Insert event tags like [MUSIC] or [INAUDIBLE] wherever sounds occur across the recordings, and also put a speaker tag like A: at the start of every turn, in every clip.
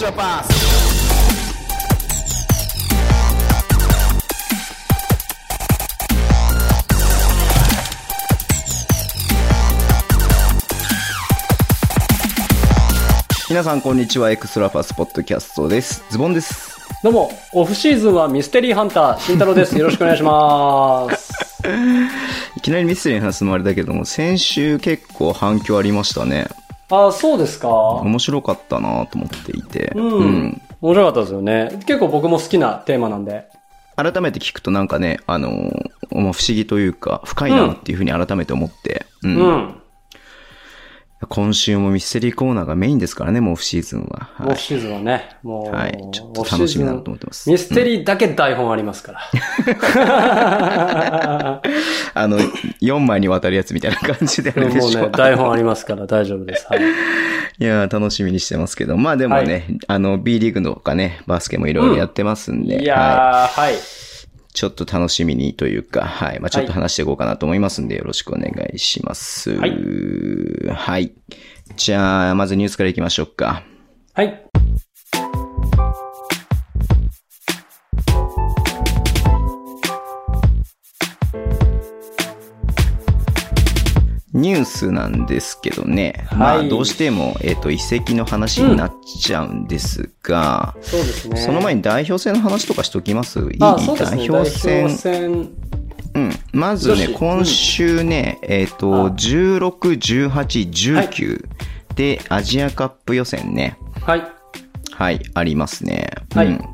A: your past. Hello, 皆さん、こんにちは。エクストラパスポッドキャストです。ズボンです。
B: どうも、オフシーズンはミステリーハンター、慎太郎です。よろしくお願いし [LAUGHS] ます。
A: いきなりミステリーの話すのもあれだけども、先週結構反響ありましたね。
B: あ、そうですか
A: 面白かったなと思っていて。
B: うん。面白かったですよね。結構僕も好きなテーマなんで。
A: 改めて聞くとなんかね、あのーまあ不思議というか、深いなっていうふうに改めて思って、う
B: うんん。
A: 今週もミステリーコーナーがメインですからね、もうオフシーズンは。は
B: オ
A: い
B: フ。シーズンはね、もう、
A: はいちょっと楽しみだなと思ってます
B: オフシーズンミステリーだけ台本あり [LAUGHS] ますから。
A: あの、4枚にわたるやつみたいな感じであれで
B: もう
A: しょ。
B: ね、台本ありますから大丈夫です。はい。
A: いやー楽しみにしてますけど。まあでもね、
B: は
A: あの、B リーグのかね、バスケもいろいろやってますんで、
B: い
A: は
B: やー、はい。
A: い。ちょっと楽しみにというか、はい。まあちょっと
B: は
A: 話していこうかなと思いますんで、よろしくお願いします。
B: はい
A: はい。じゃあ、まずニュースからいきましょうか。
B: はい。
A: ニュースなんですけどね。ま
B: は
A: あ、
B: い
A: どうしても、えっ、と、移籍の話になっちゃうんですが、
B: そうですね。
A: その前に代表戦の話とかしときますいい
B: あ、そうですね。
A: 代
B: 代
A: 表
B: 表
A: 戦。
B: 戦。
A: うん。まずね、
B: 女子
A: 今週ね、えっ、と、
B: あ
A: 16、18、19で、アジアカップ予選ね。
B: はい。
A: はい、ありますね。
B: はい
A: うん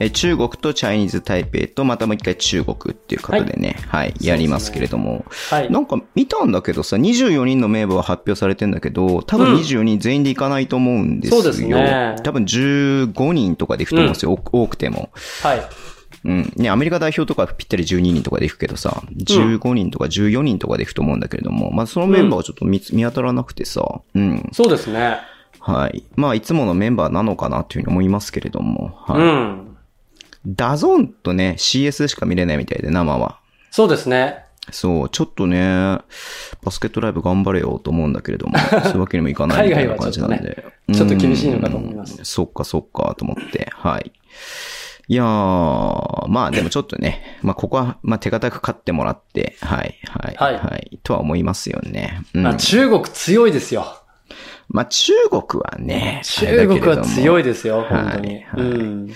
A: え中国とチャイニーズ・台北と、またもう一回中国っていうことでね、はい、やりますけれども、
B: はい
A: な。んか見たんだけどさ、24人の名簿は発表されてんだけど、多分
B: うん
A: 24人全員でいかないと思うんですよ。
B: そうですね
A: 多分15人とかでいくと思うんですよ、お多くても。
B: はい。
A: うん。ね、アメリカ代表とかぴったり12人とかでいくけどさ、15人とか14人とかでいくと思うんだけれども、まあそのメンバーはちょっと見,、見当たらなくてさ、うん。
B: そうですね。
A: はい。まあいつものメンバーなのかなというふうに思いますけれども、はい。
B: うん。
A: ダゾーンとね、CS しか見れないみたいで、生は。
B: そうですね。
A: そう、ちょっとね、バスケットライブ頑張れよと思うんだけれど
B: [LAUGHS]
A: も、そういうわけにもいかないみたいな感じなんで。
B: 海外はちょっとねちょっと厳しいのかと思います
A: うんそっかそっかと思って、はい。いやー、まあでもちょっとね、まあここは、まあ手堅く勝ってもらって、はい、はい、
B: はい
A: とは思いますよね。うん
B: まあ、中国強いですよ。
A: まあ中国はね、
B: 中国は強
A: い。
B: いですよ、
A: はい
B: 本当に。
A: はい
B: うん。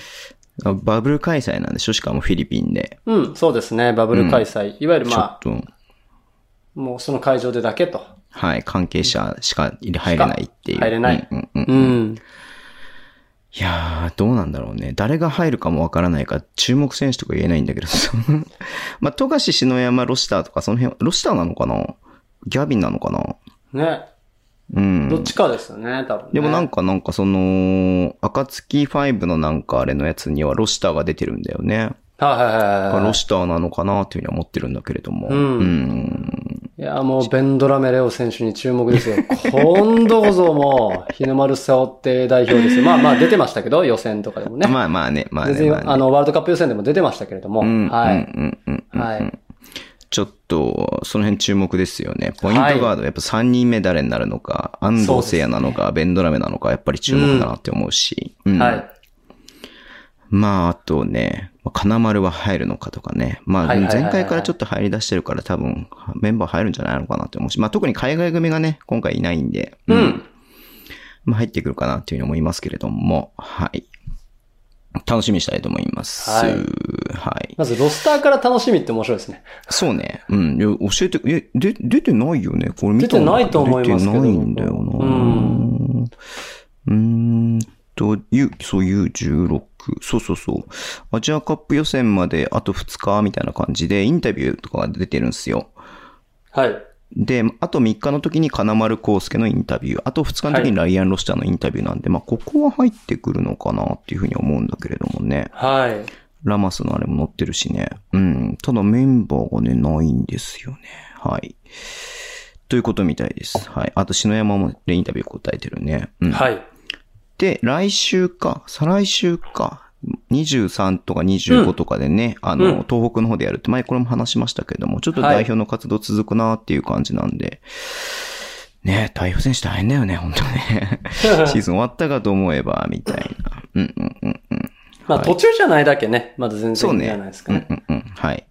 A: バブル開催なんでしょしかもフィリピンで。
B: うん、そうですね。バブル開催。いわゆる
A: ちょっ
B: ま
A: と、
B: あ、もうその会場でだけと。
A: はい、関係者しか入れないっていう。
B: しか入れない
A: うんうんうん
B: うん。
A: いやー、どうなんだろうね。誰が入るかもわからないから、注目選手とか言えないんだけど、 [LAUGHS] そのまあ、富樫、篠山、ロシターとか、その辺、ロシターなのかなギャビンなのかな
B: ね。
A: うん。
B: どっちかですよね、多分、ね。
A: でもなん
B: か、
A: か、なんかその、暁5のなんかあれのやつにはロシターが出てるんだよね。
B: はいはいはいはい。
A: ロシターなのかなというふうには思ってるんだけれども。
B: うん
A: うん
B: いや、もうベンドラメレオ選手に注目で
A: [LAUGHS]
B: すよ。今度こそもう、日の丸背負って代表ですよ。まあまあ出てましたけど、予選とかでもね。
A: まあまあね、まあ
B: 全
A: ね。
B: 然、
A: まあね
B: あの、ワールドカップ予選でも出てましたけれども。
A: うん、
B: は
A: うん
B: い。、
A: うんうん、うん。
B: はい。
A: ちょっと、その辺注目ですよね。ポイントガード、やっぱ3人目誰になるのか、安藤聖也なのか、ベンドラメなのか、やっぱり注目だなって思うし。うん
B: はい。
A: まあ、あとね、まあ金丸は入るのかとかね。まあ、
B: はいはいはいはい
A: 前回からちょっと入り出してるから多分、メンバー入るんじゃないのかなって思うし、まあ特に海外組がね、今回いないんで、
B: うん。
A: まあ入ってくるかなっていうふうに思いますけれども、はい。楽しみにしたいと思います。
B: はい
A: はい
B: まず、ロスターから楽しみって面白いですね。
A: そうね。うん。いや教えて、え、で、出てないよね。これ見たんだ
B: 出てないと思いますけど
A: 出てないんだよな。
B: う
A: うーんと、U、そう、U16。そうそうそう。アジアカップ予選まであと2日みたいな感じで、インタビューとかが出てるんですよ。
B: はい。
A: で、あと3日の時に金丸康介のインタビュー、あと2日の時にライアン・ロシターのインタビューなんで、まあ、ここは入ってくるのかなっていうふうに思うんだけれどもね。
B: はい。
A: ラマスのあれも載ってるしね。うん。ただメンバーがね、ないんですよね。はい。ということみたいです。はい。あと、篠山もねインタビュー答えてるね。うん。
B: はい。
A: で、来週か、再来週か、23とか25とかでね、あの、
B: うん
A: 東北の方でやるって、前これも話しましたけども、ちょっと
B: は
A: 代
B: い
A: 表の活動続くなっていう感じなんで、
B: [LAUGHS]
A: ね代表選手大変だよね、本当ね。シーズン終わったかと思えば、みたいな。うんうんうんうん。
B: まあ
A: はい
B: 途中じゃないだけね、まだ全然いいんじゃないですかね。
A: うんうんうん。はい。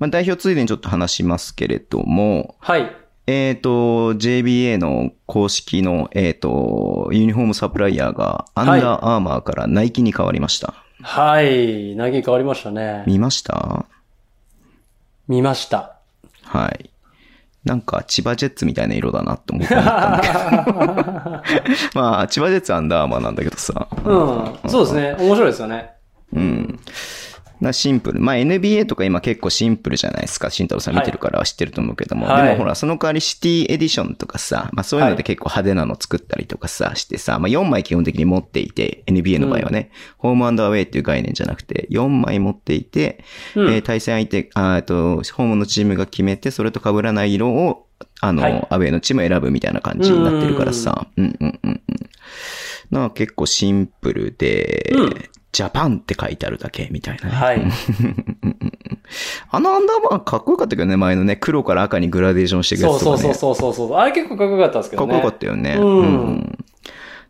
A: まあ、代表ついでにちょっと話しますけれども、
B: はい。
A: えっ、と、JBA の公式の、えっ、と、ユニフォームサプライヤーが、アン
B: はい
A: ダーアーマーからナイキに変わりました。
B: はい。なぎ変わりましたね。
A: 見ました
B: 見ました。
A: はい。なんか、千葉ジェッツみたいな色だなって思って思ったんだけど。まあ、千葉ジェッツアンダーアーマーなんだけどさ。
B: うん。そうですね。面白いですよね。
A: うん。なシンプル。まあ NBA とか今結構シンプルじゃないですか。慎太郎さん見てるから知ってると思うけども。
B: はい
A: でもほら、その代わりシティエディションとかさ、まあそういうので結構派手なの作ったりとかさ、してさ、まあ4枚基本的に持っていて、NBA の場合はね、ホームアウェイっていう概念じゃなくて、4枚持っていて、
B: うん
A: えー対戦相手、あーえっと、ホームのチームが決めて、それと被らない色を、あの、
B: はい
A: アウェイのチームを選ぶみたいな感じになってるからさ、うんうんうんうん。なんか結構シンプルで、
B: うん
A: ジャパンって書いてあるだけみたいなね。
B: はい。
A: あのアンダーバーかっこよかったけどね、前のね、黒から赤にグラデーションしていくや
B: そう
A: つとか
B: そ
A: ね。
B: うそうそうそうそう。あれ結構かっこよかったですけ
A: か
B: ど
A: っ
B: ね。
A: こよかったよね。
B: うん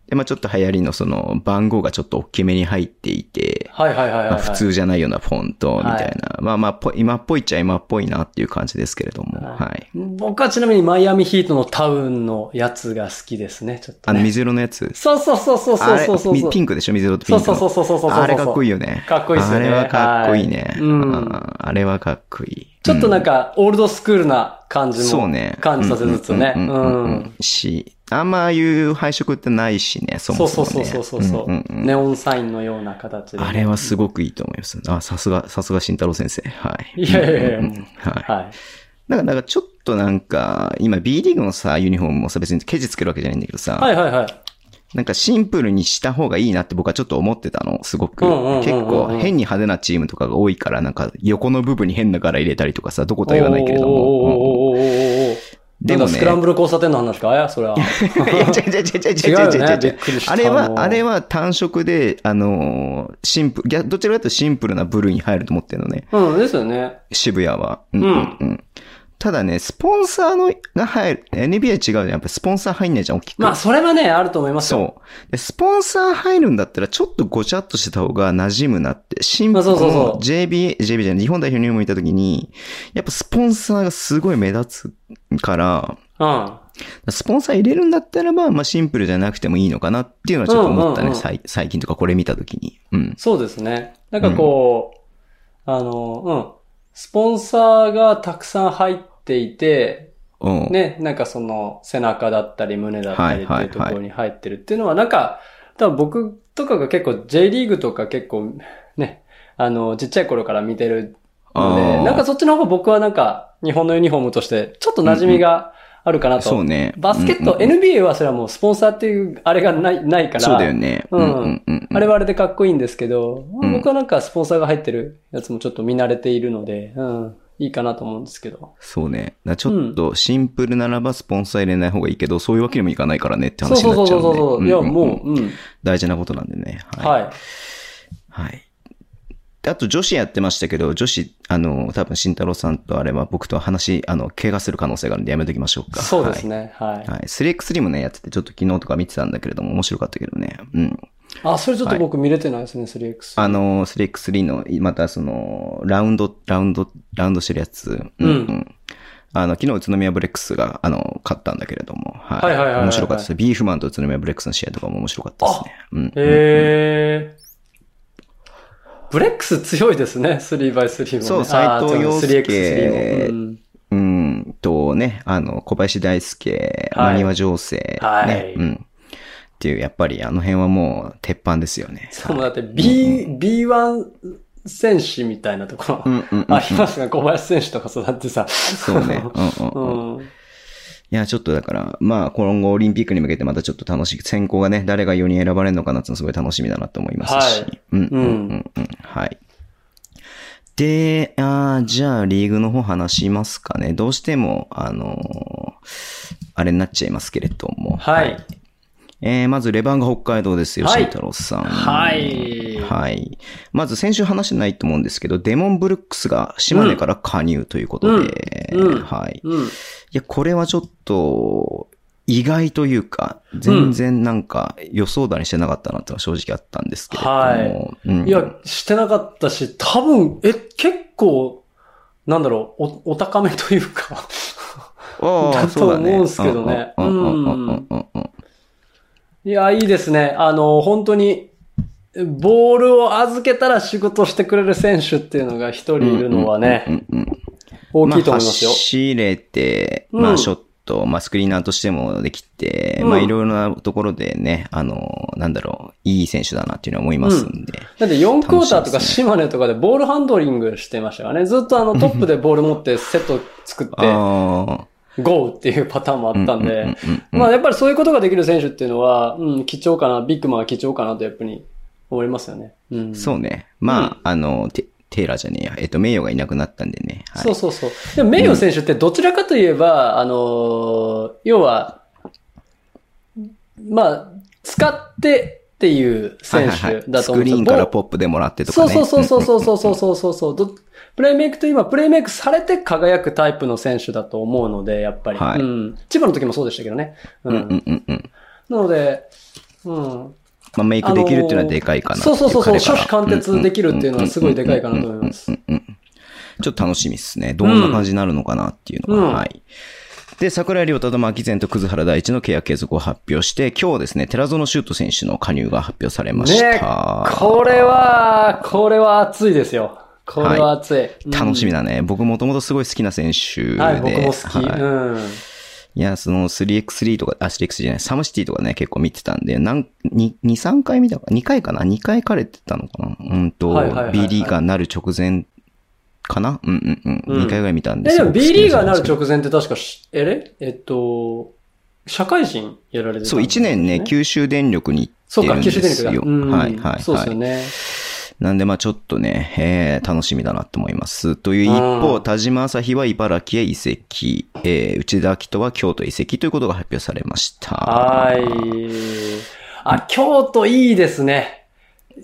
A: で、まあちょっと流行りのその番号がちょっと大きめに入っていて、
B: はいはいはいはい、
A: まあ
B: はい。
A: 普通じゃないようなフォントみたいな。
B: はい
A: まあまあぽ、今っぽいっちゃ今っぽいなっていう感じですけれども。
B: は
A: はいい。
B: 僕はちなみにマイアミヒートのタウンのやつが好きですね、ちょっと、
A: あの
B: ね。
A: 水色のやつ。
B: そうそうそうそうそうそうそう。
A: あれみピンクでしょ水色とピンクの。
B: そうそうそうそうそうそう
A: あれかっこいいよね。
B: かっこいいっすよ
A: あ
B: ね
A: れはかっこいいね。
B: はいうん
A: あーあれはかっこいい。
B: ちょっとなん
A: か、
B: か、オールドスクールな感じも。
A: そうね。
B: 感じさせつつね。
A: う
B: うん
A: うんうんうん
B: ん。
A: し、あんまああいう配色ってないしね、そ
B: そ
A: も
B: うそ
A: そうも、
B: そう
A: ね。
B: そうそうそう、
A: んうんうん
B: ネオンサインのような形で。
A: あれはすごくいいと思います。あ、さすが、さすが慎太郎先生。はい。
B: いやいやいや、もう
A: はい。
B: はい。
A: なんか、なんかちょっとなんか、今 B リーグのさ、ユニフォームもさ、別にケジつけるわけじゃないんだけどさ、
B: はいはいはい。
A: なんかシンプルにした方がいいなって僕はちょっと思ってたの、すごく。
B: うんうんうんうん
A: 結構変に派手なチームとかが多いから、なんか横の部分に変な柄入れたりとかさ、どことは言わないけれど
B: おー
A: も。うん
B: おーおーおーおーおーおー
A: でも
B: なん
A: ね
B: だスクランブル交差点の話かあやそれ
A: [LAUGHS]
B: は。
A: いや、違う違う違う違う違う違う違う
B: 違うよねびっくりした
A: あれ
B: もう
A: は、あれは単色で、あのーシンプル、いやどちらかというとシンプルなブルーに入ると思ってるのね。
B: うん、ですよね。
A: 渋谷は。うんうんうん。ただね、スポンサーの、が入る、NBA 違うじゃん。やっぱスポンサー入んないじゃん、大きく。
B: まあ、それはね、あると思いますよ。
A: そう。で、スポンサー入るんだったら、ちょっとごちゃっとしてた方が馴染むなって。シンプ
B: まあ
A: ル
B: そうそうそう
A: JBA、JB じゃない、日本代表にもいた時に、やっぱスポンサーがすごい目立つから、
B: うん。
A: スポンサー入れるんだったらば、まあシンプルじゃなくてもいいのかなっていうのはちょっと思った
B: うんう
A: ね、
B: んうん
A: さい最近とかこれ見た時に。うん。
B: そうですね。なんかこう、あの、うん。スポンサーがたくさん入っていて、
A: うん。
B: ね、なんかその背中だったり胸だったりって
A: はいいうはい
B: と
A: はい
B: ころに入ってるっていうのは、なんか、多分僕とかが結構 J リーグとか結構ね、あの、ちっちゃい頃から見てるの
A: あ
B: で、
A: ー
B: なんかそっちの方が僕はなんか日本のユニフォームとしてちょっと馴染みがあるかなと。
A: そうね。
B: バスケット、
A: うんうんうん
B: NBA はそれはもうスポンサーっていうあれがない、ないから。
A: そうだよね。
B: うん
A: うんうんうん
B: あれはあれでかっこいいんですけど、
A: うん
B: 僕はなんかスポンサーが入ってるやつもちょっと見慣れているので、うん、いいかなと思うんですけど。
A: そうね。だからちょっとシンプルならばスポンサー入れない方がいいけど、そういうわけにもいかないからねって
B: そう
A: 話
B: そ
A: に
B: う
A: な
B: そ
A: っ
B: う
A: ちゃう
B: そ
A: ん
B: う
A: で。
B: そう。いや、もう、うん。
A: 大事なことなんでね。はい。
B: はい。
A: はい。であと女子やってましたけど、女子、あの、多分慎太郎さんとあれは僕と話、あの、怪我する可能性があるんでやめときましょうか。
B: そうですね。は
A: は
B: い。
A: い。はい。3x3 もね、やってて、ちょっと昨日とか見てたんだけれども、面白かったけどね。うん。
B: あ、それちょっと僕見れてないですね、3X。
A: あの、3x3 の、またその、ラウンド、ラウンド、ラウンドしてるやつ。うん、うん。あの、昨日宇都宮ブレックスが、あの、勝ったんだけれども。は
B: はいはいはいはい
A: 面白かったです。ビーフマンと宇都宮ブレックスの試合とかも面白かったですね。うん。
B: へー。ブレックス強いですね、3x3 も、ね。
A: そう斉藤
B: あー
A: 洋
B: そ
A: 介
B: う 3x3 も。うん
A: うんとね、あの、小林大輔、
B: は
A: 間
B: い
A: 庭情勢、
B: はい
A: ね、うん。っていう、やっぱりあの辺はもう鉄板ですよね。
B: そう、だって B、B1 選手みたいなところ、
A: うんうんうん
B: ありますが、小林選手とか [LAUGHS] そうだってさ。
A: そう
B: [LAUGHS]
A: ね。うんうん
B: う
A: うん。い
B: ん。
A: や、ちょっとだから、まあ、今後オリンピックに向けてまたちょっと楽しい。選考がね、誰が4人選ばれるのかなっていうのすごい楽しみだなと思いますし。
B: は
A: うんうんうんうん。はい。で、あーじゃあ、リーグの方話しますかね。どうしても、あのーあれになっちゃいますけれども。
B: はい。
A: えー、まず、レバンが北海道ですよ、
B: はい
A: 慎太郎さん。
B: はい
A: はい。まず、先週話してないと思うんですけど、デモン・ブルックスが島根から加入ということで、
B: うんうん
A: はい。い
B: うん。
A: や、これはちょっと、意外というか、全然なんか予想だにしてなかったなってのは正直あったんですけれども。。
B: はい
A: うん、
B: いや、してなかったし、多分、え、結構、なんだろう、お、お高めというか。
A: ああ、
B: だと思うんすけどね
A: そうだうんうんうんうんうん
B: いや、いいですね。あの、本当に、ボールを預けたら仕事してくれる選手っていうのが一
A: うん。
B: 人いるのはね、
A: うんうんうん
B: 大きいと思いますよ
A: あ、。走れて、
B: うん
A: まあ、ショット、まあ、スクリーナーとしてもできて、
B: うん
A: まあ、いろいろなところでね、あの、なんだろう、いい選手だなっていうのは思いますんで。
B: だって4クォーターと
A: 楽しいで
B: か
A: すね
B: 島根とかでボールハンドリングしてましたよね。ずっとあのトップでボール持ってセット作って、
A: あ
B: ゴーっていうパターンも
A: あ。
B: あったんで、
A: うんうんうんうん
B: まあやっぱりそういうことができる選手っていうのは、うん、貴重かな、ビッグマンは貴重かなとやっぱり思いますよね。うん。
A: そうね。まあ、あの、テテイラーじゃねえや。えっと、名誉がいなくなったんでね。はい、
B: そうそうそう。でも、名誉選手ってどちらかといえば、あのー、要は、まあ、使ってっていう選
A: はい
B: 手
A: はいはい
B: だ
A: ス
B: と
A: ク
B: 思うん
A: リ
B: ですよ
A: ーンからポップでもらってとか
B: そう
A: ね。
B: そうそうそうそうそうそうそうそうどプレイメイクといえば、プレイメイクされて輝くタイプの選手だと思うので、やっぱり。
A: はい
B: うん。千葉の時もそうでしたけどね。う
A: うん
B: ん。
A: うんうんうんうん。
B: なので、うん。
A: まあ、メイクできるっていうのはでかいかなってい
B: そうそうそうそう、
A: 彼
B: 初
A: から
B: 子貫徹できるっていうのはすごいでかいかなと思いま
A: ち
B: す。
A: ょっと楽しみですね。どんな感じになるのかなっていうのが、
B: うん
A: はい。で、桜井亮太と牧前と葛原大地の契約継続を発表して、今日ですね、寺園修斗選手の加入が発表されました。
B: ねこれは、これは熱いですよ。これは熱い。
A: 楽しみ
B: だ。
A: だね。僕もともとすごい好きな選手で。
B: はい、僕も好き。
A: はい
B: うん。
A: いや、その 3x3 とか、あ、3x じゃない、サムシティとかね、結構見てたんで、なん、に2、3回見たか、2回かな ?2 回彼って言ったのかなうんと、
B: はいはいはいはい
A: B リーガーになる直前かなうんうんうん。
B: うん
A: 2回ぐらい見たんで
B: え、
A: す
B: でも B リーガーになる
A: 直
B: 直前って確かし、えれえっと、社会人やられてたんです
A: そ
B: よ
A: う、
B: ね
A: 1年ね、九州電力に
B: そう
A: 行
B: か、
A: ってる
B: 九州
A: んで
B: 電力
A: すよ。
B: だ。うん
A: はいはい、はい。
B: そうですよね。
A: なんでまあちょっとね、えー楽しみだなと思います。という一
B: う
A: 方、
B: ん
A: 田島朝日は茨城へ移籍、えー内田明人は京都移籍ということが発表されました。
B: は。い。あ、京都いいですね。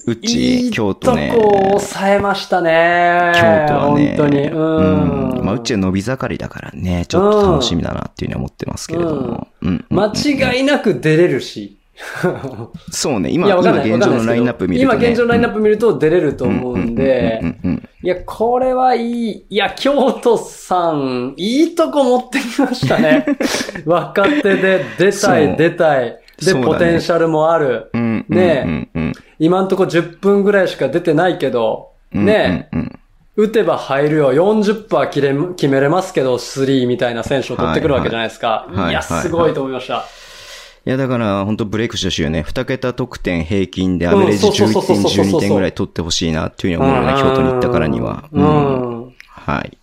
A: う
B: い
A: ち、
B: い
A: 京
B: と
A: 都
B: こ
A: ね。
B: 抑えましたね。
A: 京都はね、
B: 本当に。
A: う
B: うんん。
A: まあ、うちは伸び盛りだからね、ちょっと楽しみだなっていうふうには思ってますけれども。うんうんうん
B: 間違いなく出れるし。
A: そうね、
B: い
A: 今、今
B: や、わかんない。
A: 現状のラインナップ見ると、
B: わ
A: ね。
B: かんないですけど今現状のラインナップ見ると出れると思うんで
A: う、んうんうんうん
B: いや、これはいい。いや、京都さん、いいとこ持ってきましたね。若手で出た
A: そう
B: い、出たい。
A: そ
B: で、
A: うだね
B: ポテンシャルもある。
A: うんうん。
B: ねえ
A: うんうん
B: 今んとこ10分ぐらいしか出てないけど、
A: うん。
B: ねえ、
A: うんうんうん
B: 打てば入るよ。40%切れ決めれますけど、3みたいな選手を取ってくるわけじゃないですか。
A: いはいはい
B: いや、すごいと思いました。
A: いや、だから、本当ブレイクしてほしいよね。二桁得点平均で、アベレージ
B: うんそ
A: 11
B: うそうそう
A: 点、
B: そうそ
A: 12
B: う
A: 点ぐらい取ってほしいな、っていうふうに思うよね。京都に行ったからには。
B: う。ん。
A: はい。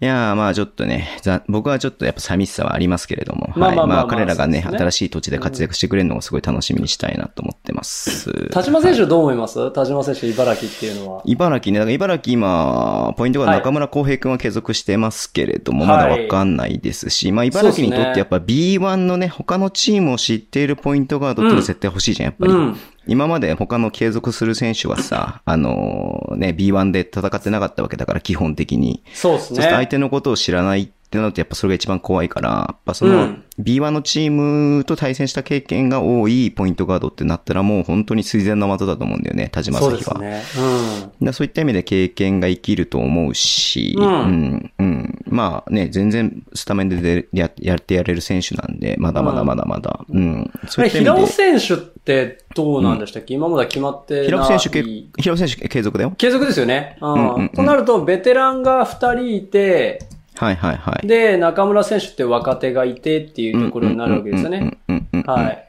A: いやー、まあちょっとね、ざ僕はちょっとやっぱ寂しさはありますけれども、
B: まあ
A: はい。
B: まあまあ
A: ま
B: ま
A: あ
B: あ
A: 彼らがね、
B: そうですね
A: 新しい土地で活躍してくれるのをすごい楽しみにしたいなと思ってます。
B: 田島選手どう思います田島選手、茨城っていうのは。
A: 茨城ね、だから茨城今、ポイントが
B: はい
A: 中村浩平君は継続してますけれども、
B: はい
A: まだわかんないですし、まあ茨城にとってやっぱ B1 のね、他のチームを知っているポイントガードっていうのは絶対欲しいじゃん、やっぱり。
B: うん
A: 今まで他の継続する選手はさ、あのーね、B1 で戦ってなかったわけだから、基本的に。
B: そうです
A: そして相
B: ね。
A: 手のことを知らないってなると、やっぱそれが一番怖いから、やっぱそうの
B: ん
A: B1 のチームと対戦した経験が多いポイントガードってなったら、もう本当に垂然の技だと思うんだよね、田島
B: そう
A: 朝
B: で
A: 日
B: す
A: は。
B: ね。うん。
A: だそういった意味で経験が生きると思うし、
B: うん
A: うん、うんまあね、全然スタメンででややってやれる選手なんで、まだまだまだまだ、うん。
B: こ
A: そうい
B: れ、
A: った意
B: 平尾
A: 味で、
B: 選手ってどうなんでしたっけ、今まだ決まってない。
A: 平尾選手け、平尾選手継続だよ。
B: 継続ですよね。うん。
A: うんうんうん
B: となると、ベテランが2人いて、
A: はいはいはい。
B: で、中村選手って若手がいてっていうところになるわけですよ
A: うん
B: ね。
A: うんうんうんうんうん
B: はい。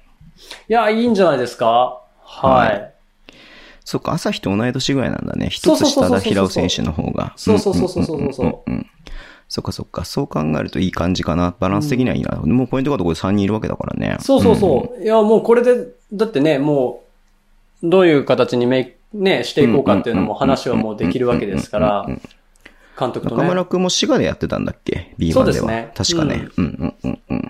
B: いや、いいんじゃないですかはい。
A: はそっか、朝日と同い年ぐらいなんだね。一
B: そう
A: つ
B: そうそうそう
A: 下だ、平尾選手の方が。
B: そうそうそうそうそうそう。
A: んんんんんそっかそっか、そう考えるといい感じかな。バランス的にはいいな。もうポイントガードこれ3人いるわけだからね。
B: そうそうそう。いや、もうこれで、だってね、もう、どういう形にメイク、ね、していこうかっていうのも話はもうできるわけですから、監督と
A: 中
B: ね。
A: 村くんも滋賀でやってたんだっけ ?B1 では。
B: そうですね
A: 確かね。うんうんうんうん。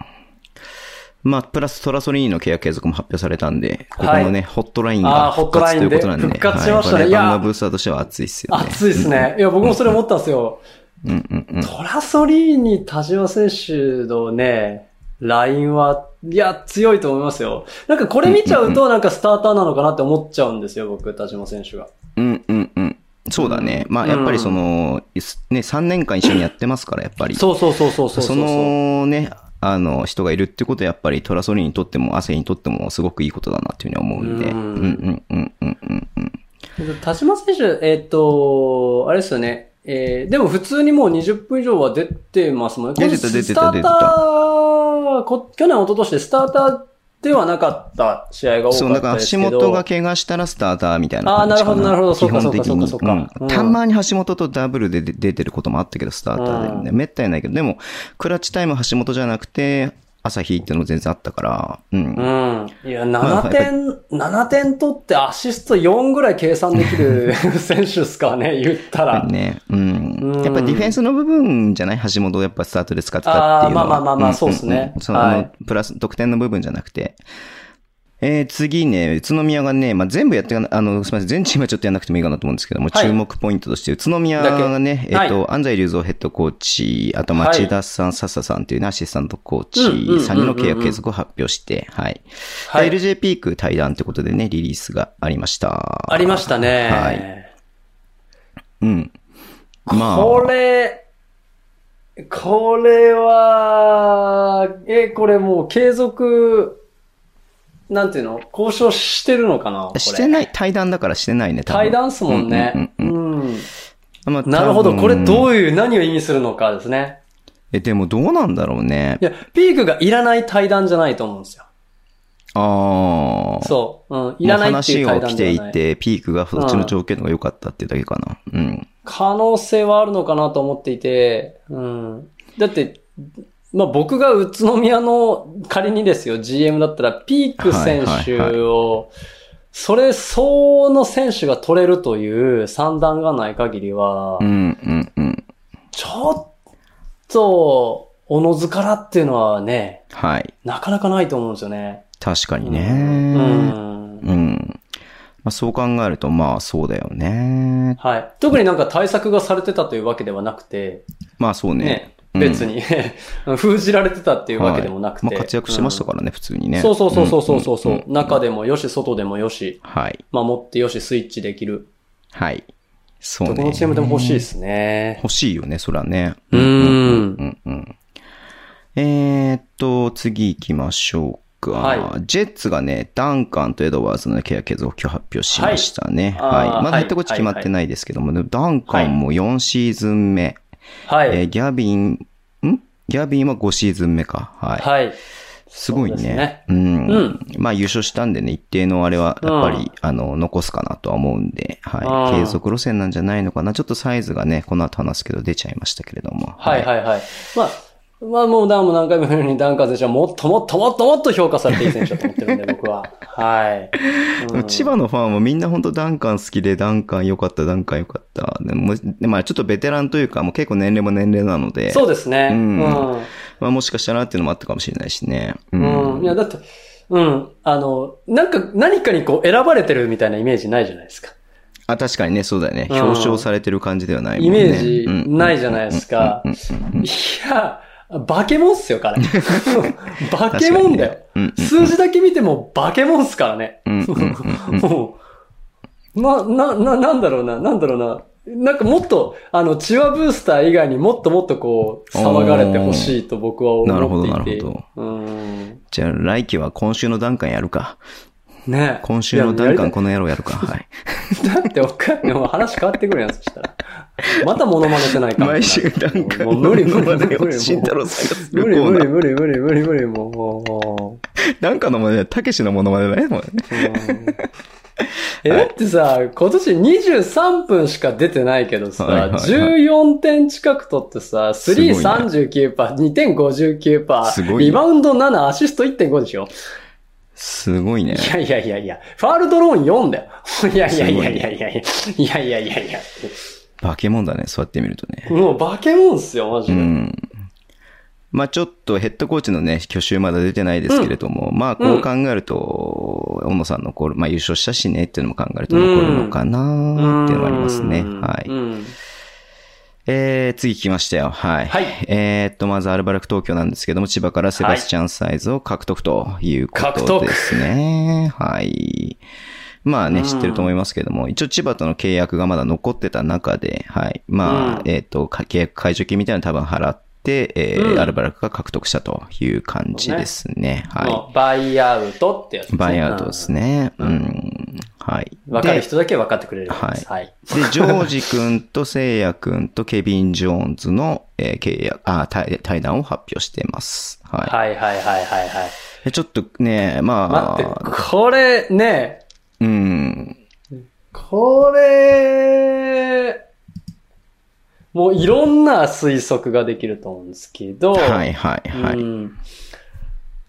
A: まあ、プラストラソリーニの契約継続も発表されたんで、ここのね、ホットライン
B: あ
A: が
B: ーホ
A: 復
B: ットラ
A: 活
B: イ
A: とい
B: ン
A: うこ
B: で
A: となんで。
B: 復活しましたね
A: はい
B: いや
A: これねバンナブースターとしては熱いっすよね。
B: 熱いですね。いや、僕もそれ思ったんですよ。
A: うんうんうん。
B: トラソリーニ、田島選手のね、ラインは、いや、強いと思いますよ。なんかこれ見ちゃう
A: うんう
B: と、なんかスターターなのかなって思っちゃうんですよ、僕、田島選手が。
A: うんうんうん。そうだね。まあ、やっぱりその、ね、3年間一緒にやってますから、やっぱり。
B: そうそうそうそうそうう。
A: そのね、あの、人がいるってことは、やっぱりトラソリンにとっても、汗にとっても、すごくいいことだなっていうふうに思うんで。
B: う
A: うんんうんうんうんうんうん。
B: 田島選手、えっ、と、あれですよね。えーでも普通にもう20分以上は出てますもんね。
A: 出てた
B: 今年
A: 出てた
B: スターター、こ去年、一昨年でスターターではなかった試合が多
A: そう、
B: か
A: だ
B: った
A: から
B: ですけ
A: 橋
B: ど。
A: 本が怪我したらスターターみたいな感じか
B: あーなるほどなるほどそう
A: 基
B: かそう
A: 本
B: か
A: 的に。
B: そうかそうか
A: う
B: うんん
A: たまに橋本とダブルで出出てることもあったけど、スターターでね。
B: う
A: めったにないけど、でも、クラッチタイム橋本じゃなくて、朝日っていうのも全然あったから、うん。
B: うん。いや、7点、7点取ってアシスト4ぐらい計算できる [LAUGHS] 選手ですからね、言っ
A: や
B: た
A: っぱ
B: ら
A: り。ね、うん、
B: うん
A: やっぱディフェンスの部分じゃない橋本をやっぱスタートで使ってたっていうのは
B: あーまあまあまあまあそうっすね
A: んんんその、
B: はい
A: プラス得点の部分じゃなくて。えー、次ね、宇都宮がね、まあ、全部やってかな、あの、すみません、全チームはちょっとやんなくてもいいかなと思うんですけども、
B: はい
A: 注目ポイントとして、宇都宮がね、えっ、
B: だけ
A: と、安西隆三ヘッドコーチ、あと町田さん、笹さんというね、アシスタントコーチ、
B: うんうんうんうん
A: 3人の契約継続を発表して、はい。
B: はい
A: LJ ピーク対談ということでね、リリースがありました。
B: ありましたね。
A: はい。うん。まあ。
B: これ、これは、え、これもう継続、なんていうの交渉してるのかなこれ
A: してない、対談だからしてないね、多分
B: 対談っすもんね。
A: うんうんうん
B: うん
A: まあ
B: なるほど。
A: 多分
B: これどういう、何を意味するのかですね。
A: え、でもどうなんだろうね
B: い。や、ピークがいらない対談じゃないと思うんですよ。
A: ああ。
B: そう。うん。いらないっていう
A: も
B: 対
A: う話
B: 談
A: を来
B: で
A: て
B: はいない。
A: て、ピークがそっちの条件の方が良かったっていうだけかな。うん。
B: 可能性はあるのかなと思っていて、うん。だって、まあ、僕が宇都宮の仮にですよ、GM だったら、ピーク選手を、
A: はいはい
B: それ相応の選手が取れるという算段がない限りは、
A: うん、うん、うん。
B: ちょっと、おのずからっていうのはね、
A: はい。
B: なかなかないと思うんですよね。
A: 確かに
B: うん
A: ね。
B: うん
A: うん。まあそう考えると、まあそうだよね。
B: はい。特になんか対策がされてたというわけではなくて、
A: まあそうね
B: ね。、
A: うん
B: 別に、 [LAUGHS] 封じられてたっていうわけでもなくて。
A: まあ活躍してました
B: か
A: からね、普通にね。
B: そうそうそうそうそうそう,、
A: んんん
B: 中でもよし、外でもよし、
A: はい。
B: 守ってよし、スイッチできる。
A: はい。そう
B: ど
A: ね。
B: このチームでも欲しいですね。
A: 欲しいよね、そらね。
B: うーん
A: うんうんうんえーっと、次行きましょうか。
B: は
A: ジェッツがね、ダンカンとエドワーズの契約継続を今日発表しましたね。
B: は
A: はいい。
B: あー
A: ま
B: は
A: だ
B: い
A: ヘッドコーチ決まってないですけども、でもダンカンも4シーズン目。
B: は
A: えー
B: い。
A: ギャビン、んギャビンは5シーズン目か。はい。
B: はい。
A: すごい
B: そうで
A: ね
B: すね
A: うん。
B: うん
A: まあ優勝したんでね、一定のあれは、やっぱり、
B: うん
A: あの、残すかなとは思うんで、は
B: う
A: い。
B: ん
A: 継続路線なんじゃないのかな。ちょっとサイズがね、この後話すけど出ちゃいましたけれども。
B: はいはいはい。まあ、まあもうダンも何回も言うように、ダンカー選手はもっともっともっともっと評価されていい選手だと思ってるんで、僕は。はい。
A: で [LAUGHS] も千葉のファンはみんな本当ダンカン好きで、ダンカン良かった、ダンカン良かった。でも、でまあちょっとベテランというか、もう結構年齢も年齢なので、
B: そうですね。
A: うん
B: うん
A: まあもしかしたらっていうのもあったかもしれないしね。うん。
B: うん。いや、だって、うん。あの、なんか、何かにこう、選ばれてるみたいなイメージないじゃないですか。
A: あ、確かにね、そうだよね。
B: うん
A: 表彰されてる感じではないも
B: イ
A: んね。
B: メージないじゃ
A: い。
B: ないですか。
A: うんうんうん
B: いや、バケモンっすよ、
A: [LAUGHS]
B: 彼。
A: 確かにねうんう
B: バケモンだよ、
A: んうん
B: 数字だけ見てもバケモンっすからね。
A: うんうんうん
B: [LAUGHS]
A: うん
B: もう、な、な、な、なんだろうな、なんだろうな。なんかもっと、あの、チワブースター以外にもっともっとこう、騒がれてほしいと僕は思ってい
A: な
B: て。
A: るほどなるほ
B: うん。
A: じゃあ来季は今週のダンカンやるか。
B: ね
A: 今週のダンカン
B: い
A: この野郎やるか。はい。
B: やだっておかんないもう話変わってくるやん、そしたら。またモノマネしてないから。
A: 毎週ダンカン
B: もう無理無理無理無理。
A: 慎太郎さんがす
B: 無
A: る
B: 理
A: コー
B: 無
A: ナ
B: 理
A: ー。
B: 無理無理無理無理もうもうも
A: ダンカンのものね、たけしのものまでね。もうね
B: う。うんえ、だってさ、今年23分しか出てないけどさ、
A: はいはいはい
B: 14点近く取ってさ、
A: すごいね
B: 339%、2点59%
A: すごいね
B: リバウンド7、アシスト1.5でしょ
A: すごいね。
B: いやいやいやいや、ファールドローン4だよ。いやいやいやいやいやいや、いやいやいやいや。
A: 化け物だね、そうやって見るとね。
B: もう化け物っすよ、マジ
A: う
B: で。
A: ん。まあちょっとヘッドコーチのね、去就まだ出てないですけれども、まあこう考えると、小野さんの残る、まあ優勝したしねっていうのも考えると残るのかなーっていうのはありますね。
B: うん
A: はい。
B: うん
A: えー、次聞きましたよ。はい。
B: はい
A: えーっと、まずアルバルク東京なんですけども、千葉からセバスチャンサイズを獲得ということですね。はい。まあ
B: う
A: ね、
B: ん
A: 知ってると思いますけども、一応千葉との契約がまだ残ってた中で、はい。まあ、
B: うん
A: えーっと、か契約解除金みたいなの多分払って、えー
B: うん
A: アルバルクが獲得したという感じですね。はい。
B: もうバイアウトってやつですね
A: バイアウトです。ね。う。
B: うんん
A: はい。
B: うんわかる
A: で
B: 人だけ分かってくれるやつはい。
A: で、ジョージ君とセイヤ君とケビン・ジョーンズの、えー契約、あ、対対談を発表しています。はい。
B: はいはいはいはいはい。
A: でちょっとね、ま
B: 待って
A: あ、、
B: これね、
A: うん。
B: これ、もういろんな推測ができると思うんですけど、
A: はいはいは
B: う
A: い。
B: ん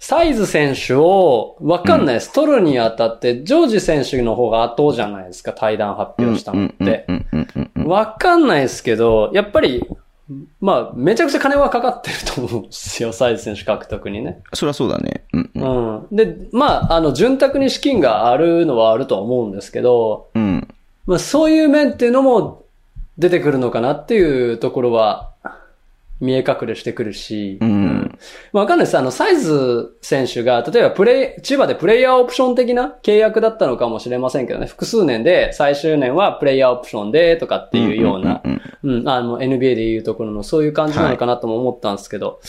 B: サイズ選手を、わかんないです。取るにあたって、ジョージ選手の方が後じゃないですか、対談発表したのって。
A: うんうんうんうんうん
B: わかんないですけど、やっぱり、まあ、めちゃくちゃ金はかかってると思うんですよ、 [LAUGHS] サイズ選手獲得にね。
A: そりゃそうだね。うんうん。
B: うん。で、まあ、あの、潤沢に資金があるのはあるとは思うんですけど、
A: うん。
B: まあ、そういう面っていうのも出てくるのかなっていうところは、見え隠れしてくるし、
A: うん
B: まあわかんないです。あの、サイズ選手が、例えばプレイ、千葉でプレイヤーオプション的な契約だったのかもしれませんけどね、複数年で最終年はプレイヤーオプションでとかっていうような、
A: んんん
B: うん、あの、NBA でいうところのそういう感じなのかなとも思ったんですけど、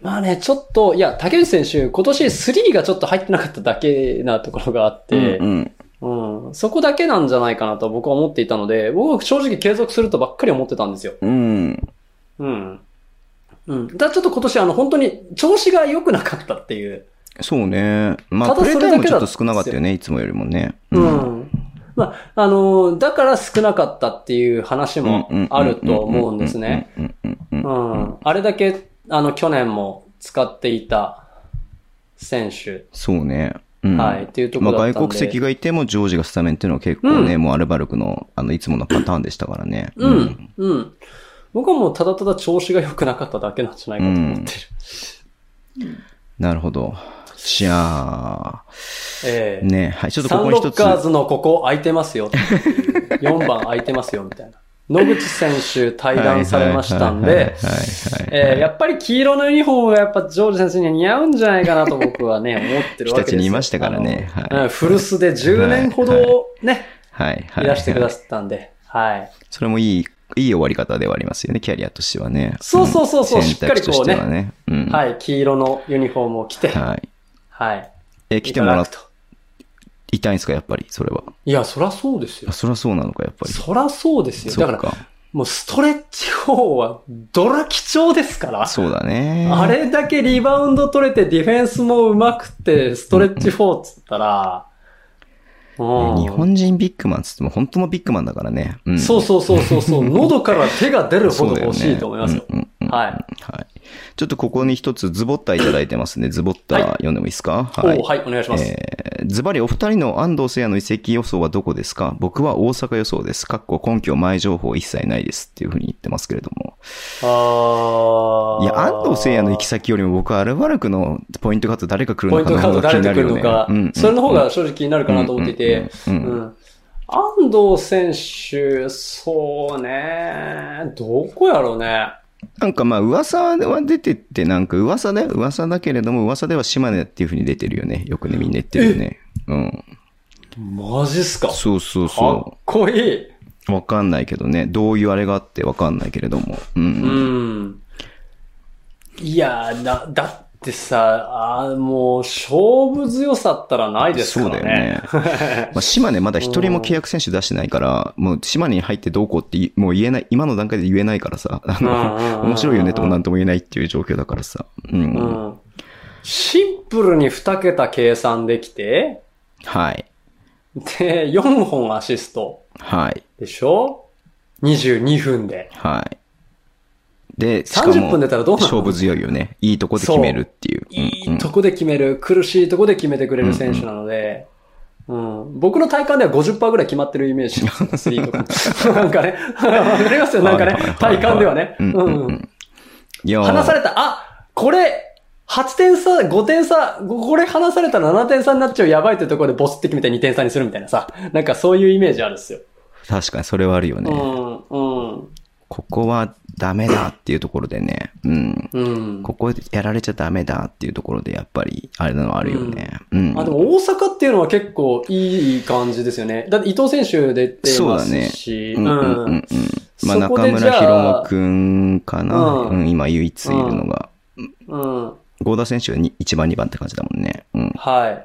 B: まあね、ちょっと、いや、竹内選手、今年3がちょっと入ってなかっただけなところがあって、
A: うんうん
B: うん、そこだけなんじゃないかなと僕は思っていたので、僕は正直継続するとばっかり思ってたんですよ。
A: うん。
B: うん。うん。だからちょっと今年あの本当に調子が良くなかったっていう。
A: そうね。まあ、
B: ただ
A: プレイ
B: それ
A: タ
B: だ
A: イ
B: け
A: ム
B: だ
A: ちょっと少なかったよね、いつもよりもね。
B: うん。まあ、あのーだから少なかったっていう話もあると思うんですね。。
A: うんうんうん
B: う
A: うん
B: ん。あれだけ、あの、去年も使っていた選手。
A: そうね。うん
B: はいっていうとこだったんで
A: まあ、外国籍がいてもジョージがスタメンっていうのは結構ね、
B: う
A: もうアルバルクの、あの、いつものパターンでしたからね。
B: うん。うん。僕はもうただただ調子が良くなかっただけなんじゃないかと思ってる。
A: なるほど。じゃあ、
B: ええ
A: ね、はい、ちょっと
B: サ
A: ここ
B: ン
A: に
B: ロ
A: 一
B: ッ
A: つ。
B: カーズのここ空いてますよっていう。4番
A: [LAUGHS]
B: 空いてますよみたいな。野口選手対談されましたん
A: はいはい
B: で、
A: はいはいはい
B: えーやっぱり黄色のユニフォームがやっぱジョージ選手には似合うんじゃないかなと僕はね、思ってるわけです
A: 日立
B: よ
A: にいましたからね
B: あの
A: はい
B: うん古巣で10年ほどね、
A: はい、はい
B: らしてくだ
A: さい。
B: さったんで、はい。
A: それもいい、いい終わり方ではありますよね、キャリアとしてはね。
B: そうそうそうそうんしっかりこう
A: 選択
B: ね
A: 肢としてはね。うん。。
B: はいい、黄色のユニフォームを着て、
A: はい。
B: はい。
A: え、来てもら
B: い
A: った
B: だくと。
A: いたいんですか、やっぱり、それは。
B: いや、そらそうですよ
A: あ。そりゃそうなのか、やっぱり。
B: そらそうですよ。
A: そ
B: だ
A: う
B: から、
A: か。
B: もうストレッチ法はドラ貴重ですから。
A: そうだね。
B: あれだけリバウンド取れてディフェンスも上手くて、ストレッチ4っつったら、うん
A: 日本人ビッグマンっつっても、本当のビッグマンだからね。うん。
B: そうそうそうそうそう、喉から手が出るほ
A: そう
B: ど
A: だよ
B: 欲
A: ね
B: しいと思いますよ。
A: うんうんうん
B: はい。
A: はい。ちょっとここに一つズボッターいただいてますね。ズボッター読んでもいいですか
B: お
A: はい
B: お。はい、お願いします。
A: えーズバリお二人の安藤聖也の移籍予想はどこですか僕は大阪予想です。かっこ根拠前情報一切ないですっていうふうに言ってますけれども。
B: あー
A: いや、安藤聖也の行き先よりも僕はアルバルクのポイントカード誰が来る
B: ポイ
A: の
B: ン
A: か
B: ト
A: の
B: カー
A: 方
B: ド
A: が気
B: 誰
A: に
B: と
A: なる
B: 来る
A: よ
B: の
A: ね。
B: か、
A: うんうん
B: それの方が正直気になるかなと思っていて、
A: うんうんうんうん
B: うん安藤選手、そうね、どこやろうね。
A: なんかまあ噂は出てて、なんか噂だよ噂だけれども噂では島根っていうふうに出てるよね。よくね、みんな言ってるよね。うん。
B: マジっすかか
A: そうそう
B: っ
A: そ
B: こいい。
A: う。わかんないけどね。どういうあれがあってわかんないけれども。うん
B: うん。いやーだ、だってさ、あーもう、勝負強さったらないですからね。
A: そうだよね。
B: [LAUGHS]
A: まあ、島根まだ一人も契約選手出してないから、もう島根に入ってどうこうっていもう言えない、今の段階で言えないからさ、あ
B: うんうんうん
A: の、
B: うん
A: 面白いよねともなんとも言えないっていう状況だからさ。うん。
B: うん。シンプルに2桁計算できて、
A: はい。
B: で、4本アシスト
A: はい。
B: でしょ ?22 分で。
A: はい。で、しか
B: 30分
A: も
B: 出、たらどうなる
A: 勝負強いよね。いいとこで決めるっていう。うん
B: いいとこで決める、苦しいとこで決めてくれる選手なので、うん、僕の体感では50%ぐらい決まってるイメージなんですよ、スリ
A: [LAUGHS]
B: ーとか。なんかね、わかりますよ、なんかね
A: はいはいはいは、い
B: 体感ではね。
A: うんうんう
B: うん
A: ん。いやー
B: 離された、あ、これ、8点差、5点差、これ離されたら7点差になっちゃうやばいってところでボスって決めて2点差にするみたいなさ、なんかそういうイメージあるっすよ。
A: 確かにそれはあるよ
B: う
A: ね。
B: ん、うん。
A: ここはダメだっていうところでね、うん。
B: うん。
A: ここやられちゃダメだっていうところで、やっぱり、あれなのはあるよね。うん。
B: あ、でも大阪っていうのは結構いい感じですよね。だって伊藤選手出て
A: そう
B: ま
A: だね
B: すし。
A: うんうんうんうん。まあ、
B: そこ
A: 中
B: でじゃ
A: 村
B: あ
A: 博くんかな、
B: う
A: うんん、今唯一いるのが。
B: うん。うん。
A: 合田選手は1番、2番って感じだもんね。うん。
B: はい。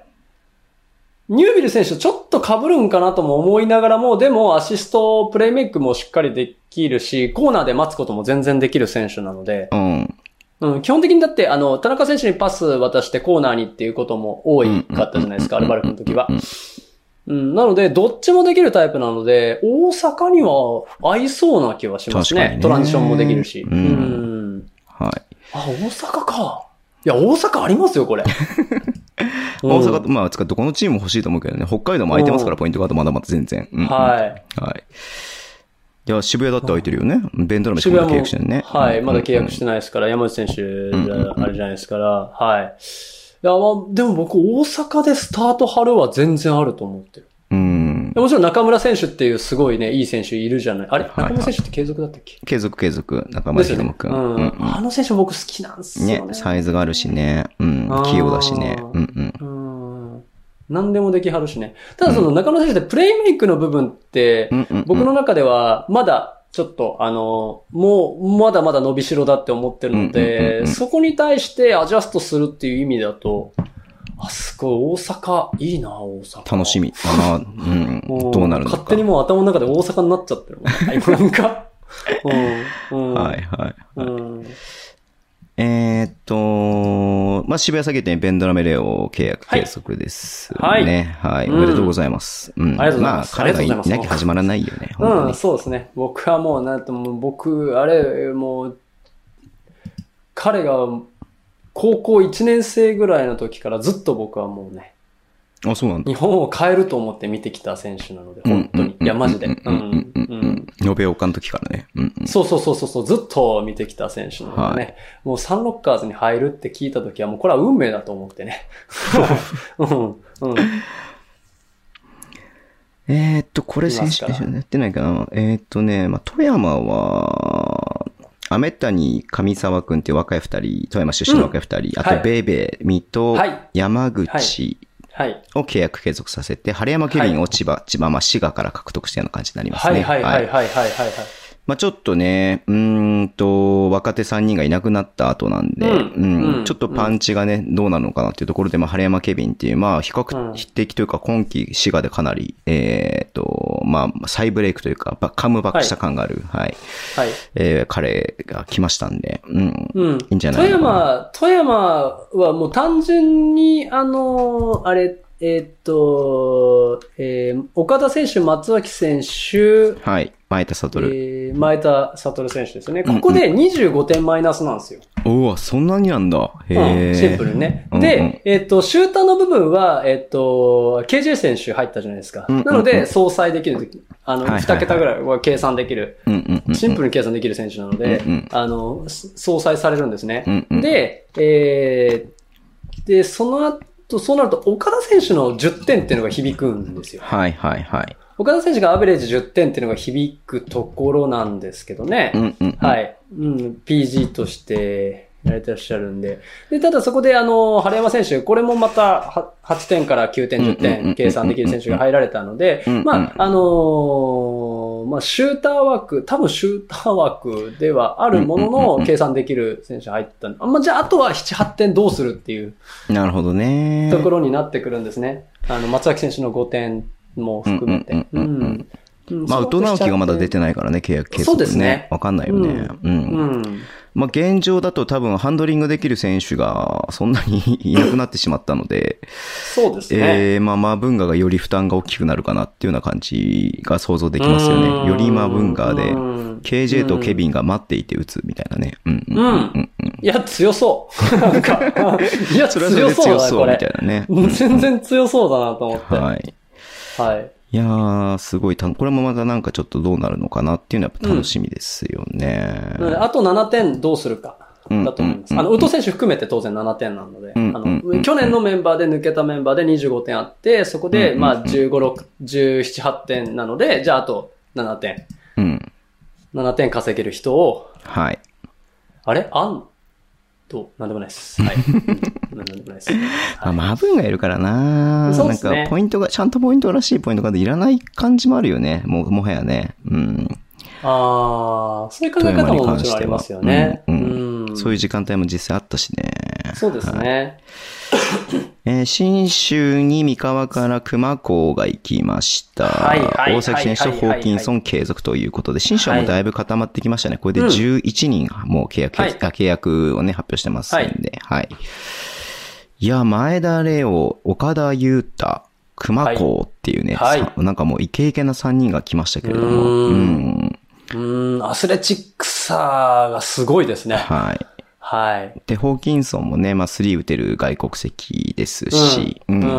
B: ニュービル選手とちょっと被るんかなとも思いながらも、でもアシスト、プレイメイクもしっかりできるし、コーナーで待つことも全然できる選手なので、
A: うん。
B: うん、基本的にだって、あの、田中選手にパス渡してコーナーにっていうことも多いかったじゃないですか、アルバルクの時は
A: うん。
B: うん、なので、どっちもできるタイプなので、大阪には合いそうな気はします
A: 確
B: ね。
A: かにね
B: トランジションもできるし。
A: うん
B: うん。
A: はい。
B: あ、大阪か。いや、大阪あります
A: [LAUGHS]
B: よ、これ。
A: 大阪
B: う
A: と、まあ、つか、どこのチームも欲しいと思うけどね、北海道も空いてますから、ポイントガードまだまだ全然。うん
B: んはい。
A: い。はい。いや、渋谷だって空いてるよね。ベンドラメしか
B: 渋
A: まだ契
B: 谷も
A: 約してるね。
B: はい、
A: うん
B: まだ契約してないですから、山内選手じゃあれじゃないですから、はい。いや、まあ、でも僕、大阪でスタート張るは全然あると思ってる。
A: うん。
B: もちろん中村選手っていうすごいね、いい選手いるじゃない。あれ
A: はい
B: 中村選手って継続だったっけ、
A: 継続継続、中村
B: ですよ
A: 博
B: ね。
A: くん。
B: うん
A: うん
B: あの選手僕好きなんです
A: うん
B: よね。
A: ね、サイズがあるしね。うん
B: あ。ー
A: 器用だしね。うんうん。
B: うん。何でもできはるしね。ただその中村選手ってプレイメイクの部分って
A: う、んうんうん、
B: 僕の中ではまだちょっとあの、もうまだまだ伸びしろだって思ってるの
A: うんうんうんう
B: で、
A: ん
B: そこに対してアジャストするっていう意味だと、あ、すごい大阪、いいな、大阪。
A: 楽しみだな。うん。
B: も
A: どうなるのか。
B: 勝手にもう頭の中で大阪になっちゃってるもん。
A: [LAUGHS]
B: 今なんか。うん。うん。
A: はい。はい。
B: うん。
A: えーっと、まあ、渋谷下げ店、ベンドラメレオ契約
B: はい
A: 継続です、
B: はい
A: ね。はい。
B: うん
A: おめでとうございます。うん。
B: ありがとうございます
A: まあ、彼がい
B: ありがとうござ
A: な
B: います
A: きゃ始まらないよね。本当
B: う
A: に
B: ん、そうですね。僕はもう、なんともう、僕、あれ、もう、彼が、高校1年生ぐらいの時からずっと僕はもうね、
A: あ、そうなんだ。
B: 日本を変えると思って見てきた選手なので、
A: うん
B: 本当に。いや、マジで。
A: う
B: う
A: う
B: ん
A: ん
B: ん。
A: うん
B: う
A: うんうん
B: ん。
A: 延べ岡の時からね。うんうん。
B: そうそうそうそうそう、ずっと見てきた選手なのでね、もうサンロッカーズに入るって聞いた時は、もうこれは運命だと思っ
A: [LAUGHS]
B: てね。うん。うん。
A: えーっと、これ選手
B: いますから
A: やってないかな。えーっとね、まあ、富山は、アメタニ、上沢くんっていう若い二人、富山出身の若い二人、あ
B: は
A: と、
B: い
A: ベイベー、水戸、
B: はい
A: 山口、
B: ははい。
A: を契約継続させて、晴山ケビン
B: は
A: を千葉、千葉、まあ、滋賀から獲得したような感じになります
B: は
A: ね。
B: いはいはいはいはいはいはい。
A: まあ、ちょっとね、うーんと、若手3人がいなくなった後なんで、
B: う
A: うんん
B: うん
A: ちょっとパンチがね、どうなるのかなっていうところで、まあ、晴山ケビンっていう、まあ、比
B: う
A: 較
B: ん
A: 的というか、今季滋賀でかなり、えーっと、まあ、再ブレイクというか、ばカムバックした感がある、はい、
B: はい。
A: えー彼が来ましたんで、うん。
B: う
A: い
B: ん。
A: いんじゃないのか
B: 富
A: な。
B: 山、富山はもう単純に、あのーあれ、えーっと、えー岡田選手、松脇選手、
A: はい。前田悟。
B: えー前田悟選手ですね。ここで25点マイナスなんですよ。
A: おおそんなになんだ。へ
B: うん、シンプル
A: え。
B: にね。
A: うんうん
B: で、えっ、と、シューターの部分は、えっ、と、KJ 選手入ったじゃないですか。
A: うんうんうん
B: なので、相殺できるとき、あの、
A: はいはいはい
B: 2桁ぐらいは計算できる、
A: うんうんうん。
B: シンプルに計算できる選手なので、
A: うんうん
B: あの、相殺されるんですね。
A: うんうん
B: で、えーで、その後、そうなると、岡田選手の10点っていうのが響くんですよ。
A: はいはいはい。
B: 岡田選手がアベレージ10点っていうのが響くところなんですけどね。
A: うんうん。。
B: はいい。うん、PG としてやられてらっしゃるんで。で、ただそこで、あの、晴山選手、これもまたは8点から9点、
A: う
B: 10
A: んうんうんうんうん
B: 点計算できる選手が入られたので
A: うんうん、
B: まあ、あのーまあ、シューター枠、多分シューター枠ではあるも
A: うんうんう
B: の
A: んう
B: の
A: ん
B: 計算できる選手入ったんで、あまあ、じゃあ、あとは7、8点どうするっていう
A: なるほどね。
B: ところになってくるんですね。あの、松崎選手の5点も含めて。
A: うんうんうんうん
B: うん
A: まあ、宇都直樹がまだ出てないからね、契約継続、ね。
B: そうですね
A: わかんないよね。うん。
B: うん。
A: まあ、現状だと多分ハンドリングできる選手がそんなにいなくなってしまったので、
B: そうですね。
A: えー、まあ、マブンガがより負担が大きくなるかなっていうような感じが想像できますよ
B: うん
A: ね。よりマブンガで
B: う、ん
A: KJ とケ
B: うん
A: ビンが待っていて打つみたいなね。うん。うん。うん。うん。
B: いや、強そう。なんか、いや、
A: それはそれ
B: 強
A: で
B: そう
A: 強
B: だな、
A: そう
B: こ
A: み
B: れ
A: たい。なね。
B: 全然強そうだなと思って。は
A: はい。
B: い。
A: いやー、すごいた、これもまたなんかちょっとどうなるのかなっていうのはやっぱ楽しみですよね。
B: なので、あと7点どうするか。
A: うん
B: だと思いま
A: う
B: す。
A: ん
B: あの、宇都選手含めて当然7点なので、あ
A: うんう
B: の、
A: ん
B: 去年のメンバーで抜けたメンバーで25点あって、そこで、
A: うん
B: まあ、15、6、17、8点なので、じゃああと7点。
A: うん。
B: 7点稼げる人を、
A: はい。
B: あれアンと、なんでもないで
A: [LAUGHS]
B: す。はい。うんなんでもないです。
A: まあ、マブーンがいるからな、
B: そうっ
A: なん
B: すね
A: か、ポイントが、ちゃんとポイントらしいポイントがいらない感じもあるよね。もう、もはやね。うん。
B: ああ、そういう考え方ももちろんありますよね。
A: 富山に関しては
B: ん
A: そういう時間帯も実際あったしね。
B: そうですね。
A: えー新州に三河から熊港が行きました。
B: はいはい
A: 大崎選手とホーキンソン継続ということで、新州はもうだいぶ固まってきましたね。これで
B: うん
A: 11人、もう契約、
B: はい
A: あ契約をね、発表してますんで。はい。い、や、前田玲央、岡田優太、熊港っていうね、
B: はい
A: さなんかもうイケイケな3人が来ましたけれども。
B: うーん
A: うん
B: うーん、アスレチックさがすごいですね。
A: はい。
B: はい。
A: で、ホーキンソンもね、まあ、3打てる外国籍ですし、
B: うん。
A: うん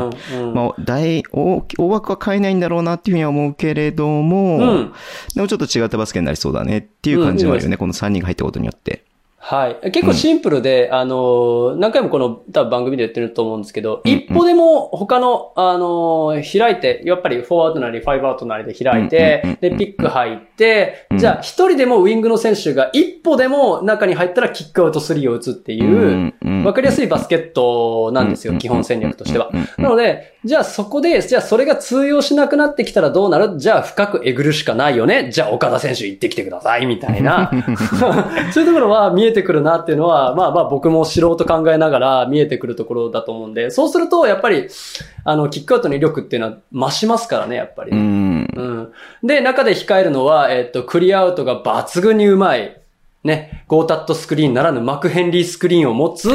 B: うん。
A: まあ、大、大き大枠は変えないんだろうなっていうふうには思うけれども、
B: うん
A: でもちょっと違ったバスケになりそうだねっていう感じもあるよ
B: うん
A: ね、この3人が入ったことによって。
B: はい。結構シンプルで、あのー、何回もこの多分番組で言ってると思うんですけど、
A: うんうん
B: 一歩でも他の、あのー、開いて、やっぱりフォワードなりファイブアウトなりで開いて、
A: うんうんうんうん
B: で、ピック入って、
A: うん
B: じゃあ一人でもウィングの選手が一歩でも中に入ったらキックアウト3を打つっていう、わかりやすいバスケットなんですよ、基本戦略としては。なので、じゃあそこで、じゃあそれが通用しなくなってきたらどうなるじゃあ深くえぐるしかないよね。じゃあ岡田選手行ってきてください、みたいな。そういうところは見えてくるなっていうのは、まあまあ僕も素人考えながら見えてくるところだと思うんで、そうするとやっぱり、あの、キックアウトの威力っていうのは増しますからね、やっぱり。
A: うん。
B: うん。で、中で控えるのは、えっと、クリアアウトが抜群にうまい。ね、ゴータットスクリーンならぬマクヘンリースクリーンを持 [LAUGHS] つ、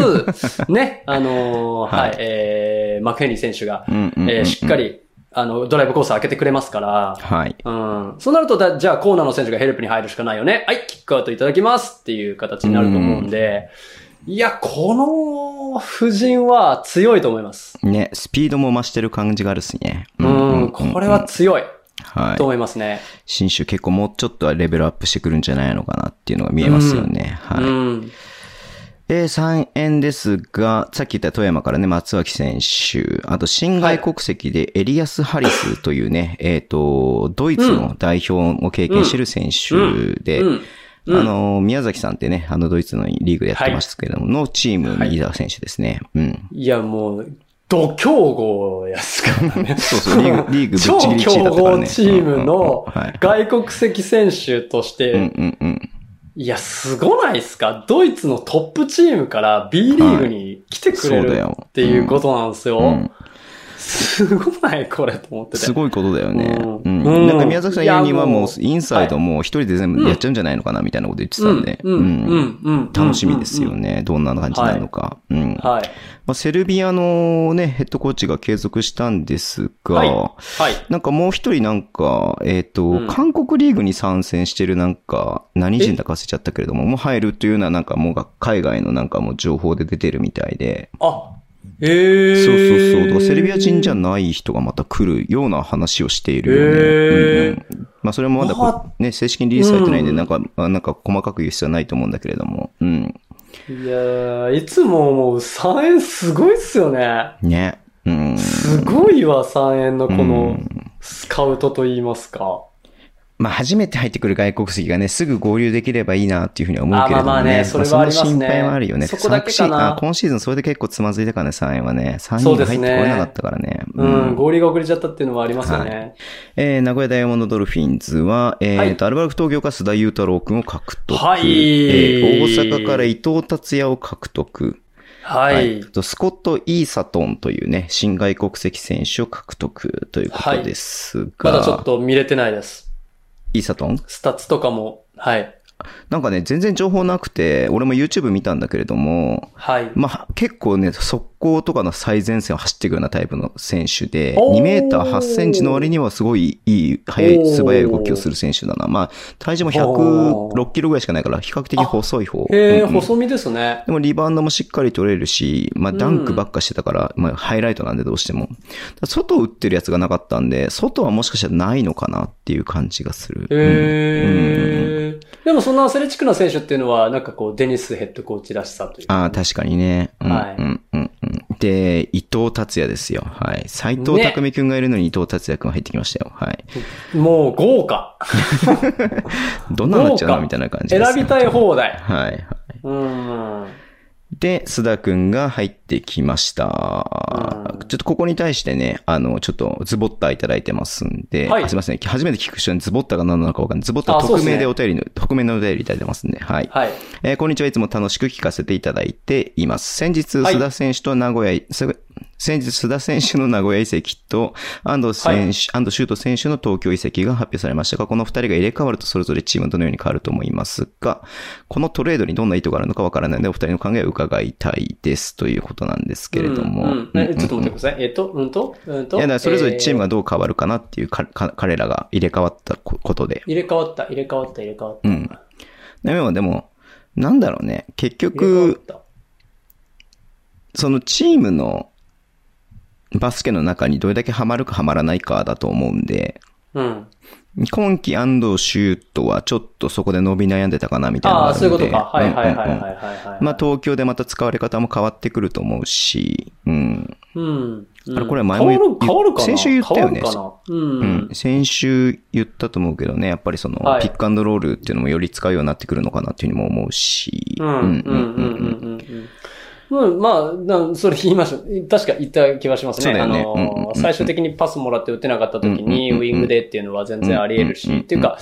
B: ね、あのーは
A: はい
B: い、えー、マクヘンリー選手が、
A: うんうんうん
B: えーしっかり、あの、ドライブコース開けてくれますから、
A: はい。
B: うん。そうなるとだ、じゃあコーナーの選手がヘルプに入るしかないよね。はい、キックアウトいただきますっていう形になると思うんで、いや、この夫人は強いと思います。
A: ね、スピードも増してる感じがあるっすね。
B: うん、これは強い
A: はい
B: と。思いますね。
A: 新種結構もうちょっとはレベルアップしてくるんじゃないのかなっていうのが見えますよね。はい。
B: うん。
A: えー、3円ですが、さっき言った富山からね、松脇選手、あと新外国籍でエリアス・ハリスというね、えっと、ドイツの代表を経験してる選手で、
B: うん。
A: あ
B: うん
A: のー、宮崎さんってね、あのドイツのリーグでやってますけれども、のチームにいた選手ですね。うん。
B: いや、もう、度強豪やすからね。
A: そうそう、リ
B: [LAUGHS]
A: ーグ、リーグぶっ
B: 超
A: ちぎりチームだ
B: 強
A: ったから
B: 豪
A: ね。
B: チー
A: うん
B: ムの
A: うんうんはい。
B: 外国籍選手とし
A: うん
B: て、
A: うんうん。
B: いや、すごないですかドイツのトップチームから B リーグに来てくれ
A: はいそうだ
B: る
A: よ
B: っていうことなんです
A: う
B: よ
A: ん。
B: すごないこれと思ってて。
A: すごいことだよね。
B: う
A: うんん。
B: うん
A: なんか宮崎さん言うにはい
B: やもう
A: もう、インサイドもう一人で全部やっちゃうんじゃないのかなみたいなこと言ってたんで。
B: うん、うん、うんうん。
A: 楽しみですよ
B: ね。
A: ね。どんな感じになるのか。うん。ま
B: はい。
A: あ、セルビアのね、ヘッドコーチが継続したんですが、
B: はい。はい。
A: なんかもう一人なんか、えっ、と、
B: うん
A: 韓国リーグに参戦してるなんか、何人だか忘れちゃったけれども、もう入るというようななんかもうが海外のなんかもう情報で出てるみたいで、
B: あ、え
A: そう
B: ー。
A: そうそう、だからセルビア人じゃない人がまた来るような話をしているよね。
B: へー
A: うんうんまあそれもまだこ
B: わ
A: ね、正式にリリースされてないんで、
B: うん
A: なんか、あなんか細かく言う必要はないと思うんだけれども、うん。
B: いやー、いつももう3円すごいっすよね。
A: ね。うん。
B: すごいわ、3円のこ
A: う
B: の
A: ん
B: スカウトと言いますか。
A: まあ、初めて入ってくる外国籍がね、すぐ合流できればいいなっていうふうには思うけれどもね。
B: あまあまあねそれはありますね
A: その心配はあるよね。
B: そこだけ
A: 昨シー
B: かな
A: ズンあ今シーズンそれで結構つまずいたからね、3円はね。3
B: そ
A: 人
B: うで
A: が
B: す
A: 入
B: ね
A: ってこれなかったからね。
B: うん、合理が遅れちゃったっていうのはありますよね。
A: えー、名古屋ダイヤモンドドルフィンズは、えー
B: はい
A: と、アルバルク東京から須田雄太郎くんを獲得。
B: は
A: え
B: い
A: ー大阪から伊藤達也を獲得。
B: はい。
A: あとスコット・イーサトンというね、新外国籍選手を獲得ということです
B: ま
A: が、
B: だちょっと見れてないです。
A: イーサトン
B: スタッツとかも、はい。
A: なんかね、全然情報なくて、俺も YouTube 見たんだけれども、
B: はい。
A: まあ、結構ね、速攻とかの最前線を走っていくようなタイプの選手で、
B: おー
A: 2メーター8センチの割にはすごいいい、速い、
B: おー
A: 素早い動きをする選手だな。まあ、体重も
B: おー
A: 106キロぐらいしかないから、比較的細い方。
B: へえ、
A: うんうん
B: 細身ですね。
A: でもリバウンドもしっかり取れるし、まあダンクばっかしてたから、まあハイライトなんでどうしても。外を打ってるやつがなかったんで、外はもしかしたらないのかなっていう感じがする。うん
B: へえ。でもそんなアスレチックな選手っていうのは、なんかこう、デニスヘッドコーチらしさというか。
A: ああ、確かにね。うん、
B: はい
A: うん、うん、うん。で、伊藤達也ですよ。はい。斎藤匠くんがいるのに伊藤達也くんが入ってきましたよ。はい。
B: もう豪華。
A: どんなになっちゃうのみたいな感じ
B: 選
A: です。
B: びたい放題。
A: はい。はい。
B: うん。
A: で、須田くんが入ってきました。
B: うん
A: ちょっとここに対してね、あの、ちょっとズボッターいただいてますんで、
B: はい
A: あすいません、初めて聞く人にズボッターが何なのかわかんない。ズボッタ
B: あ
A: ー
B: そう
A: 匿
B: ですね
A: 名でお便りの、匿名のお便りいただいてますんで、はい。
B: はい。
A: えーこんにちは。いつも楽しく聞かせていただいています。先日、
B: はい
A: 須田選手と名古屋い、す先日、須田選手の名古屋移籍と、安藤選手、安藤修斗選手の東京移籍が発表されましたが、この二人が入れ替わるとそれぞれチームはどのように変わると思いますが、このトレードにどんな意図があるのかわからないので、お二人の考えを伺いたいですということなんですけれども。
B: うんうんえちょっと待ってく
A: く
B: ださい。えっと、うんと、うんと。
A: いや、だからそれぞれチーム
B: が。
A: がどう変わるかなっていうか、か彼らが入れ替わったこことで。
B: 入れ替わった、入れ替わった、入れ替わった。
A: うん。でも、でも、なんだろうね。結
B: 入れ替わっ
A: 局、
B: た。
A: そのチームのバスケの中にどれだけハマるかハマらないかだと思うんで、
B: うん。
A: 今季安藤修斗はちょっとそこで伸び悩んでたかなみたいなの
B: あ
A: が
B: あ、
A: るん
B: そう
A: で
B: いうことか。はいはいはいはい
A: うんうんうん
B: はいはい。
A: まあ、東京でまた使われ方も変わってくると思うし、うん。
B: うん。うん
A: あれこれ前も
B: 変わる
A: 言っ
B: 変わるかな
A: 先週言ったよね
B: 変わるかなう
A: うんん。。先週言ったと思うけどね、やっぱりその
B: はい
A: ピックアンドロールっていうのもより使うようになってくるのかなっていうふうにも思うし、
B: うん、うん、うん、うん、うん。うん、まあ、なそれ言いましょう。確か言った気はします
A: そう
B: ね。
A: だ
B: あ
A: よねうんうんうんう
B: の
A: ん、
B: 最終的にパスもらって打てなかった時に、
A: うんうんうんうん
B: ウィングでっていうのは全然あり
A: うん
B: 得る
A: うん
B: し、
A: うん
B: っていうか、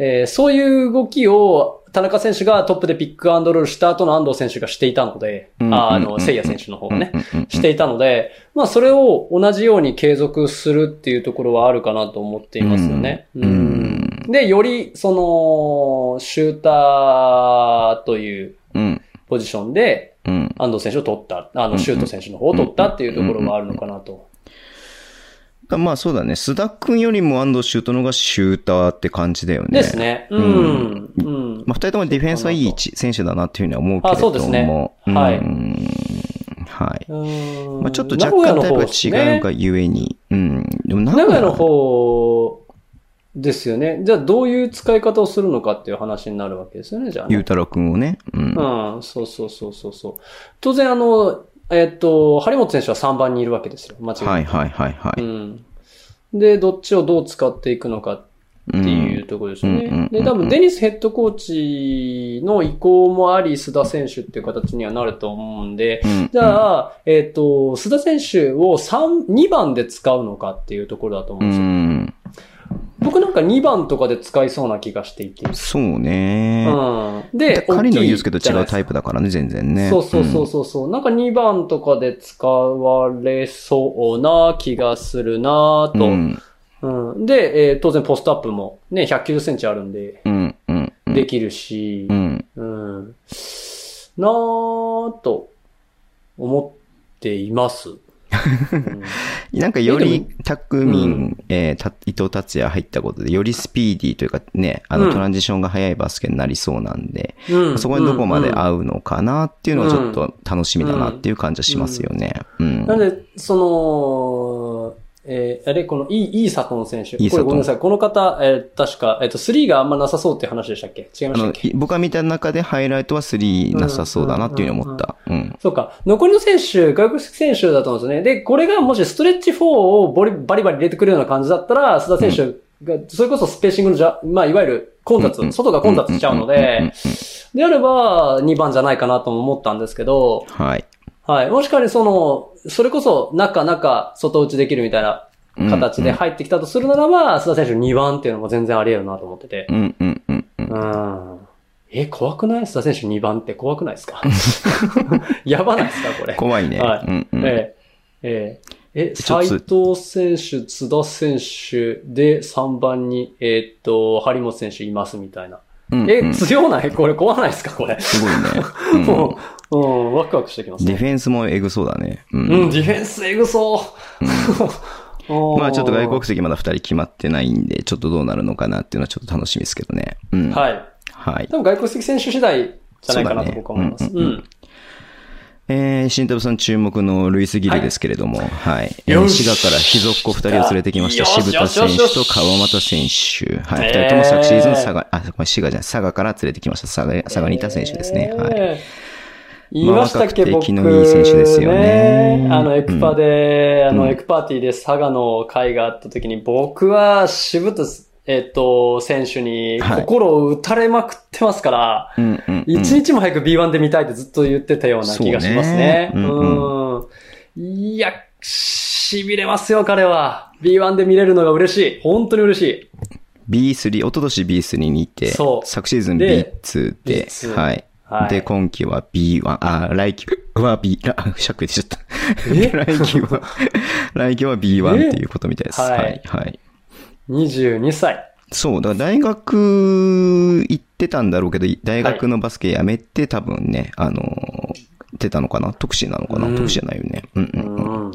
B: えーそういう動きを、田中選手がトップでピックアンドロールした後の安藤選手がしていたので、
A: うんうんうんうん
B: ああの、聖夜選手の方がね、
A: うんうんうん
B: していたので、まあそれを同じように継続するっていうところはあるかなと思っていますよね。
A: うん
B: うんで、より、その、シューターという
A: うん、
B: ポジションで、
A: うん。
B: 安藤選手を取った、あの、シュート選手の方を取ったっていうところはあるのかなと。
A: まあそうだね。須田くんよりも安藤シュートの方がシューターって感じだよね。
B: ですね。うん。うん。
A: まあ二人ともディフェンスはいい位置選手だなっていうふうには思うけれども。
B: あそうですねはい
A: うんはい。
B: うん
A: まあちょっと若干タイプが違う
B: 名
A: がゆえに。うん。でも名
B: 古屋の方ですよね。じゃあどういう使い方をするのかっていう話になるわけですよね、じゃあね、
A: ゆうたろうくんをね。うん。
B: うん、そうそうそうそうそう。当然あの、えっと、張本選手は3番にいるわけですよ。間違いな
A: はいはいはいは
B: く。
A: い。
B: うん。で、どっちをどう使っていくのかっていうところですよ
A: うんうんうん
B: ね。
A: う
B: で、
A: ん
B: 多分デニスヘッドコーチの意向もあり、須田選手っていう形にはなると思うんで、
A: うん。
B: じ
A: あ、
B: ゃあ、えっと、須田選手を3、2番で使うのかっていうところだと思う
A: うん
B: ですよ。
A: ん。
B: 僕なんか2番とかで使いそうな気がしていて。
A: そうね。
B: うん。で、
A: 彼の
B: 大きい
A: 言うけど
B: じゃ
A: 違
B: ないうですか
A: タイプだからね、全然ね。
B: そうそうそうそうそう。なんか2番とかで使われそうな気がするな
A: うん。
B: と、
A: う
B: うん
A: ん。
B: で、えー当然ポストアップもね、190センチあるんで、
A: うん。うん。うん
B: できるし
A: う、ん。
B: うん、なーと思っています。うん
A: なんかよ
B: え
A: り
B: で、
A: タクミン、
B: うん
A: えーた伊藤達也入ったことで、よりスピーディーというかね、あの
B: うん
A: トランジションが早いバスケになりそうなんで、
B: うん
A: そこにどこまで合うのかなっていうのは
B: うん
A: ちょっと楽しみだなっていう感じはしますよね。うん。
B: なんで、その、えーあれ、この、いい、いい佐藤選手。
A: いい
B: こ
A: 佐藤
B: れごめんなさい。この方、えー確か、えっ、と、3があんまなさそうっていう話でしたっけ違いま
A: あ
B: したっ
A: の
B: け
A: い僕が見た中でハイライトは3なさそうだなっていうふうに思った。うん。
B: そうか。残りの選手、外国籍選手だと思うんですよね。で、これがもしストレッチ4をボリバリバリ入れてくるような感じだったら、須田選手が、それこそスペーシングのじゃ、まあ、いわゆる混雑、
A: うんうん
B: 外が混雑しちゃうの
A: うんうんうん
B: で、であれば、2番じゃないかなとも思ったんですけど、
A: はい。
B: はい。もしかにその、それこそ中中、外打ちできるみたいな形で入ってきたとするならば、須田選手2番っていうのも全然あり得るなと思ってて
A: う。んうんうんうん。
B: うん。え、怖くない須田選手2番って怖くないですか [LAUGHS] やばないですかこれ。
A: 怖いね。
B: はい
A: うんうん
B: ええ、ええ、え、
A: ちょっ
B: 斎
A: と
B: 藤選手、津田選手で3番に、えーっと、張本選手いますみたいな。
A: うんう
B: え、
A: ん
B: 強ない [LAUGHS] これ怖ないですかこれ。
A: すごいね。うん
B: [LAUGHS] もう、うん、ワクワクしてきます
A: ディ
B: ね。
A: フェンスもエグそうだね。うん
B: うん、ディフェンスエグそう。 [LAUGHS] おー
A: まあちょっと外国籍まだ2人決まってないんで、ちょっとどうなるのかなっていうのはちょっと楽しみですけどね。うん。い。
B: はい。
A: はい。
B: 多分外国籍選手次第じゃないかなと僕は思います。
A: そう
B: う
A: だね
B: ん。
A: えー、新太郎さん注目のルイス・ギルですけれども、はい。えー
B: よし
A: 滋賀から秘蔵っ子2人を連れてきました。
B: よし
A: 渋田選手と川又選手。はい。2人とも昨シーズン佐賀、あ、ごめん滋賀じゃない、佐賀から連れてきました。佐賀、佐賀にいた選手ですね。はい。
B: い。言いました
A: まあ若
B: っけ、
A: くて
B: 僕
A: 生きのいい選手ですよね
B: あの、エクパで、あ
A: う
B: の、
A: ん
B: エクパーティーで佐賀の会があった時に、僕は渋田、えっと、選手に
A: はい
B: 心を打たれまくってますから、
A: うんうんうん
B: 一日も早く B1 で見たいってずっと言ってたような気がしますね。
A: そううねうん
B: ん。いや、痺れますよ、彼は。B1 で見れるのが嬉しい。本当に嬉しい。
A: B3、一昨年 B3 に行って、
B: そう
A: 昨シーズン
B: で
A: B2 で、
B: B2
A: はい。
B: はい
A: で、今季は B1、あ、来季は B、ら、しゃくれてちゃった。
B: え
A: [LAUGHS]
B: [LAUGHS]
A: 来季は、来季は B1 っていうことみたいです。
B: えはい
A: はい、はい。
B: 22歳。
A: そう、だから大学行ってたんだろうけど、大学のバスケやめて多分ね、あのー、行ってたのかな特殊なのかな、
B: うん
A: 特殊じゃないよね。うん
B: う
A: うんうん。
B: ん。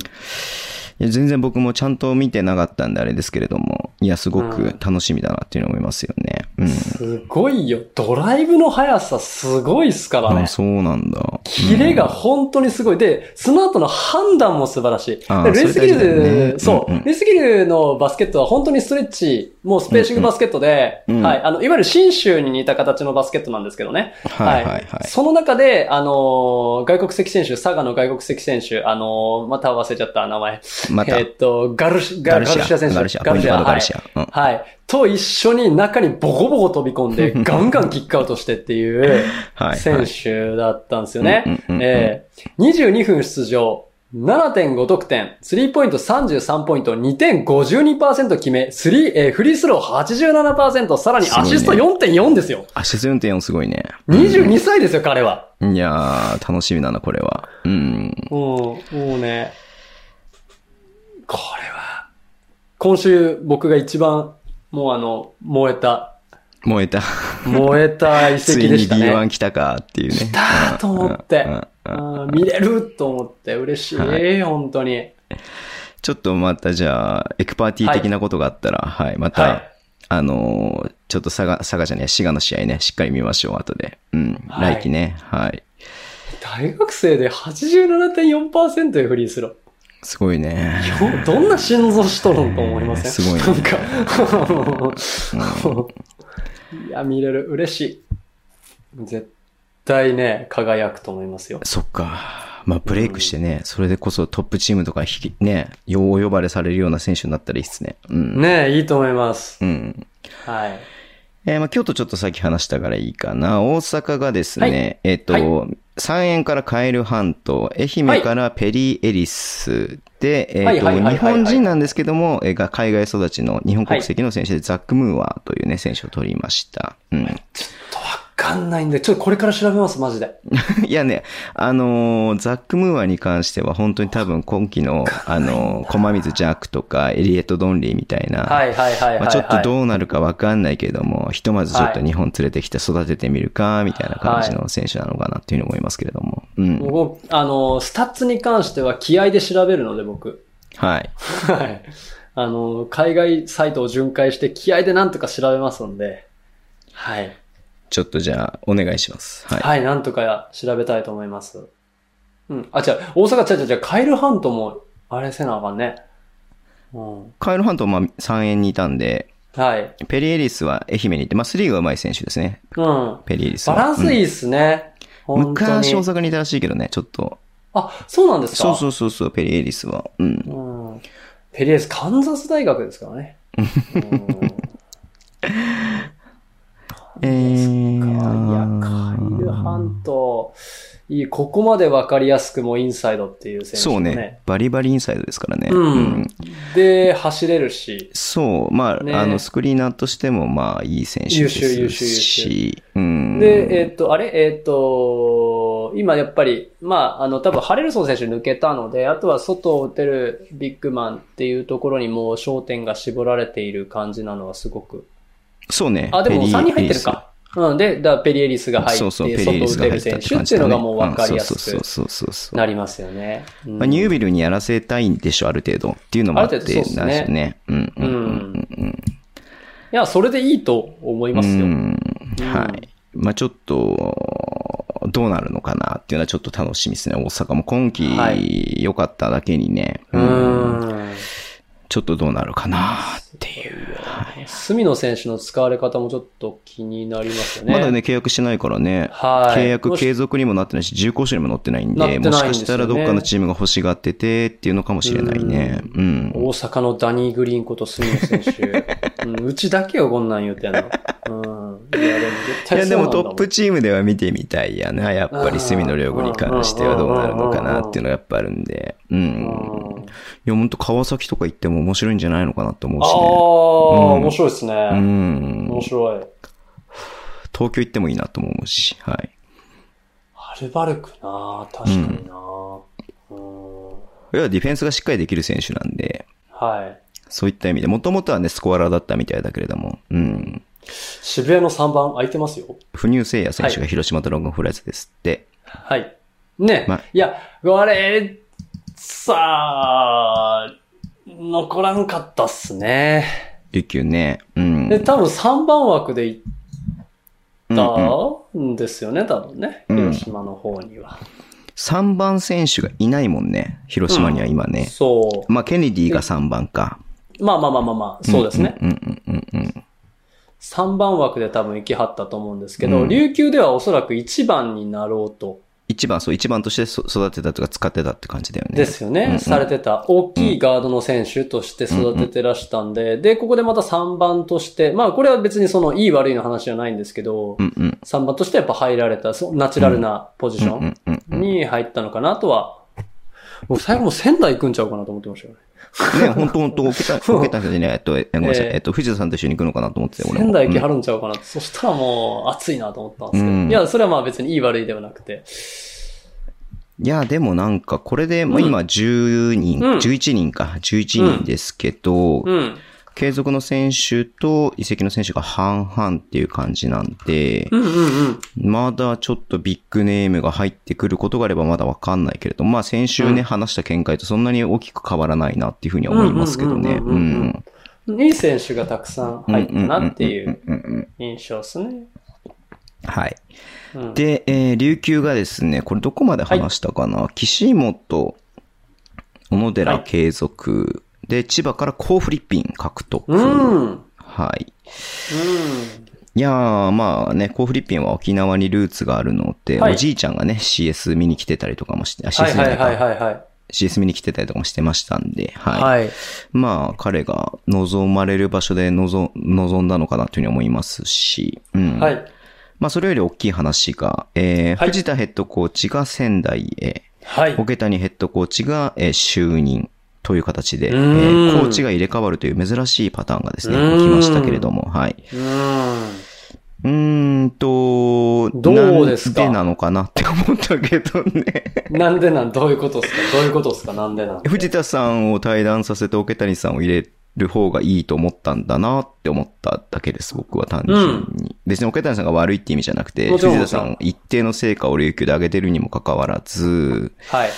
A: いや全然僕もちゃんと見てなかったんであれですけれども、いや、すごく楽しみだなっていうのを思いますよね。うん。
B: すごいよ。ドライブの速さすごいっすからね
A: あ、。そうなんだ。
B: キレが本当にすごい。で、その後の判断も素晴らしい。
A: あー
B: でレイスキル
A: それ大事だよね
B: そう、
A: うんうん
B: レイスキルのバスケットは本当にストレッチ、もうスペーシングバスケットで、
A: うんうん
B: はい、あの、いわゆる新州に似た形のバスケットなんですけどね。
A: はいはいはい
B: その中で、あのー外国籍選手、佐賀の外国籍選手、あのーまた忘れちゃった名前。
A: また
B: えーっと、ガルシガルシア選手。
A: ガルシア、ポイントガードガルシア。うん
B: はい。はい。と一緒に中にボコボコ飛び込
A: [LAUGHS]
B: んで、ガンガンキックアウトしてっていう。
A: はい。
B: 選手だったんですよね
A: うんうんう。んうん
B: えー22分出場、7.5得点、スリーポイント33ポイント、2点52%決め、スリー、えーフリースロー87%、さらにアシスト
A: す
B: 4.4ですよ。
A: アシス4.4すごいね。
B: 22歳ですよ、彼は。
A: いやー、楽しみだな、これは。うん。
B: うん、もうね。これは、今週僕が一番、もうあの、燃えた、
A: 燃えた。
B: 燃えた遺跡
A: つい
B: で
A: に
B: したね。
A: B1 来たかっていうね。
B: 来たーと思って
A: うんうんうん
B: あー見れると思って嬉しい、
A: は
B: 本当に。
A: ちょっとまたじゃあ、エクパーティー的なことがあったら、はい、また、
B: はい
A: あのーちょっと佐賀、佐賀じゃねえ、滋賀の試合ね、しっかり見ましょう、後で。うん。
B: はい
A: 来季ね。はい。
B: 大学生で87.4%でフリースロ
A: すごいね。
B: ー。どどんな心臓しとるんと思いません、
A: すごいね
B: なんか。 [LAUGHS] いや、見れる。嬉しい。絶対ね、輝くと思いますよ。
A: そっか。まあ、ブレイクしてね、それでこそトップチームとか引き、ね、よう呼ばれされるような選手になったらいいっすね。うん。
B: ねいいと思います。
A: うん。
B: はい。
A: えーまあ、京都ちょっとさっき話したからいいかな。大阪がですね、
B: はい
A: えっ、と、
B: は
A: 三円からカエル半島、愛媛からペリーエリスで、
B: はい
A: えっ、
B: はいはい
A: と、
B: はい
A: 日本人なんですけども、えーが海外育ちの日本国籍の選手で、ザック・ムーアーというね、選手を取りました。うん。 [LAUGHS]
B: ちょっとわかんないんで、ちょっとこれから調べます、マジで。
A: いやね、あのーザック・ムーアに関しては本当に多分今期の、あ
B: [LAUGHS]
A: のー、駒水ジャックとか、エリエット・ドンリーみたいな、
B: はいはいはいはい、はい
A: まあ、ちょっとどうなるかわかんないけれども、ひとまずちょっと日本連れてきて育ててみるか、みたいな感じの選手なのかなっていうふうに思いますけれども。うん。
B: もうあの、スタッツに関しては気合で調べるので、僕。
A: はい。
B: はい。あの、海外サイトを巡回して気合でなんとか調べますんで、はい。
A: ちょっとじゃあ、お願いします。はい。
B: はい、なんとか調べたいと思います。うん。あ、違う、大阪、違う違う違う、カエルハントも、あれせなあかんね。うん。
A: カエルハントはまあ3円にいたんで、
B: はい。
A: ペリエリスは愛媛に行って、まあ3が上手い選手ですね。
B: うん。
A: ペリエリス
B: バ
A: は。
B: ランスいいっすね。
A: うん
B: 本当
A: 昔大
B: に。
A: 阪にいたらしいけどね、ちょっと。
B: あ、そうなんです
A: そ
B: か
A: うそうそうそう、ペリエリスは。うん。
B: うん。ペリエス、カンザス大学ですからね。うん
A: えー、
B: かいや、カイルハント、いい、ここまでわかりやすくもうインサイドっていう選手
A: そう
B: も
A: ね
B: ね。。
A: バリバリインサイドですからね。
B: うんで、走れるし、
A: そう、まあ、
B: ね
A: あの、スクリーナーとしても、まあ、いい選手で
B: 優
A: す
B: 秀優秀優秀
A: し、うん。
B: で、えっ、と、あれえっ、と、今やっぱり、まあ、あの、多分ハレルソン選手抜けたので、あとは外を打てるビッグマンっていうところにもう焦点が絞られている感じなのはすごく。
A: そうね。
B: あ、でも
A: ペリー
B: 3人入ってるか。うん、で、だからペリエリスが入って、
A: そう
B: 外
A: そう、ペ
B: を
A: リーリス
B: 打
A: が入っ
B: てる
A: た
B: 選
A: って
B: 手
A: 感
B: って
A: じ
B: いう
A: だ
B: の
A: ね。
B: がもうわかりやす
A: うんそう
B: く
A: そうそうそうそう。
B: なりますよね。うん
A: まあ、ニュービルにやらせたいんでしょ、ある程度。っていうのもあって、
B: ある程度そうっすね
A: なんね。うん、うん、うん、うん。
B: いや、それでいいと思いますよ。
A: うんはい。まあ、ちょっと、どうなるのかなっていうのはちょっと楽しみですね。大阪も今
B: は
A: 季良かっただけにね、
B: うーん。
A: ちょっとどうなるかなっていう。
B: はい
A: い
B: 隅野選手の使われ方もちょっと気になりますよね。
A: まだね、契約してないからね。
B: はい。
A: 契約継続にもなってないし、重厚賞にも載ってないん
B: なっ
A: で、
B: てないんで
A: も
B: す
A: し
B: よ
A: か
B: ね
A: したらどっかのチームが欲しがっててっていうのかもしれないね。うん。
B: 大阪のダニー・グリーンこと隅野
A: [LAUGHS]
B: 選手。うん、うちだけよ、こんなん言うてんの。うん。いや、でも絶
A: い
B: 対
A: やでも
B: そう
A: ト
B: な
A: ッ
B: んだ
A: プチームでは見てみたいやな、やっぱり隅野良吾に関してはどうなるのかなっていうのがやっぱあるんで。う
B: もん
A: ん。
B: うん
A: いや、ほんと川崎とか行っても面白いんじゃないのかなと思う
B: あ
A: し
B: あ、
A: ね。うん
B: 面白いですね。
A: うん。
B: 面白い。
A: 東京行ってもいいなとも思うし、はい。
B: アルバルクな確かにな、うん、
A: 要はディフェンスがしっかりできる選手なんで、
B: はい。
A: そういった意味で、もともとはね、スコアラーだったみたいだけれども、うん。
B: 渋谷の3番空いてますよ。
A: 不入聖也選手が広島ドラゴンフライズですって、
B: はい。ね、
A: ま
B: いや、あれ、さあ、残らんかったっすね。
A: 琉球ね、うん。
B: で、多分3番枠で行っ
A: うんうん
B: たんですよね、多分ね。
A: うん
B: 広島の方には。
A: 3番選手がいないもんね、広島には今ね。
B: そ
A: まあ、ケネディが3番か。
B: う。まあまあまあまあまあ、そうですね。
A: うんうんうんうん。
B: 3番枠で多分行きはったと思うんですけど、
A: うん
B: 琉球ではおそらく1番になろうと。
A: 1番、そう、一番としてそ育てたとか使ってたって感じだよね。
B: ですよね。
A: うんうん
B: されてた。大きいガードの選手として育ててらしたんで、で、ここでまた3番として、まあこれは別にそのいい悪いの話じゃないんですけど、
A: うんうん。
B: 3番としてやっぱ入られた、そうナチュラルなポジシ
A: う
B: ョ
A: んうんう
B: ン
A: ん。ね、
B: に入ったのかなとは、僕最後もう仙台行くんちゃうかなと思ってましたよね。
A: ほんとほ
B: [LAUGHS]
A: んと、受けた、受けた人にね、えっと、えごめんなさい、
B: ええ
A: えっと、藤田さんと一緒に行くのかなと思って、俺も。
B: 仙台行きは
A: うん
B: るんちゃうかなって、そしたらもう熱いなと思ったんですけど、
A: うん
B: いや、それはまあ別にいい悪いではなくて、
A: いや、でもなんか、これで、まあ今、10人、
B: うん
A: 11人か、11人ですけど、
B: うん。
A: 継続の選手と移籍の選手が半々っていう感じなんで、
B: うんうんうん。
A: まだちょっとビッグネームが入ってくることがあればまだわかんないけれど、まあ先週ね、
B: うん
A: 話した見解とそんなに大きく変わらないなっていうふうには思いますけどね。
B: うんうんうんうんうんいい選手がたくさん入ったなってい
A: うん
B: う
A: うんうんうん
B: 印象ですね。
A: はい。
B: うん、
A: で、えー琉球がですね、これどこまで話したかな、岸本、小野寺継続、で、千葉からコーフリッピン獲得。
B: うん。うん。
A: はい。いやー、まあね、コーフリッピンは沖縄にルーツがあるので、
B: はい
A: おじいちゃんがね、CS 見に来てたりとかもして、あ CS
B: はい
A: じゃ
B: は
A: ないいか
B: はいはいはい。
A: CS 見に来てたりとかもしてましたんで、はい。
B: はい。
A: まあ、彼が望まれる場所で望望んだのかなというふうに思いますし、うん。
B: はい。
A: まあ、それより大きい話が、えー
B: はい
A: 藤田ヘッドコーチが仙台へ、
B: はい。
A: 桶谷ヘッドコーチが、えー就任という形で、え
B: う
A: ー
B: ーん
A: コーチが入れ替わるという珍しいパターンがですね、
B: うーん
A: 起きましたけれども、はい。
B: うん。
A: うーんと、
B: どうですか
A: なんでなのかなって思ったけどね。
B: なんでなん、どういうことですかどういうことですかなんでなん。
A: 藤田さんを対談させて桶谷さんを入れる方がいいと思ったんだなって思っただけです、僕は単純に。別に桶谷さんが悪いって意味じゃなくて、
B: もちろん
A: 藤田さ
B: も
A: ん一定の成果を琉球で上げてるにもかかわらず、
B: はい。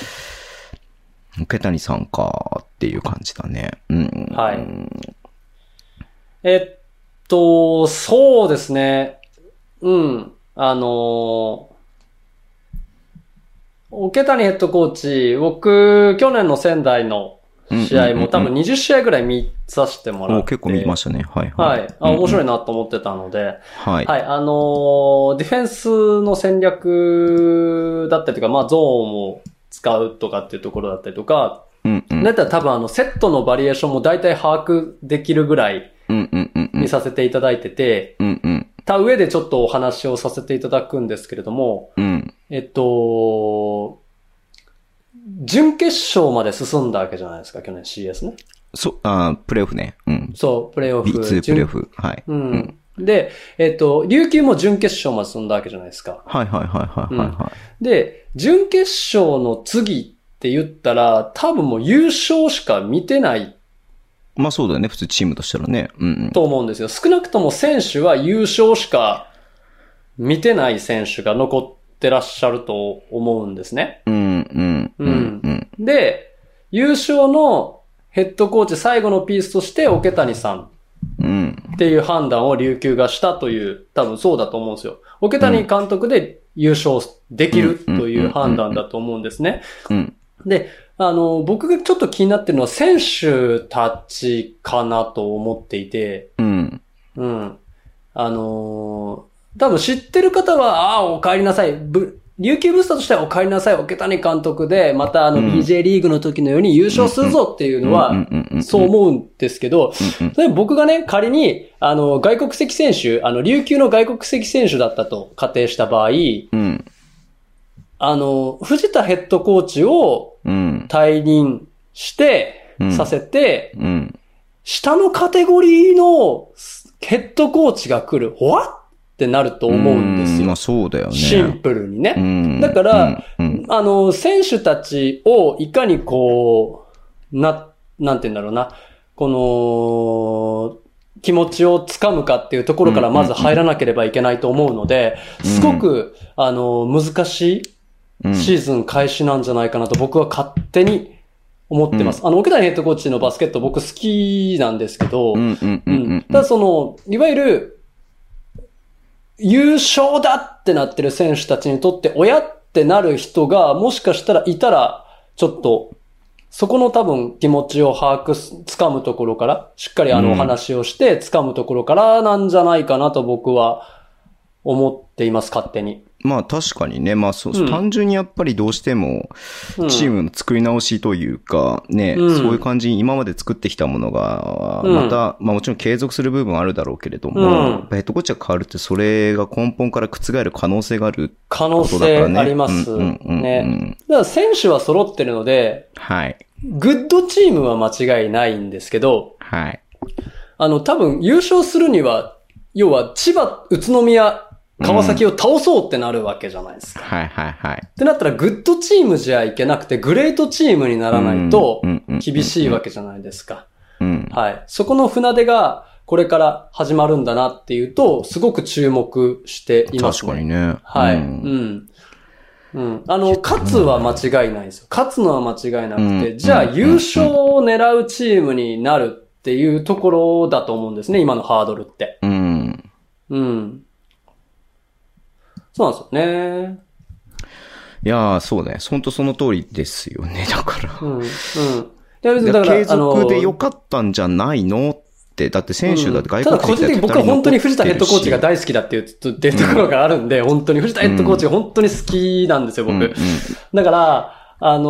A: 桶谷さんかっていう感じだね。うん。
B: はいえっと、そうですね。うん。あのー、桶谷ヘッドコーチ、僕、去年の仙台の試合も多分20試合ぐらい見させてもらっ
A: お
B: て。
A: 結構見ま
B: し
A: したね。はいは。
B: はいい。あ、面白
A: い。
B: いなと思ってたので。
A: はい。
B: はい、あのーディフェンスの戦略だったりとか、まあ、ゾーンを使うとかっていうところだったりとか、
A: うんうん
B: だったら多分あの、セットのバリエーションも大体把握できるぐらい
A: うんうんうんうん
B: にさせていただいてて、
A: うんうん
B: た上でちょっとお話をさせていただくんですけれども、
A: うん
B: えっと、準決勝まで進んだわけじゃないですか、去年 CS ね。
A: そ、あープレイオフね。うん。
B: そう、プレイオフ。
A: B2 プレイオフ。はい。
B: 準うん。で、えっと、琉球も準決勝まで進んだわけじゃないですか。
A: はいはいはいはいはいはい。
B: で、準決勝の次って言ったら、多分もう優勝しか見てない
A: まあそうだよね、普通チームとしたらね。うんうん。
B: と思うんですよ。少なくとも選手は優勝しか見てない選手が残ってらっしゃると思うんですね。
A: うんうんうんうん。
B: で、優勝のヘッドコーチ最後のピースとして、桶谷さん
A: うん。
B: っていう判断を琉球がしたという、多分そうだと思うんですよ。桶谷監督で優勝できるという判断だと思うんですね。
A: うん。
B: で、あの、僕がちょっと気になってるのは選手たちかなと思っていて、
A: うん。
B: うん。あのー多分知ってる方は、ああー、お帰りなさい。ぶ琉球ブースターとしてはお帰りなさい、桶谷監督で、またあの
A: うん
B: BJ リーグの時のように優勝するぞっていうのは、そう思うんですけど、
A: うんうん
B: 例えば僕がね、仮に、あの、外国籍選手、あの、琉球の外国籍選手だったと仮定した場合、
A: うん。
B: あの、藤田ヘッドコーチを
A: うん。
B: 退任して
A: うん、
B: させて、
A: うん。
B: 下のカテゴリーのヘッドコーチが来る、ほわってなると思うんです
A: ま
B: よ
A: あ。そうだよね。
B: シンプルにね。
A: うん
B: だから、
A: うんうん
B: あの、選手たちをいかにこう、な、なんて言うんだろうな、この、気持ちをつかむかっていうところからまず入らなければいけないと思うので、
A: うん
B: すごく、あの、難し
A: うん
B: いシーズン開始なんじゃないかなと僕は勝手に思ってます。あの、奥谷ヘッドコーチのバスケット僕好きなんですけど、
A: うんうんう
B: うん
A: うん
B: ん。ただその、いわゆる、優勝だってなってる選手たちにとって、親ってなる人が、もしかしたらいたら、ちょっと、そこの多分気持ちを把握す、掴むところから、しっかりあ
A: う
B: の
A: ん
B: お話をして、掴むところからなんじゃないかなと僕は思っています、勝手に。
A: まあ確かにね、まあそう、
B: うん
A: 単純にやっぱりどうしても、
B: うん
A: チームの作り直しというか、ね、
B: うん
A: そういう感じに今まで作ってきたものが、
B: うん
A: また、まあもちろん継続する部分はあるだろうけれども、
B: うん
A: ヘッドコーチが変わるってそれが根本から覆る可能性がある
B: 可能
A: ことだから
B: 性
A: ね。
B: あります。
A: うんうんうんうん
B: ね。だから選手は揃ってるので、
A: はい。
B: グッドチームは間違いないんですけど、
A: はい。
B: あの、多分優勝するには、要は千葉、宇都宮、川崎を倒そうってなるわけじゃないですか。
A: はいはいはい。
B: ってなったら、グッドチームじゃいけなくて、グレートチームにならないと、厳しいわけじゃないですか。
A: うん。
B: はい。そこの船出が、これから始まるんだなっていうと、すごく注目しています、
A: 確
B: ね。
A: かにね。
B: はい。う
A: うん
B: ん。うん。あの、勝つは間違いないですよ。勝つのは間違いなくて、
A: うん
B: じゃあ
A: うん
B: 優勝を狙うチームになるっていうところだと思うんですね、今のハードルって。
A: うん。
B: うん。そうなんですよね。
A: いやー、そうね。ほんとその通りですよね。 [LAUGHS] だから。
B: うん。うん。いや、
A: い
B: 別に
A: や
B: だから、
A: 継
B: あの
A: 続で良かったんじゃないのって、だって選手だって外
B: ただ
A: 国
B: 個人的に僕は本当に藤田ヘッドコーチが大好きだっていうっていうところがあるんで、本当に藤田ヘッドコーチが本当に好きなんですよ、僕。
A: うんうん
B: だから、あの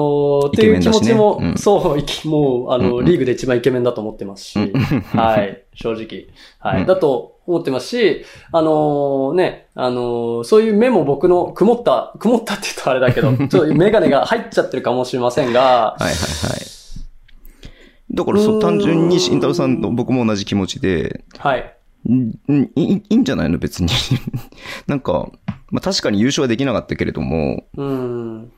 B: ーって
A: イケ
B: い
A: メ
B: う
A: ン
B: 気
A: だし
B: 持
A: ね
B: ちも、
A: うん
B: そう、いきもう、あ
A: う
B: の、
A: んうん
B: リーグで一番イケメンだと思ってますし、 [LAUGHS] はい、正直。はい、
A: うん
B: だと思ってますし、あのーね、あのーそういう目も僕の曇った、曇ったって言うとあれだ
A: [LAUGHS]
B: けど、ちょっとメガネが入っちゃってるかもしれませんが、
A: はいはいはい。だからそう
B: ーん
A: う、単純に慎太郎さんと僕も同じ気持ちで、
B: はい。
A: んんいいいいんじゃないの別に。 [LAUGHS] なんか、まあ確かに優勝はできなかったけれども、
B: うん、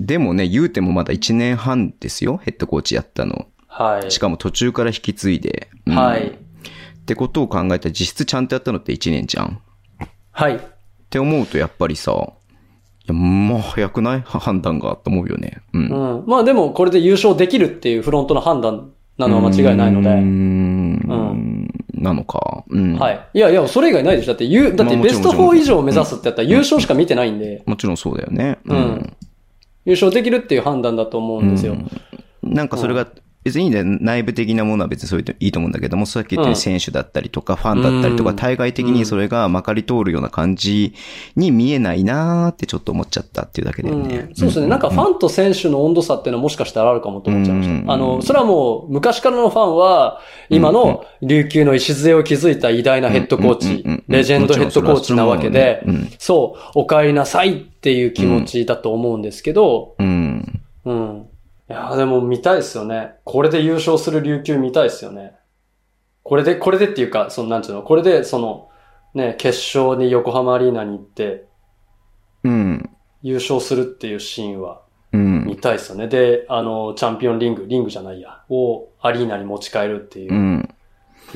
A: でもね、言うてもまだ1年半ですよ、ヘッドコーチやったの。
B: はい。
A: しかも途中から引き継いで。うん
B: はい。
A: ってことを考えたら実質ちゃんとやったのって1年じゃん。
B: はい。
A: って思うとやっぱりさ、いやまあ早くないは [LAUGHS] 判断がと思うよね。うん。
B: うん。まあでも、これで優勝できるっていうフロントの判断なのは間違いないの
A: うー
B: で、
A: んなのか。うん。
B: はい。いやいや、それ以外ないでしょ。だって、ゆだっ
A: ま
B: て
A: あも
B: ベ
A: ちろ
B: ス
A: ん
B: ト
A: もちろ
B: 4
A: ん
B: 以上を目指すってやったら優勝しか見てないんで、
A: もちろんそうだよね。
B: うん。優勝できるっていう判断だと思うんですよ。
A: なんかそれが、別にね、内部的なものは別にそれでいいと思うんだけども、さっき言ったよう
B: うん
A: に選手だったりとか、ファンだったりと
B: う
A: か、
B: ん
A: 対外的にそれがまかり通るような感じに見えないなーってちょっと思っちゃったっていうだけだ
B: う
A: よ
B: ん
A: ね。
B: そうですね。なんかファンと選手の温度差っていうのはもしかしたらあるかもと思っちゃいま
A: う
B: し
A: ん
B: た。あの、それはもう昔からのファンは、今の琉球の礎を築いた偉大なヘッドコーチ
A: うんうんうん、
B: レジェンドヘッドコーチなわけで
A: うん、
B: そう、お帰りなさいっていう気持ちだと思うんですけど、
A: うん。
B: うん。いやーでも見たいですよね。これで優勝する琉球見たいですよね。これで、これでっていうか、その、なんていうの、これで、その、ね、決勝に横浜アリーナに行って、
A: うん。
B: 優勝するっていうシーンは
A: うん。
B: 見たいですよね。で、あの、チャンピオンリング、リングじゃないや、をアリーナに持ち帰るっていうう、
A: ん。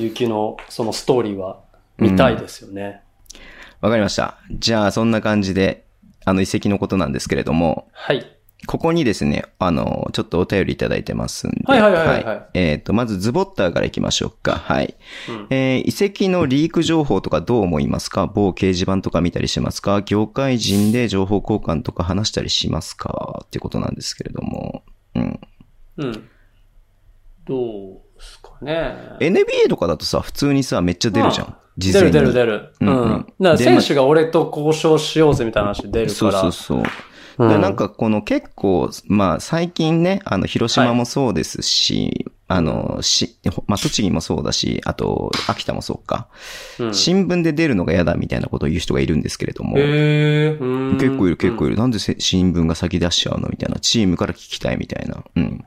B: 琉球のそのストーリーは見たいですよね。
A: わかりました。じゃあ、そんな感じで、あの、遺跡のことなんですけれども、
B: はい。
A: ここにですね、あの、ちょっとお便りいただいてますんで。
B: はいはいはいはいはい
A: えっ、と、まずズボッターからいきましょうか。はい。
B: うん
A: えー遺跡のリーク情報とかどう思いますか某掲示板とか見たりしますか業界人で情報交換とか話したりしますかってことなんですけれども。うん。
B: うん。どうですかね。
A: NBA とかだとさ、普通にさ、めっちゃ出るじゃ。
B: うん
A: 事
B: 出
A: 前
B: る
A: に
B: 出る出る。う
A: うん
B: ん。
A: うん
B: だから
A: で
B: 選手が俺と交渉しようぜみたいな話出るか
A: そう
B: ら。
A: そうそう。
B: うん
A: でなんかこの結構、まあ最近ね、あの、広島もそうですし、あの、し、まあ栃木もそうだし、あと、秋田もそうか。
B: うん
A: 新聞で出るのが嫌だみたいなことを言う人がいるんですけれども。
B: へえ。結
A: 結構いる結構
B: い
A: い
B: る。
A: る。なんでせ新聞が先出しちゃうのみたいな。チームから聞きたいみたいな。うん。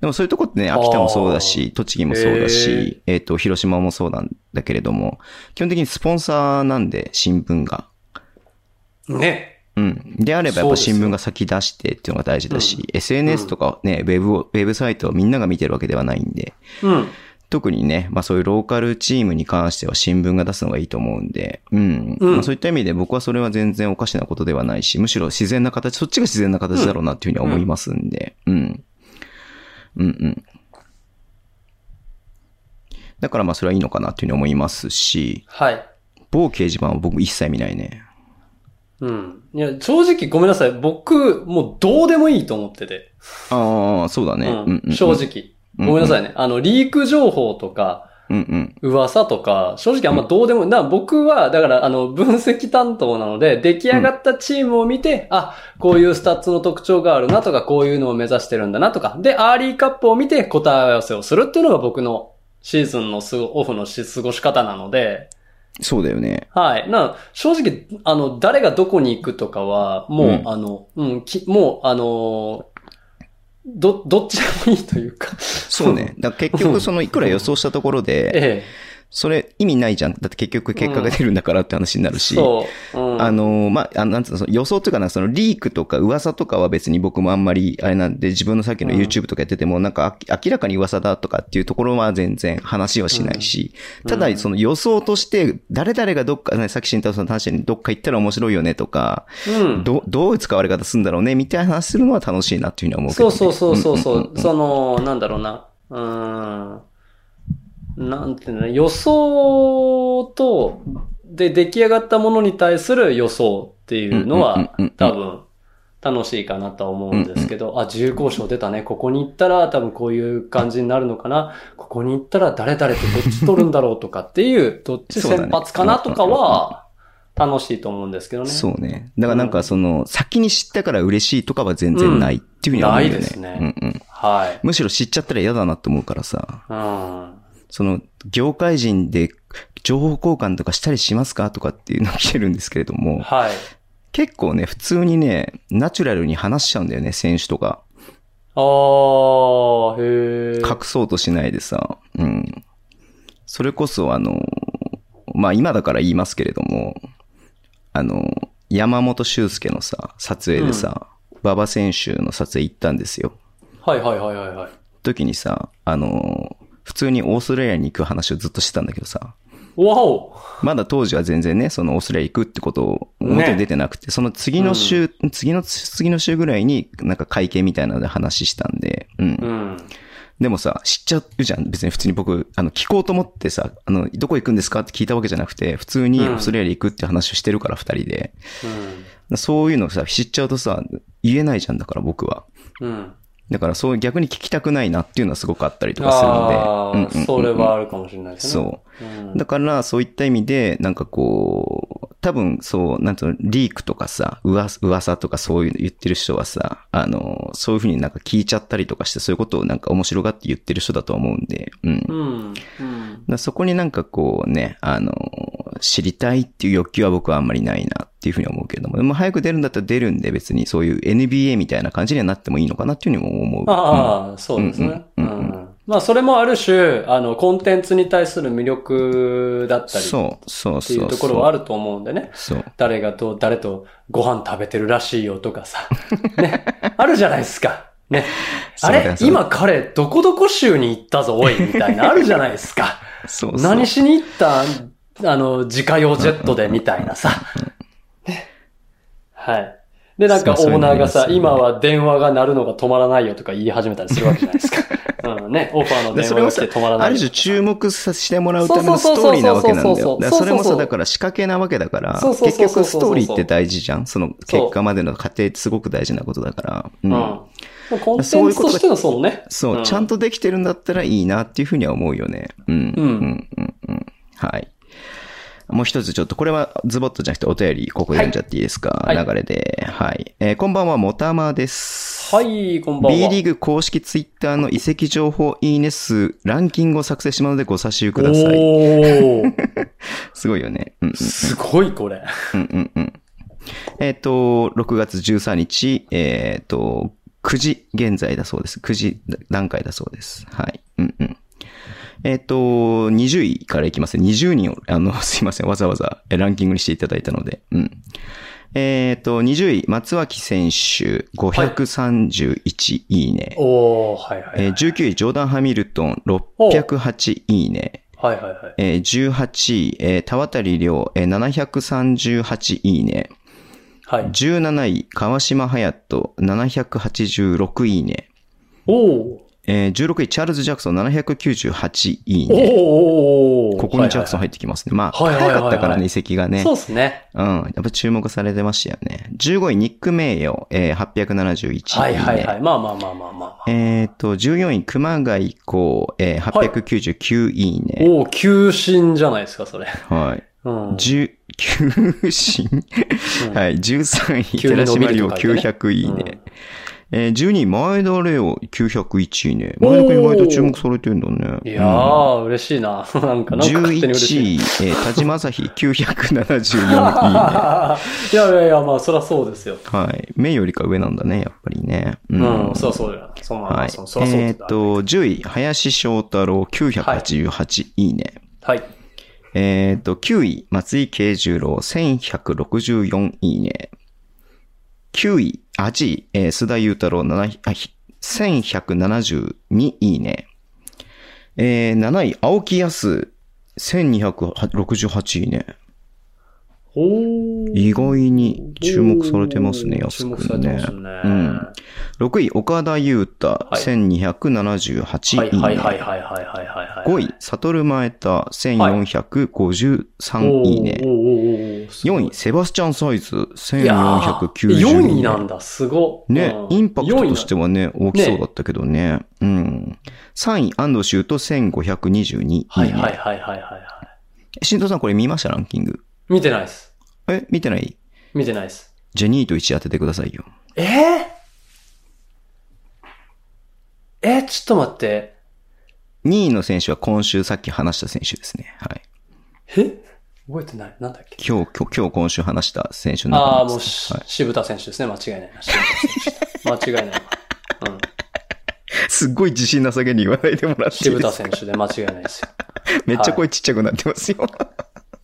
A: でもそういうとこってね、秋田もそうだし、栃木もそうだし、えっ、と、広島もそうなんだけれども、基本的にスポンサーなんで、新聞が。
B: ね。
A: うん。であればやっぱ新聞が先出してっていうのが大事だし、SNS とかね、ウェブを、ウェブサイトをみんなが見てるわけではないんで、
B: うん。
A: 特にね、まあそういうローカルチームに関しては新聞が出すのがいいと思うんで、うん。
B: うん
A: まあそういった意味で僕はそれは全然おかしなことではないし、むしろ自然な形、そっちが自然な形だろうなっていうふうには思いますんで、うん。うんうん。だからまあそれはいいのかなっていうふうに思いますし、
B: はい。
A: 某掲示板は僕一切見ないね。
B: うん。いや、正直ごめんなさい。僕、もうどうでもいいと思ってて。
A: ああ、そうだね。うんうん
B: う
A: うん
B: ん。正。直。
A: うん
B: ごめんなさいね。あの、リーク情報とか、
A: うんうん。
B: 噂とか、正直あんまどうでも、な僕は、だから、あの、分析担当なので、出来上がったチームを見て、あ、こういうスタッツの特徴があるなとか、こういうのを目指してるんだなとか、で、アーリーカップを見て答え合わせをするっていうのが僕のシーズンのすオフのし過ごし方なので、
A: そうだよね。
B: はい。な、正直、あの、誰がどこに行くとかは、もう、
A: うん
B: あの、うん、き、もう、あのーど、どっちでもいいというか。
A: そうね。だから結局そのいくら予想したところで、
B: [LAUGHS] ええ。
A: それ意味ないじゃん。だって結局結果が出るんだからって話になるし。
B: そう。うん、
A: あのーまあ、あのなんつうの、その予想というかな、そのリークとか噂とかは別に僕もあんまり、あれなんで、自分のさっきの
B: うん
A: YouTube とかやってても、なんかあ明らかに噂だとかっていうところは全然話はしないし、
B: うん
A: ただその予想として、誰々がどっか、ね、さっき慎太郎さんの話にどっか行ったら面白いよねとか、
B: うん、
A: どどういう使われ方するんだろうね、みたいな話するのは楽しいなっていうふうには思うけ
B: そ
A: ど、
B: う
A: ね。
B: そうそうそ
A: ん
B: うそ
A: ん
B: う。その、なんだろうな。うーん。なんていうの、予想と、で、出来上がったものに対する予想っていう
A: うんう
B: の
A: ん
B: は
A: うんうん、
B: 多分、楽しいかなとは思うんですけど、あ、自由交渉出たね。ここに行ったら、多分こういう感じになるのかな。ここに行ったら、誰々とどっち取るんだろうとかっていう、どっち先発かなとかは、楽しいと思うんですけどね。
A: そうね。だからなんかその、先に知ったから嬉しいとかは全然ないっていうふうには思うよね。
B: ないですね
A: うんうん。
B: はい。
A: むしろ知っちゃったら嫌だなって思うからさ。
B: うん。
A: その、業界人で情報交換とかしたりしますかとかっていうのを来てるんですけれども、
B: はい。
A: 結構ね、普通にね、ナチュラルに話しちゃうんだよね、選手とか。
B: ああ、へえ。
A: 隠そうとしないでさ、うん。それこそ、あの、まあ、今だから言いますけれども、あの、山本修介のさ、撮影でさ、馬場選手の撮影行ったんですよ。
B: はいはいはいはいはい。
A: 時にさ、あの、普通にオーストラリアに行く話をずっとしてたんだけどさ、
B: わお
A: まだ当時は全然ね、そのオーストラリア行くってことを表に出てなくて、その次の週、次の、次の週ぐらいになんか会見みたいなので話したんで、うん。
B: うん。
A: でもさ、知っちゃうじゃん。別に普通に僕、あの、聞こうと思ってさ、あの、どこ行くんですかって聞いたわけじゃなくて、普通にオ
B: うん
A: ーストラリア行くって話をしてるから、二人で。そういうのさ、知っちゃうとさ、言えないじゃんだから僕は。
B: うん。うん。
A: だからそういう逆に聞きたくないなっていうのはすごくあったりとかするので。う
B: あ
A: んうんうんう
B: あ、
A: ん
B: それはあるかもしれないですね。
A: そう。
B: そう。ん、
A: だから、そういった意味で、なんかこう、多分、そう、なんつうの、リークとかさ、噂噂とかそういうの言ってる人はさ、あの、そういうふうになんか聞いちゃったりとかして、そういうことをなんか面白がって言ってる人だとは思うんで、うん。だ
B: う
A: か
B: ん。うん。
A: らそこになんかこうね、あの、知りたいっていう欲求は僕はあんまりないなっていうふうに思うけれども、でも早く出るんだったら出るんで別にそういう NBA みたいな感じにはなってもいいのかなっていうふうにも思う。
B: ああ、そうですね。
A: う
B: うん
A: うんうん
B: ん。まあ、それもある種、あの、コンテンツに対する魅力だったりっ
A: そう、そう、そう。
B: ていうところはあ
A: る。
B: ると思うんでね。
A: そう。
B: 誰がと、誰とご飯食べてるらしいよと
A: [LAUGHS]
B: かさ。ね。あるじゃないですか。ね。
A: そう
B: あ
A: だよ
B: れ
A: そうだよ
B: 今彼、どこどこ州に行ったぞ、おい、みたいな。あるじゃないで
A: [LAUGHS]
B: すか。
A: そうそう
B: 何しに行ったあの、自家用ジェットでみた
A: [LAUGHS]
B: いなさ。ね。はい。で、なんかオ
A: そうそうい
B: ー
A: うの
B: ナーがさ
A: あ、りますよね
B: 今は電話が鳴るのが止まらないよとか言い始めたりするわけじゃないで
A: [LAUGHS]
B: すか。うんね、オファーの
A: で
B: 電
A: そ
B: 話
A: れを
B: が
A: さ
B: 来て止まら、な
A: あ
B: い
A: る
B: よ
A: 種注目させてもらうためのストーリーなわけなんだよ。だからそれもさ、だから仕掛けなわけだから、
B: そうそう
A: 結
B: そうそう
A: 局ストーリーって大事じゃん。その結果までの過程ってすごく大事なことだから。うん
B: うん。まあコンテンツとしてのそのね。
A: そう、
B: ん
A: ちゃんとできてるんだったらいいなっていうふうには思うよね。うん。
B: うん
A: うん。うん。うん。はい。もう一つちょっと、これはズボットじゃなくてお便り、ここ読んじゃっていいですか、
B: はいはい
A: 流れで。はい。えーこんばんは、もたまです。
B: はい、こんばん
A: B
B: は。
A: リーグ公式ツイッターの移籍情報いいね数、ランキングを作成しますのでご差し入れください。
B: おー
A: すごいよね。うんうん。
B: すご
A: [LAUGHS]
B: い、これ。
A: うんうんうん。えっ、と、6月13日、えっ、と、9時現在だそうです。9時段階だそうです。はい。うんうん。えっ、と、20位からいきますね。20人を、あの、 [LAUGHS] すいません。わざわざえランキングにしていただいたので。うん。えっ、と、20位、松脇選手、531いいね。
B: おー、はいはい、はい
A: えー19位、ジョーダン・ハミルトン、608いいね。
B: はいはいはい。
A: えー18位、えー田渡亮、えー738いいね。
B: はい。
A: 17位、川島隼人、786いいね。
B: おー。
A: えー16位、チャールズ・ジャクソン、798いい
B: おー
A: ね。
B: おーおー
A: ここにジャクソン
B: は
A: 入
B: い
A: ってきますね。まあ、
B: はいはいはい
A: 早かったからね、移籍が
B: はい
A: ね。
B: そうですね。
A: うん。やっぱ注目されてましたよね。15位、ニック・名誉、えー871いいね。
B: はいはいはい。まあまあまあまあまあまあ。
A: えっ、と、14位、熊谷子、えー899いいね。
B: おー、急進じゃないですか、それ。
A: はい。
B: うん。
A: 19神、
B: ん
A: はい、13位、
B: 急に
A: 寺
B: 伸び
A: 島
B: る
A: 亮
B: と書いてね
A: 900いいね。えー12位、前田レオ901いいね。
B: おー
A: 前田君意外と注目されてるんだね。
B: いや
A: うん
B: ー、嬉しいな。 [LAUGHS] なんか、なんか勝手に嬉
A: 11
B: しい。
A: 位、えー田島朝日974いいね。
B: [LAUGHS] いやいやいや、まあ、そりゃそうですよ。
A: はい。目よりか上なんだね、やっぱりね。う
B: うん、そりゃそうだよ。そうなん
A: は
B: だ。
A: い。え
B: そうそりゃそう
A: ーっ
B: だ。
A: と、10位、林翔太郎988いいね。
B: はい。
A: えーっと、9位、松井慶十郎、1164いいね。9位、8位、えー須田雄太郎、7あひ1172いいね。えー7位、青木康、1268いいね。
B: おー。
A: 意外に注目されてますね、
B: おー
A: 安
B: 注目
A: く
B: さ
A: ん
B: れてま
A: ね
B: す。ね。
A: うん6位、岡田優太、
B: い
A: 1278
B: はい
A: いいね。
B: はいはいはいはいはいはいはい。
A: 5位、悟前田、1453いいね。
B: おーおーおーおーすごい
A: 4位、セバスチャンサイズ、
B: いやー
A: 1492
B: 4位なんだ、すご。
A: ね、
B: うん
A: インパクトとして
B: 4
A: はね、大きそうだったけどね。うん。3位、安藤修斗、1522いいね。
B: 位なんだはいはいはいはいはいは
A: しんとさんこれ見ましたランキング。
B: い。見てないです。
A: え、見てない
B: 見てないです。
A: じゃあ2位と1位当ててくださいよ。
B: えー、えー、ちょっと待って。
A: 2位の選手は今週さっき話した選手ですね。はい。
B: え覚えてない。なんだっけ
A: 今日、今日、今日今週話した選手の中
B: ああ、
A: で
B: もう
A: す
B: し、
A: はい
B: 渋田選手ですね。間違いないな。渋田選手。間違いないわ。うん。
A: すっごい自信なさげに言わないでもらっていい
B: 渋
A: で
B: 田
A: す
B: 選
A: か
B: 手で間違いないですよ。
A: めっちゃ声ちっちゃくなってますよ。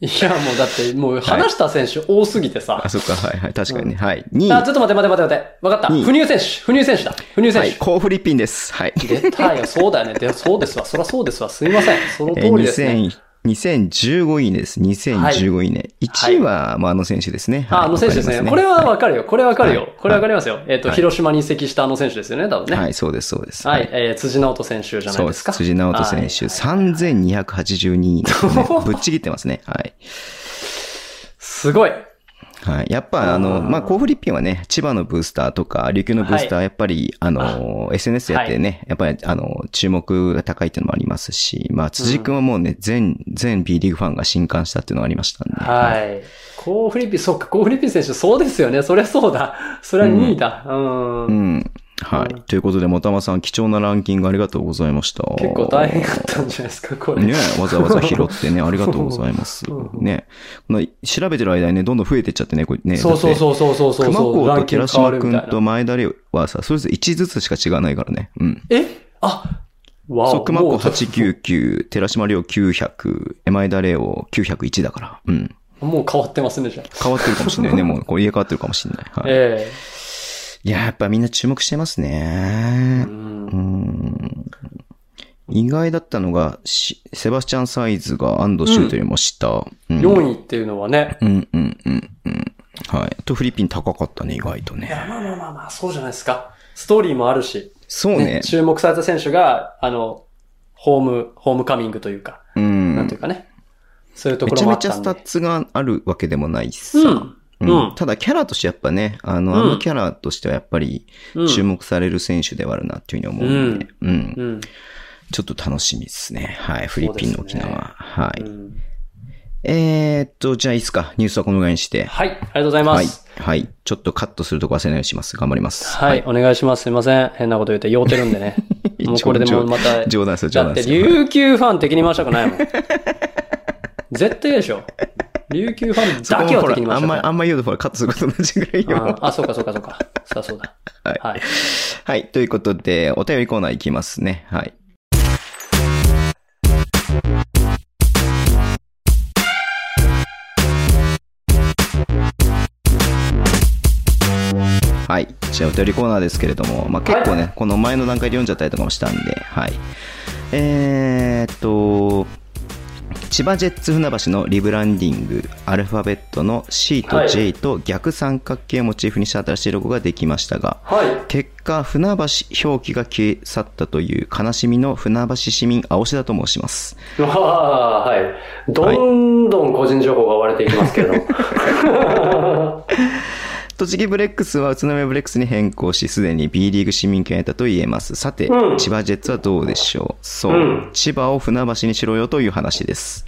B: いや、もうだって、もう話した選手多すぎて
A: [LAUGHS]
B: さ。
A: あ、そっか、はいはい。確かにね。はい。2位。
B: あ、ちょっと待って待って待って待って。わかった。
A: いい
B: 不入選手。不入選手だ。不入選
A: は
B: 手。
A: い。コーフリッピンです。はい。
B: 出たよ。そうだよね。でそうですわ。そりゃそうですわ。すいません。その通
A: えー
B: りですね。
A: 2000 2015位です。2015位ね。1位は、まあ、あの選手ですね。はい
B: あ、あの選手です
A: わか
B: ね。
A: り
B: これは
A: ま
B: わかるよ。これわかる
A: は
B: よ
A: い。
B: これわかりますよ。えっと、
A: はい
B: 広島に移籍したあの選手ですよね、多分
A: すねは
B: ね。
A: い、そうです、そうです。
B: はい。。えー辻直人選手じゃな
A: そ
B: いうで
A: ですす。
B: か。
A: 辻直人選手、
B: はい
A: 3282位です
B: [LAUGHS]
A: ね、ぶっちぎってますね。はい。
B: すごい。
A: はい。やっぱ、あの、まあ、コーフリッピンはね、千葉のブースターとか、琉球のブースター、やっぱり、あの、SNS やってね、やっぱり、あの、注目が高いっていうのもありますし、まあ、辻君はもうね、全、全 B リーグファンが震撼したっていうのがありましたんで。
B: はい。コーフリッピン、そっか、コーフリッピン選手、そうですよね。そりゃそうだ。そりゃ2位だ。うん。
A: うん。はい。ということで、もたまさん、貴重なランキングありがとうございました。
B: 結構大変だったんじゃないですか、これ。
A: ねわざわざ拾って
B: [LAUGHS]
A: ね、ありがとうございます。ねこの調べてる間にね、どんどん増えてっちゃってね、これね。
B: そうそう
A: う。
B: そうそうそうそう。
A: 熊子
B: ラ
A: と
B: ンキン
A: 寺
B: グ変
A: 島
B: わる
A: く
B: みたい
A: ん
B: な
A: と前田亮はさ、それぞれ1ずつしか違わないからね。うん。
B: えあわお。
A: そう、熊子
B: もうちょっと [LAUGHS]
A: 899、寺島亮900、え前田亮901だから。うん。
B: もう変わってますね、じゃあ。
A: 変わってるかもしれない
B: [LAUGHS]
A: ね。もう、これ入れ替わってるかもしれない。はい。
B: え
A: いや、やっぱみんな注目してますね
B: え。うん
A: うーん意外だったのが、しセバスチャンサイズが安藤シュートよりも下。うん。うん、
B: 4位っていうのはね。
A: うん、うん、うん。はい。と、フィリピン高かったね、意外と
B: いや、
A: ね。
B: まあまあまあまあ、そうじゃないですか。ストーリーもあるし、
A: そう
B: ね
A: ね。
B: 注目された選手が、あの、ホーム、ホームカミングというか、
A: う
B: なん
A: ん
B: とい。うかね。そういうと
A: め
B: こ
A: ち
B: ろ
A: ゃ
B: も
A: め
B: あっ
A: ちゃ
B: た
A: ス
B: ん
A: タ
B: で。
A: ッツがあるわけでもないし
B: う
A: さ。う
B: ん。
A: ん
B: うん
A: ただキャラとしてやっぱね、あの、あ
B: う
A: の
B: ん
A: キャラとしてはやっぱり
B: うん
A: 注目される選手ではあるなっていうふうに思うんで、うん。
B: うん。
A: ちょっと楽しみですね。はい。フィリピンの沖縄。
B: そうですね
A: はい。
B: うん
A: えーっと、じゃあいいですか。ニュースはこのぐらいにして。
B: はい、ありがとうございま
A: はい
B: す。。
A: はい。ちょっとカットするとこ忘れないようにします。頑張ります。
B: はい、お願いします。すいません。変なこと言って、酔うてるん
A: [LAUGHS]
B: でね。もうこれでもうまた。
A: 冗談ですよ、冗
B: だ
A: 談
B: っ
A: で
B: て、
A: すよ。
B: 琉球ファン敵に回したくないもん。絶対
A: [LAUGHS]
B: でしょ。琉球ファン
A: そこ
B: だ
A: も
B: け
A: ほ
B: は
A: ら
B: 敵に回
A: あ
B: し
A: ん
B: たく
A: まり、
B: ない
A: あ。んまり言うとほらカットすること同じぐらいよ。
B: ああ、そうかそうかそうか。さあそうだ。
A: はい
B: はい。
A: [LAUGHS] はい。ということで、お便りコーナーいきますね。はい。はい。じゃあ、お便りコーナーですけれども、まあ、結構ね、この前の段階で読んじゃったりとかもしたんで、はい。えーっと、千葉ジェッツ船橋のリブランディング、アルファベットの C と J と逆三角形をモチーフにした新しいロゴができましたが、
B: はい。
A: 結果、船橋表記が消え去ったという悲しみの船橋市民青志だと申します。
B: わあ、はい。どんどん個人情報が割れていきますけど。
A: [LAUGHS] 栃木ブレックスは宇都宮ブレックスに変更し、すでに B リーグ市民権を得たと言えます。さて、
B: うん
A: 千葉ジェッツはどうでしょうそう、
B: うん
A: 千葉を船橋にしろよという話です。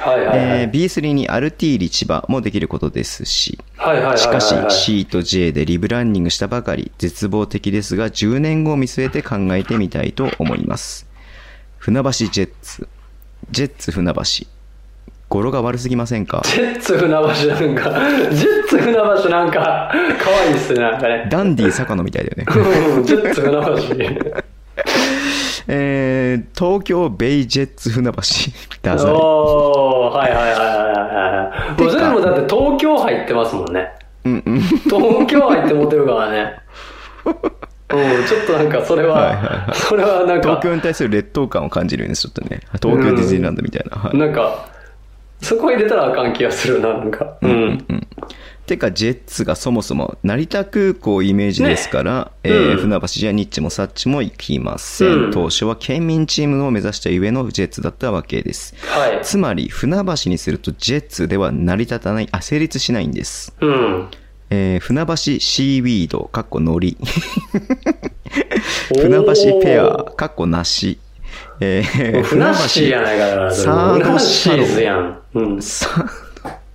B: はいはいは
A: えー
B: い。
A: B3 にアルティーリ千葉もできることですし、
B: はいはいはいはいはい。
A: しかし C と J でリブランニングしたばかり、絶望的ですが10年後を見据えて考えてみたいと思います。船橋ジェッツ。ジェッツ船橋。語呂が悪すぎませんか
B: ジェッツ船橋なんか、ジェッツ船橋なんか、可愛いっすね、なんかね。
A: ダンディ坂野みたいだよね。
B: うんジェッツ船橋。
A: えー、東京ベイジェッツ船橋。ダサい。
B: おー、はいはいはいはいはい。もうそれでもだって東京入ってますもんね。
A: うんうん。
B: 東京入って持てるからね。うん、ちょっとなんかそれは、
A: はいはいは
B: それはなんか
A: 東、京に対する劣等感を感じるよね、ちょっとね。東京ディズニーランドみたいな。はい
B: なんか、そこ入れたらあかん気がするな、なんか。うん。
A: てか、ジェッツがそもそも成田空港イメージですから、えー
B: うん
A: 船橋じゃニッチもサッチも行きません。
B: うん
A: 当初は県民チームを目指したゆえのジェッツだったわけです。
B: はい。
A: つまり、船橋にするとジェッツでは成り立たない、あ、成立しないんです。
B: うん。
A: えー船橋シーウィード、かっこのり。船橋ペア、かっこなし。え
B: お
A: ー
B: ー。フナッシーやないかだから、それ
A: サード
B: フナッシーズやん。うん。
A: さ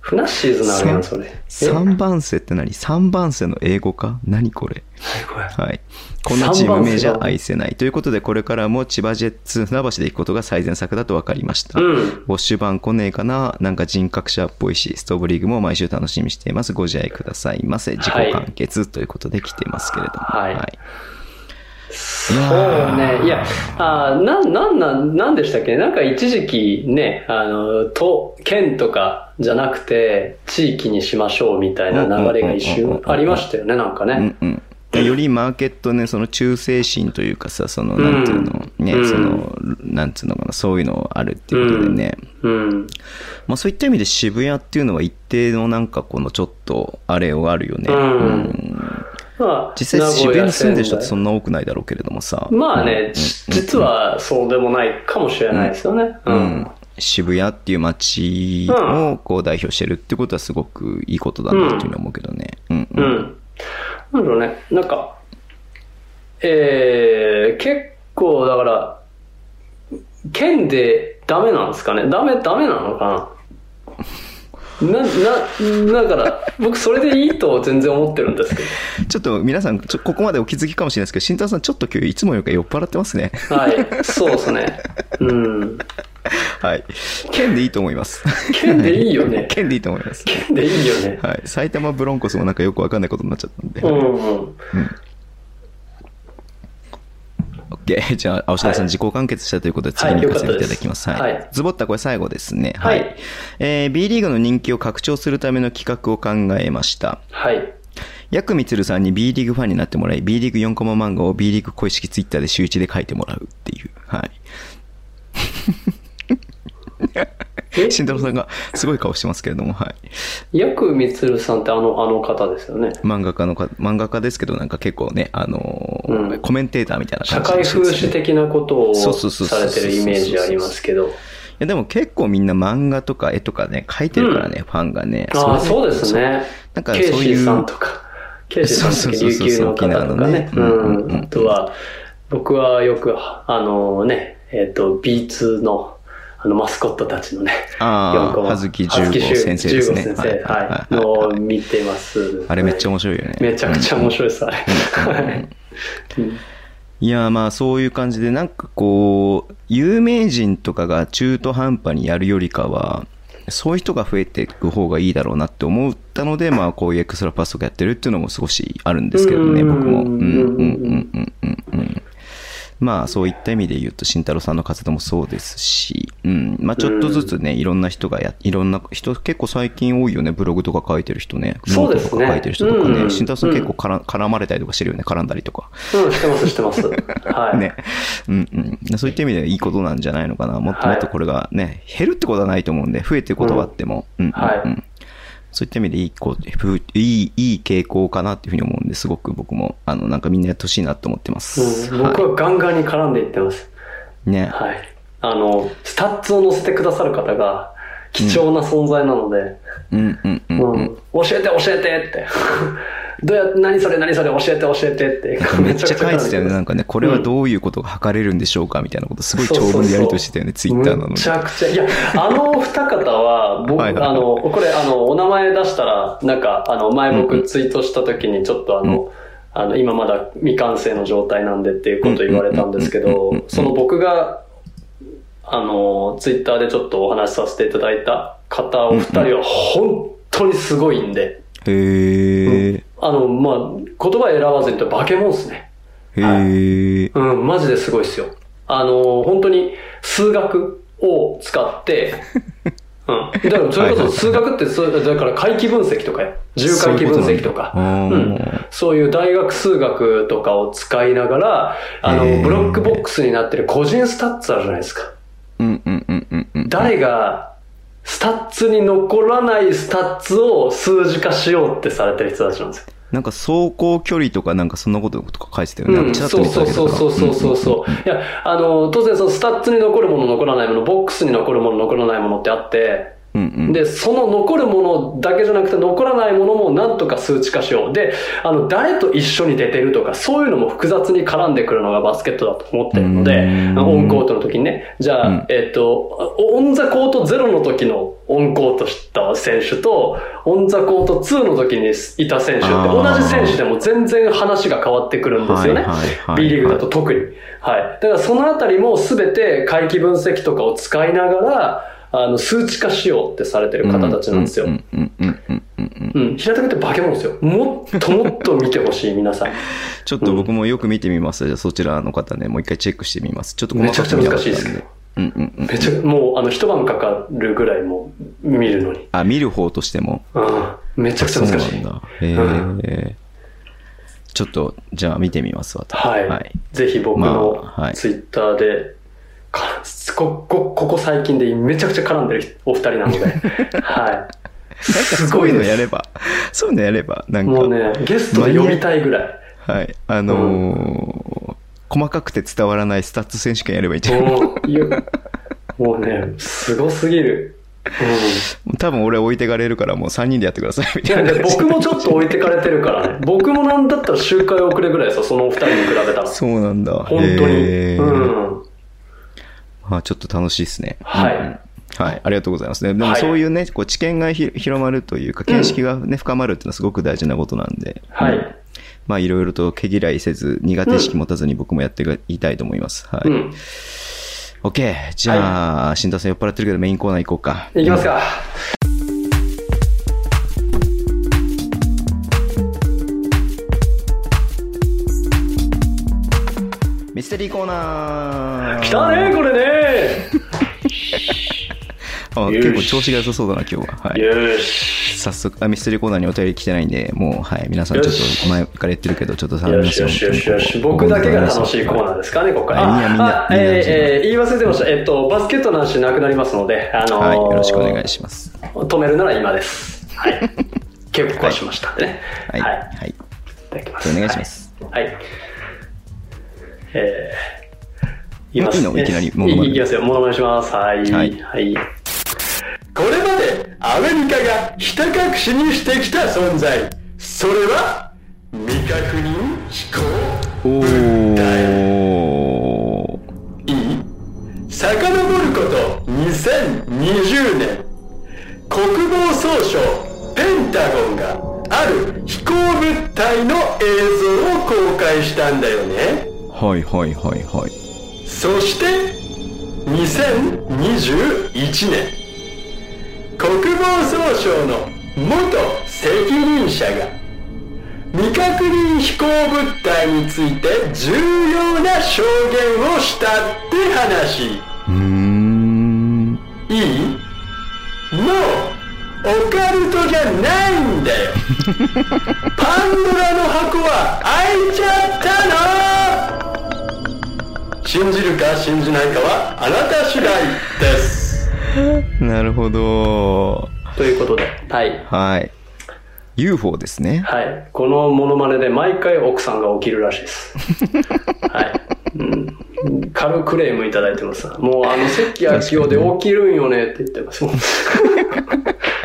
B: フナッシーズなのやん、それ。
A: 三番瀬って何三番瀬の英語か何これ
B: えこれ
A: はい。こんなチーム名じゃ愛せない。ということで、これからも千葉ジェッツ船橋で行くことが最善策だと分かりました。ウ
B: うん。
A: ォッシュ版来ねえかななんか人格者っぽいし、ストーブリーグも毎週楽しみにしています。ご自愛くださいませ。自己完結ということで来てますけれども。
B: はい
A: いや
B: そう
A: ー
B: ね。いや、あーな、なんなん、なんでしたっけなんか一時期ね、あの、都、県とかじゃなくて、地域にしましょうみたいな流れが一
A: うんうんうんうん
B: 瞬
A: うん
B: ありましたよね、なんか
A: う
B: ね。
A: んうん。でよりマーケットね、その忠誠心というかさ、その、なんていうの、
B: うん
A: ね、
B: うん
A: その、なんていうのかな、そういうのあるっていうことでね。
B: うん。
A: まあ、そういった意味で渋谷っていうのは一定のなんかこのちょっとあれはあるよね、
B: うん
A: ん
B: まあ
A: 実際渋谷に住んでる人ってそ
B: の
A: んな多くないだろうけれどもさ
B: まあ
A: うん
B: ね、じ実はそうでもないかもしれないですよね。う
A: うん
B: ん。
A: 渋谷っていう街をこう代表してるってことはすごくいいことだなっていうふうに思うけどねうんう
B: うんん。なんだろうね、なんか、えー、結構だから、県でダメなんですかねダメ、ダメなのかなな、な、だから、僕それでいいと全然思ってるんですけ
A: ちょっと皆さんちょここまでお気づきかもしれないですけど慎太郎さんちょっと今日いつもよりか酔っ払ってますね
B: ど。はい、そうですね。うん。 [LAUGHS]
A: はい県でいいと思います
B: 県でいいよね
A: [LAUGHS] 県でいいと思います
B: 県でいいよね。
A: はい埼玉ブロンコスもなんかよくわかんないことになっちゃったんで、
B: うん、うん。
A: OK。じゃあ、青島さん、
B: はい
A: 自己完結したということで、
B: はい
A: 次に行かせていただきます。
B: よか
A: は
B: ったで
A: い
B: すはい。
A: ズボッタ、これ最後ですね。はい。
B: はい
A: えー B リーグの人気を拡張するための企画を考えました。
B: はい。
A: ヤクミツルさんに B リーグファンになってもらい、B リーグ4コマ漫画を B リーグ公式ツイッターで週1で書いてもらうっていう。はい。
B: え、
A: 慎太郎さんがすごい顔してますけれども、はい。
B: ヤクミツルさんってあの、あの方ですよね。
A: 漫画家のか、漫画家ですけど、なんか結構ね、あのー
B: うん
A: コメンテーターみたいな
B: 社
A: 感じの
B: 会
A: 人
B: 風
A: ですね
B: 刺的なことを
A: そうそうそうそう
B: されてるイメージありますけど。
A: いやでも結構みんな漫画とか絵とかね、書いてるからね、ファンがね。
B: ああ、そうです
A: そう。
B: ね。
A: なんかそう
B: ケイシ
A: い
B: ーさん
A: う、
B: とか、ケイシーさんとか
A: [LAUGHS] そうそう
B: 琉
A: そう
B: 球
A: そう
B: の方と
A: 沖縄
B: か
A: の
B: ね
A: ね。
B: う
A: うんうん
B: ん。
A: うん
B: あとは、僕はよく、あのね、えっ、と、B2 の、あの、マスコットたちのね、
A: ああ、葉月十五先生ですね。
B: 15先生、はい。
A: はい
B: のを見てます。
A: あれめっちゃ面白いよね。
B: めちゃくちゃ面白いです、あれ。はいうん
A: いやーまあそういう感じでなんかこう有名人とかが中途半端にやるよりかはそういう人が増えていく方がいいだろうなって思ったのでまあこういうエクストラパスとかやってるっていうのも少しあるんですけどね
B: うん
A: 僕も。うんう
B: う
A: んんうんうんうんうんまあそういった意味で言うと慎太郎さんの活動もそうですし、うんまあ、ちょっとずつねいろんな人がやいろんな人結構最近多いよねブログとか書いてる人ね
B: そうです
A: ノートと
B: ね
A: か書いてる人とか
B: うん
A: ね慎太郎さん結構から絡まれたりとかしてるよね絡んだりとか。
B: うん、してます、してます。 [LAUGHS] はい。
A: ね。うんうん。そういった意味ではいいことなんじゃないのかな。もっと
B: は
A: も
B: い
A: っとこれがね、減るってことはないと思うんで、増えてることはあっても。うんうんうん
B: は
A: そういった意味でいいこふいい、いい傾向かなっていうふうに思うんで、すごく僕も、あの、なんかみんなやってほしいなと思ってます。
B: うん、僕はガンガンに絡んでいってます。
A: い。ね。
B: はい。あの、スタッツを載せてくださる方が、貴重な存在なので、
A: うんうんうん
B: うん
A: うん。
B: 教えて教えてって。 [LAUGHS] どうや、何それ何それ教えて教えてって。
A: めっちゃ書いてたよね。なんかね、これはどういうことが測れるんでしょうかみたいなこと、すごい長文でやりとりしてたよね、ツイッターなの
B: め
A: に
B: ち。ゃくちゃ。いや、あのお二方は、僕、
A: はいはいはい
B: あの、これ、あの、お名前出したら、なんか、あの、前
A: うん
B: 僕ツイートした時に、ちょっとあの、あの、今まだ未完成の状態なんでっていうこと言われたんですけ
A: うんうんうんうん
B: ど
A: う、ん
B: その僕が、あの、ツイッターでちょっとお話しさせていただいた方お二人は、本当にすごいんで、
A: へえ。
B: あの、まあ、言葉選ばずに言うと化け物ですね。
A: へえ。
B: うん、マジですごいですよ。あの、本当に数学を使って、
A: [LAUGHS]
B: うん。だから、それこそ数学って、そうだから回帰分析とかよ。重回帰分析とか。
A: そういうことなんだあー
B: うんそういう大学数学とかを使いながら、あ
A: へ
B: の、
A: ー
B: ブロックボックスになってる個人スタッツあるじゃないですか。
A: うんうんうんうんうん。
B: 誰が、スタッツに残らないスタッツを数字化しようってされてる人たちなんですよ。
A: なんか走行距離とかなんかそんなこととか書いてたよね。
B: うん、
A: チ
B: そ
A: ラ
B: う
A: ッと
B: そう
A: 見ただ
B: そう
A: けだから
B: そうそうそうそういや、あの、当然そのスタッツに残るもの残らないもの、ボックスに残るもの残らないものってあって、
A: うんうん。
B: で、その残るものだけじゃなくて残らないものもなんとか数値化しよう。で、あの、誰と一緒に出てるとか、そういうのも複雑に絡んでくるのがバスケットだと思ってるので、
A: うん
B: あのオンコートの時にね、じゃあ、
A: うん
B: えっと、オンザコート0の時のオンコートした選手と、オンザコート2の時にいた選手って、
A: あ
B: 同
A: ー
B: じ選手でも全然話が変わってくるんですよね。
A: はいはいはいはい
B: B リーグだと特に。はい。だからそのあたりも全て回帰分析とかを使いながら、あの、数値化しようってされてる方たちなんですよ。
A: う
B: うん
A: うんうんうんうんうん。
B: ん。平たく言って化け物ですよ。もっともっと見てほしい、皆
A: [LAUGHS]
B: さん。
A: ちょっと僕もよく見てみます。じゃあそちらの方ね、もう一回チェックしてみます。ちょっと細かく見なかったん
B: めちゃくちゃ難しいですけど
A: うんうんうん。
B: めっちゃ、もう、あの、一晩かかるぐらいもう見るのに。
A: あ、見る方としても。
B: うん。めちゃくちゃ難しい。
A: そうなんだ。へえ。ちょっと、じゃあ見てみますわ。
B: はい、
A: はい。
B: ぜひ僕
A: ま
B: の
A: あはい
B: ツイッターで、かここここ最近でめちゃくちゃ絡んでるお二人な
A: [LAUGHS]
B: ので、はい。
A: なんか
B: す
A: そ
B: ご
A: う
B: い
A: いう
B: で
A: の
B: す
A: やれば、そういうのやれば、なん
B: も
A: か
B: う、ね、ゲストで呼びたいぐらい。
A: はい。あのー、細かくて伝わらないスタッツ選手権やればいいんじゃない
B: もういや、もうね、すごすぎる。う
A: [LAUGHS] 多分俺置いてかれるからもう3人でやってくださいみ
B: ん、い
A: た
B: や
A: いな
B: で僕もちょっと置いてかれてるから
A: [LAUGHS]
B: ね。僕もなんだったら周回遅れぐらいですよ、そのお二人に比べたら。
A: そうなんだ
B: 本当に。
A: へー
B: うん。
A: まあちょっと楽しいですね
B: はい
A: うんはい、ありがとうございますね。でも
B: はい
A: そういうね、こう知見がひ広まるというか、見識が、ね深まるっていうのはすごく大事なことなんで、
B: はい
A: うんまあいろいろと毛嫌いせず、苦手意識持たずに僕もやっていきたいと思います。はい。
B: うん
A: OK! じゃあ、新田さん酔っ払ってるけどメインコーナー行こうか。
B: いきますか。
A: ミステリーコーナー
B: 来たね、これね。
A: あ
B: よし
A: 結構調子が良さそうだな、今日は。はい。
B: よし。
A: 早速あミステリーコーナーにお便り来てないんで、もう、はい、皆さんちょっ
B: よし
A: と前から言ってるけど、ちょっと頼み
B: よ
A: ま
B: し
A: す
B: よ
A: よ。
B: しよしよし。
A: 本当
B: 僕
A: に
B: だけが楽しいコーナーですかね、ここから。
A: はいみんな
B: あ
A: みんなみんな
B: えーえー言い忘れてました。えっと、バスケットの話なくなりますので、あのー
A: はい、よろしくお願いします。
B: 止めるなら今です。
A: [LAUGHS]
B: はい。結構しましたんでね。
A: はい。
B: はい。
A: はい。
B: いただきます。
A: お願いします。
B: はい。えー言います。
A: いいのいきなり
B: モ
A: モノマネ
B: いきますよ。モノマネします。はい。
A: は
B: はいい。これまでアメリカがひた隠しにしてきた存在。それは、未確認飛行。
A: おー。
B: いい遡ること2020年。国防総省ペンタゴンがある飛行物体の映像を公開したんだよね。
A: はいはいはいはい。
B: そして2021年国防総省の元責任者が未確認飛行物体について重要な証言をしたって話
A: うーん。
B: いいもうオカルトじゃないんだよパンドラの箱は開いちゃったの信じるか信じないかはあなた次第です
A: なるほど。
B: ということではい
A: はい。UFO ですね。
B: はいこのモノマネで毎回奥さんが起きるらしいですはい、うん、軽クレームいただいてますもうあの関明夫で起きるんよねって言ってますもう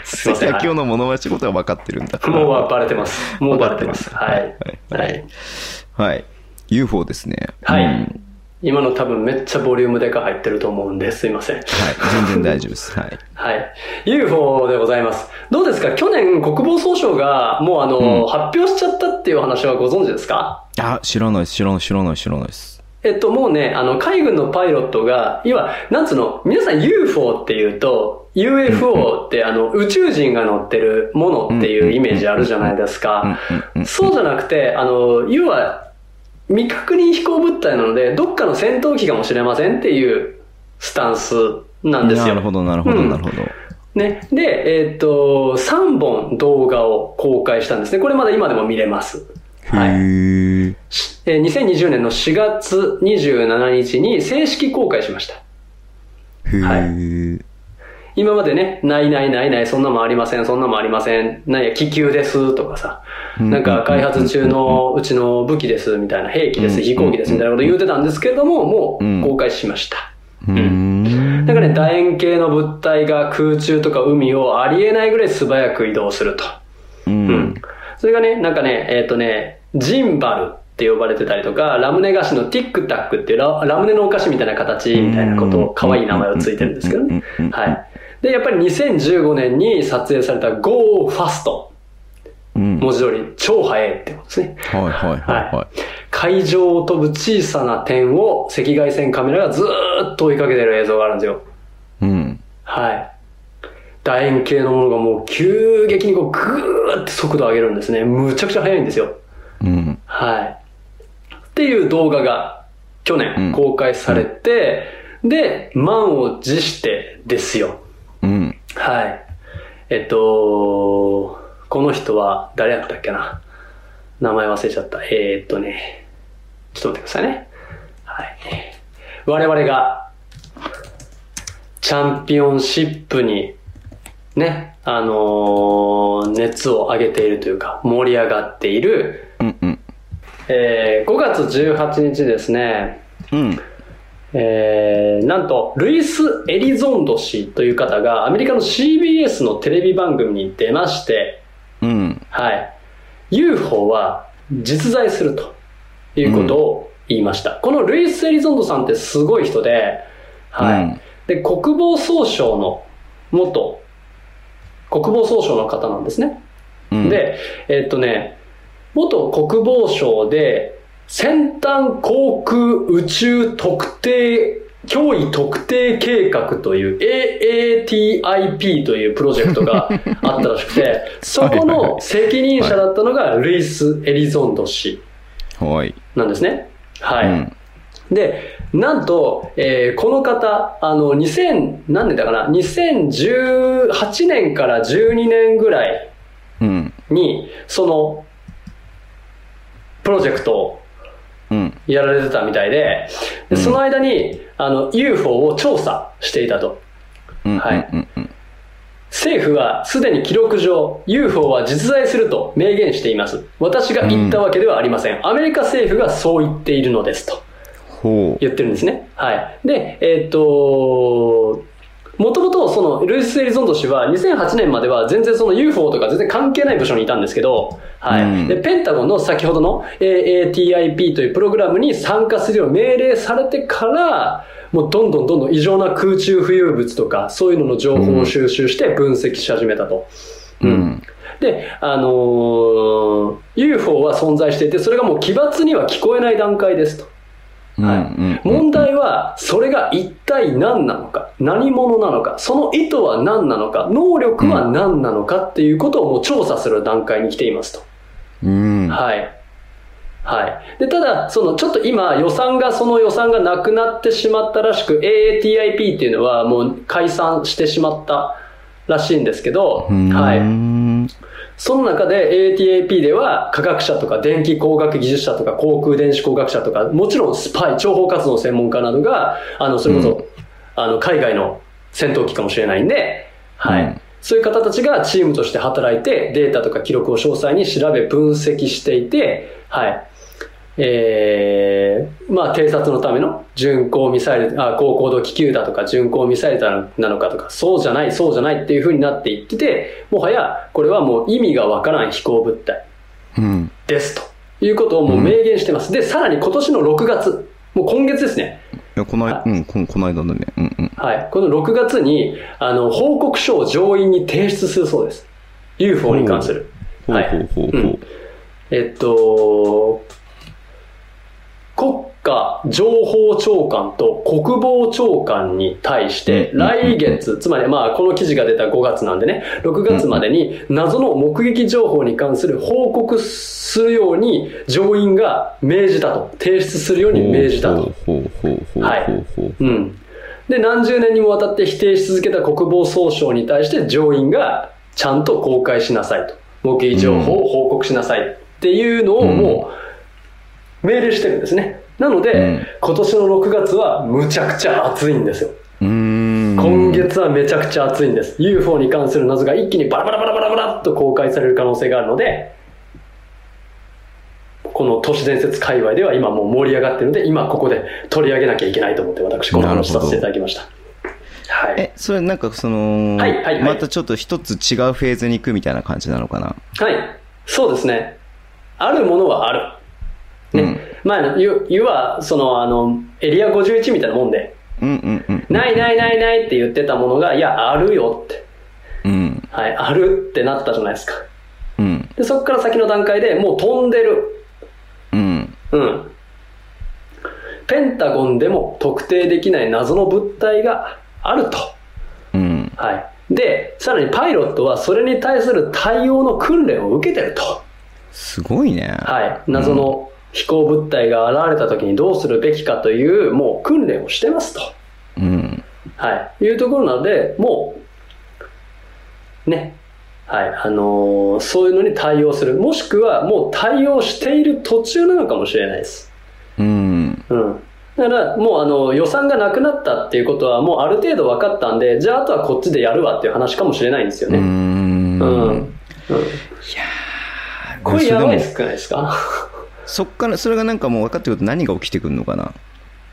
B: すいません
A: 今日の物まねことは分かってるんだから。
B: もうはバレてます。もうバレてます。
A: バ
B: は
A: レ
B: い
A: て。ます
B: はい。
A: はい。UFO ですね。
B: はい
A: うん
B: 今の多分めっちゃボリュームでか入ってると思うんです。すいません。
A: はい。全然大丈夫です。はい。
B: はい。UFO でございます。どうですか去年国防総省がもうあの、
A: うん
B: 発表しちゃったっていう話はご存知ですか
A: あ、知らないです。知らない、知らない、知らないです。
B: えっともうね、あの、海軍のパイロットが、今、なんつうの、皆さん UFO っていうと、UFO ってあの、宇宙人が乗ってるものっていうイメージあるじゃないですか。
A: うんうんうん。
B: そうじゃなくて、あの、要は、未確認飛行物体なので、どっかの戦闘機かもしれませんっていうスタンスなんです
A: な
B: よ。
A: るほど、なるほど、
B: うん
A: なるほど。
B: ね。で、えーっと、3本動画を公開したんですね。これまだ今でも見れます。はい。
A: へえ。
B: えー2020年の4月27日に正式公開しました。
A: へ
B: は
A: え。
B: 今までね、ないないないない、そんなもんありません、そんなもんありません、なんや、気球ですとかさ、
A: うん
B: なんか開発中のうちの武器ですみたいな、兵器で
A: う
B: す、
A: ん
B: 飛行機ですみたいなこと言うてたんですけれども、も
A: うん
B: う公開しました。
A: うーん。
B: だからね、楕円形の物体が空中とか海をありえないぐらい素早く移動すると。
A: う
B: うんん。それがね、なんかね、えっ、とね、ジンバルって呼ばれてたりとか、ラムネ菓子のティックタックっていうララムネのお菓子みたいな形みたいなこと
A: うん
B: を、可愛い名前をついてるんですけどね
A: うん。
B: はい。で、やっぱり2015年に撮影された Go Fast。
A: うん。は
B: 文字通り超速いってことですね。
A: いはいはいは
B: 海上を飛ぶ小さな点を赤外線カメラがずーっと追いかけてる映像があるんですよ。
A: い。うん。
B: はい。楕円形のものがもう急激にこうグーって速度を上げるんですね。むちゃくちゃ速いんですよ。
A: うん。
B: はい。っていう動画が去
A: うん
B: 年公開されて、で、満を持してですよ。
A: うん。
B: はい。えっと、この人は誰やったっけな名前忘れちゃった。えーっとね、ちょっと待ってくださいね。はい。我々が、チャンピオンシップに、ね、あのー熱を上げているというか、盛り上がっている、
A: うんうん。
B: えー5月18日ですね、
A: うん。
B: えーなんと、ルイス・エリゾンド氏という方が、アメリカの CBS のテレビ番組に出まして、
A: うん。
B: はい、UFO は実在するということを言いました。このルイス・エリゾンドさんってすごい人で、はい
A: うん
B: で国防総省の元、国防総省の方なんですね。
A: うん。、
B: で、えっとね、元国防省で、先端航空宇宙特定、脅威特定計画という AATIP というプロジェク
A: [LAUGHS]
B: トがあったらしくて、そこの責任者だったのがルイス・エリゾンド氏
A: はい。
B: なんですね。はい。
A: うん。
B: で、なんと、えーこの方、あの、2000、何年だかな、2018年から12年ぐらい
A: うん。
B: に、その、プロジェクトを
A: うん。
B: やられてたみたいで、でその間に、あの、UFO を調査していたと。
A: うん。
B: はい
A: うん。うん。
B: 政府はすでに記録上、UFO は実在すると明言しています。私が言ったわけではありません。アメリカ政府がそう言っているのですと。
A: ほう。
B: 言ってるんですね。はい。で、えーっと、もともとそのルイス・エリゾンド氏は2008年までは全然その UFO とか全然関係ない部署にいたんですけど、はい。
A: うん
B: で、ペンタゴンの先ほどの AATIP というプログラムに参加するよう命令されてから、もうどんどんどんどん異常な空中浮遊物とか、そういうのの情報を収集して分析し始めたと。
A: うん。
B: で、あのー UFO は存在していて、それがもう奇抜には聞こえない段階ですと。はい
A: うんうん
B: 問題は、それが一体何なのか、何者なのか、その意図は何なのか、能力は何なのかっていうことをもう調査する段階に来ていますと。
A: うん。
B: はい。はい。で、ただ、その、ちょっと今、予算が、その予算がなくなってしまったらしく、AATIP っていうのはもう解散してしまったらしいんですけど、
A: うん
B: はい。その中で ATAP では科学者とか電気工学技術者とか航空電子工学者とか、もちろんスパイ、諜報活動の専門家などが、あの、それこそ、
A: うん
B: あの、海外の戦闘機かもしれないんで、はい。
A: うん
B: そういう方たちがチームとして働いて、データとか記録を詳細に調べ、分析していて、はい。えー、まあ、偵察のための巡航ミサイル、あ、高高度気球だとか、巡航ミサイルだなのかとか、そうじゃない、そうじゃないっていう風になっていってて、もはや、これはもう意味がわからん飛行物体
A: うん。
B: です、ということをもう明言してます。で、さらに今年の6月、もう今月ですね。
A: いや、こない、うん、ここの間だね。うんうん。
B: はい。この6月に、あの、報告書を上院に提出するそうです。UFO に関する。
A: ほ
B: はいう
A: ほうほうほう。
B: えっと、国家情報長官と国防長官に対して、
A: うん
B: 来月、つまりまあこの記事が出た5月なんでね、6月までに謎の目撃情報に関する報告するように上院が命じたと、提出するように命じたと。
A: ほうほうほうほうほう
B: はい
A: ほうほう。
B: うん。で、何十年にもわたって否定し続けた国防総省に対して上院がちゃんと公開しなさいと。目撃情報を報告しなさいっていうのをもう命令してるんですね。なので、
A: うん
B: 今年の6月はむちゃくちゃ暑いんですよ。
A: うーん。
B: 今月はめちゃくちゃ暑いんです。UFO に関する謎が一気にバラバラバラバラバラっと公開される可能性があるので、この都市伝説界隈では今もう盛り上がってるので、今ここで取り上げなきゃいけないと思って、私、この話させていただきました。はい。
A: え、それなんかその、
B: はいはいはい
A: またちょっと一つ違うフェーズに行くみたいな感じなのかな。
B: はい。そうですね。あるものはある。ね。
A: うん
B: 前の、ゆ、ゆは、その、あの、エリア51みたいなもんで、
A: うんうんうん。
B: ないないないないって言ってたものが、いや、あるよって。
A: うん。
B: はい、あるってなったじゃないですか。
A: うん。
B: で、そこから先の段階でもう飛んでる。
A: うん。
B: うん。ペンタゴンでも特定できない謎の物体があると。
A: うん。
B: はい。で、さらにパイロットはそれに対する対応の訓練を受けてると。
A: すごいね。
B: はい。謎の飛行物体が現れた時にどうするべきかという、もう訓練をしてますと。
A: うん。
B: はい。いうところなので、もう、ね。はい。あのーそういうのに対応する。もしくは、もう対応している途中なのかもしれないです。
A: うん。
B: うん。だから、もうあの、予算がなくなったっていうことは、もうある程度分かったんで、じゃああとはこっちでやるわっていう話かもしれないんですよ
A: うー
B: ね。
A: ん。
B: うん。うん。これやばい
A: そでも
B: 少ないですか
A: そっから、それがなんかもう分かってくると何が起きてくるのかな。だか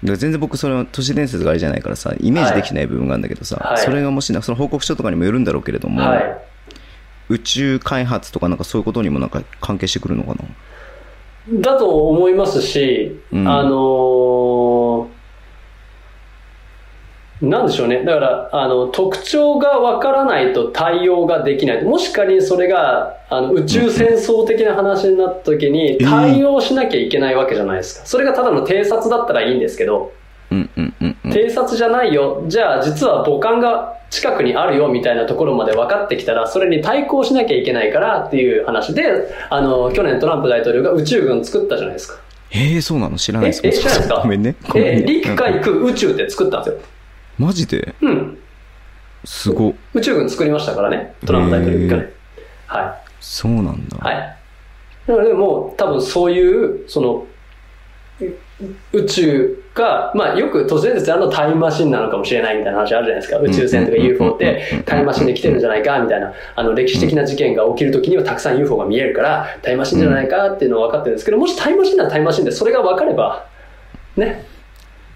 A: ら全然僕、その都市伝説があれじゃないからさ、イメージできない部分があるんだけどさ、
B: はい
A: それがもしな、その報告書とかにもよるんだろうけれども、
B: は
A: 宇宙開発とかなんかそういうことにもなんか関係してくるのかな。
B: い。だと思いますし、
A: うん
B: あのーなんでしょうね。だから、あの、特徴が分からないと対応ができない。もし仮にそれが、あの、宇宙戦争的な話になった時に、
A: うん
B: 対応しなきゃいけないわけじゃないですか。それがただの偵察だったらいいんですけど、
A: うんうんうんうん。
B: 偵察じゃないよじゃあ実は母艦が近くにあるよみたいなところまで分かってきたらそれに対抗しなきゃいけないからっていう話であの去年トランプ大統領が宇宙軍作ったじゃないですか
A: えー、そうなの知らないです
B: ええ知らないですか
A: ごめんね。ごめん
B: で
A: ね
B: 陸海空宇宙って作ったんですよ
A: うんマジで
B: うん
A: すご。
B: 宇宙軍作りましたからねトランプ大統領が
A: へ
B: ねは
A: そうなんだ。
B: いはいなのでもう多分そういうそのう宇宙が、まあよく都市伝説であるのはタイムマシンなのかもしれないみたいな話あるじゃないですか。宇宙船とか UFO ってタイムマシンで来てるんじゃないかみたいな、あの歴史的な事件が起きるときにはたくさん UFO が見えるから、タイムマシンじゃないかっていうのは分かってるんですけど、もしタイムマシンならタイムマシンでそれが分かれば、ね、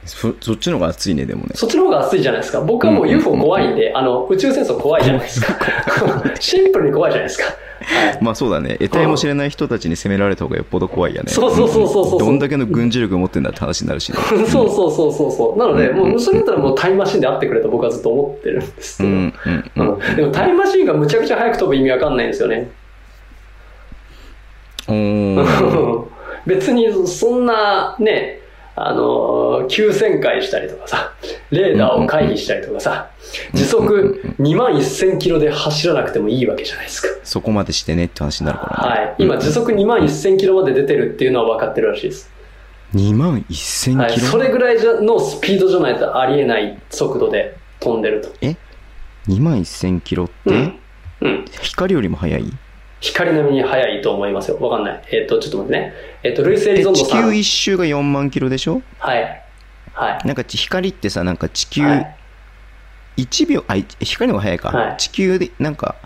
A: そそっちの方が熱いね、でもね。
B: そっちの方が熱いじゃないですか。僕はもう UFO 怖いんで、あの、宇宙戦争怖いじゃないですか。 [LAUGHS] シンプルに怖いじゃないですか。はい。
A: まあそうだね。得体も知れない人たちに攻められた方がよっぽど怖いやね。
B: そうそうそうそうそう
A: どんだけの軍事力持ってんだって話になるしね。
B: [LAUGHS] そうそうそうそうそう。なので、もう、それだったらもうタイムマシンで会ってくれと僕はずっと思ってるんです
A: う
B: けど。
A: ん、うん、うん。
B: うんでもタイムマシンがむちゃくちゃ早く飛ぶ意味わかんないんですよね。
A: おー
B: [LAUGHS] 別にそんなね、あのー、急旋回したりとかさ、レーダーを回避したりとかさ、時速2万1000キロで走らなくてもいいわけじゃないですか。
A: そこまでしてねって話になるからね。
B: はい。今時速2万1000キロまで出てるっていうのは分かってるらしいです。
A: 2万1000キロ、
B: はい。それぐらいじゃのスピードじゃないとありえない速度で飛んでると。
A: え ?2 万1000キロって、
B: うん。うん。
A: 光よりも速い
B: 光並みに速いと思いますよ。わかんない。えっ、と、ちょっと待ってね。えっ、と、ルイス・エリ
A: で
B: ゾンド
A: 地
B: さん。
A: 球一周が4万キロでしょ
B: はい。はい。
A: なんかち光ってさ、なんか地球
B: はい
A: 1秒、あ、い光の方が早いか。
B: はい
A: 地球で、なんか、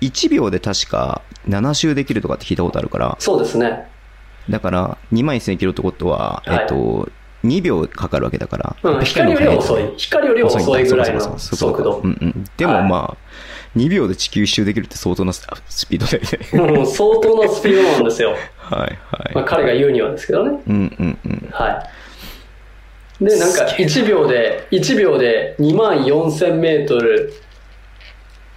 A: 1秒で確か7周できるとかって聞いたことあるから、
B: そうですね。
A: だから2万1000キロってことは、
B: はい
A: えっと、2秒かかるわけだから、
B: うん、光よりは遅
A: い。
B: い。光よりは遅いぐらいの
A: そうかそうかそうか
B: 速度
A: う。んうん。でもまあ、2秒で地球一周できるって相当なスあスピードだよね。 [LAUGHS]
B: もう相当なスピードなんですよ。
A: はい
B: まあ、
A: はい。
B: 彼が言うにはですけどね。
A: うんうんうん。
B: はい。で、なんか
A: す
B: 1秒で、1秒で2万4000メートル、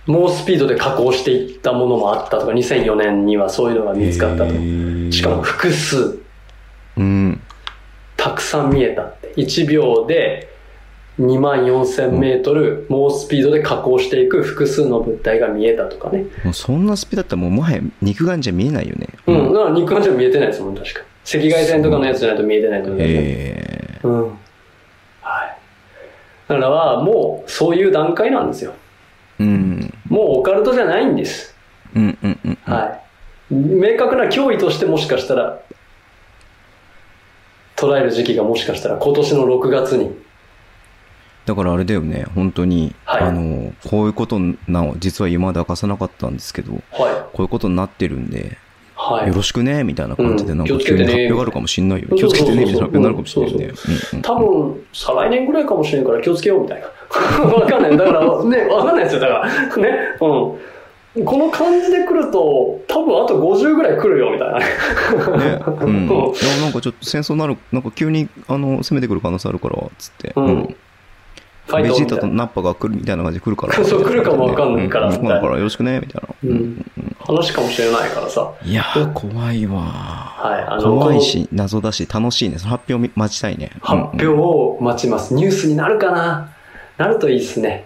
B: 猛スピードで加工していったものもあったとか、2004年にはそういうのが見つかったと。しかも複数、
A: うん。
B: たくさん見えたって。1秒で2万4000メートル、猛スピードで加工していく複数の物体が見えたとかね。
A: もうそんなスピードだったらもうもはや肉眼じゃ見えないよね。
B: うん、だから肉眼じゃ見えてないですもん、確か。赤外線とかのやつじゃないと見えてないので。
A: え
B: うん。はい。だから、もう、そういう段階なんですよ。
A: ーうん。
B: もうオカルトじゃないんです。
A: うんうんうん。
B: はい。明確な脅威としてもしかしたら、捉える時期がもしかしたら今年の6月に。
A: だからあれだよね、本当に、
B: はい
A: あの、こういうことなの、実は今まで明かさなかったんですけど、こ
B: は
A: ういうことになってるんで、
B: い。はい
A: よ。ろしくね、みたいな感じで、
B: うん
A: なんか
B: 気をつけ
A: 急
B: て
A: に
B: ね
A: 発表があるかもしんないよ。
B: そう
A: 気
B: そ
A: を
B: う
A: つけてね、みたいな発
B: そうそう
A: 表になるかもしんないよね。うんうん
B: 多分、再来年ぐらいかもしれんから気をつけようみたいな。 [LAUGHS] わかんない。だから、ね、わかんないですよ。だから、ね、うん。この感じで来ると、多分あと50ぐらい来るよみたいなね。
A: ね、うん。い
B: そ
A: やなんかちょっと戦争になる、なんか急に、あの、攻めてくる可能性あるから、つって。
B: うんファイ
A: ベ
B: ト
A: ジ
B: み
A: ータ
B: た
A: と
B: いな。
A: ナッパが来るみたいな感じで来るから。
B: そう来るかもわかんないから
A: うう
B: み
A: 来
B: たいな
A: ないからよろしくね、みたいな。
B: うん。話かもしれないからさ。
A: いやー、怖いわ
B: はい。あ
A: ー。
B: の、
A: 怖いし、謎だし、楽しいね。その発表み待ちたいね。
B: この発表を待ちます。ニュースになるかななるといいですね。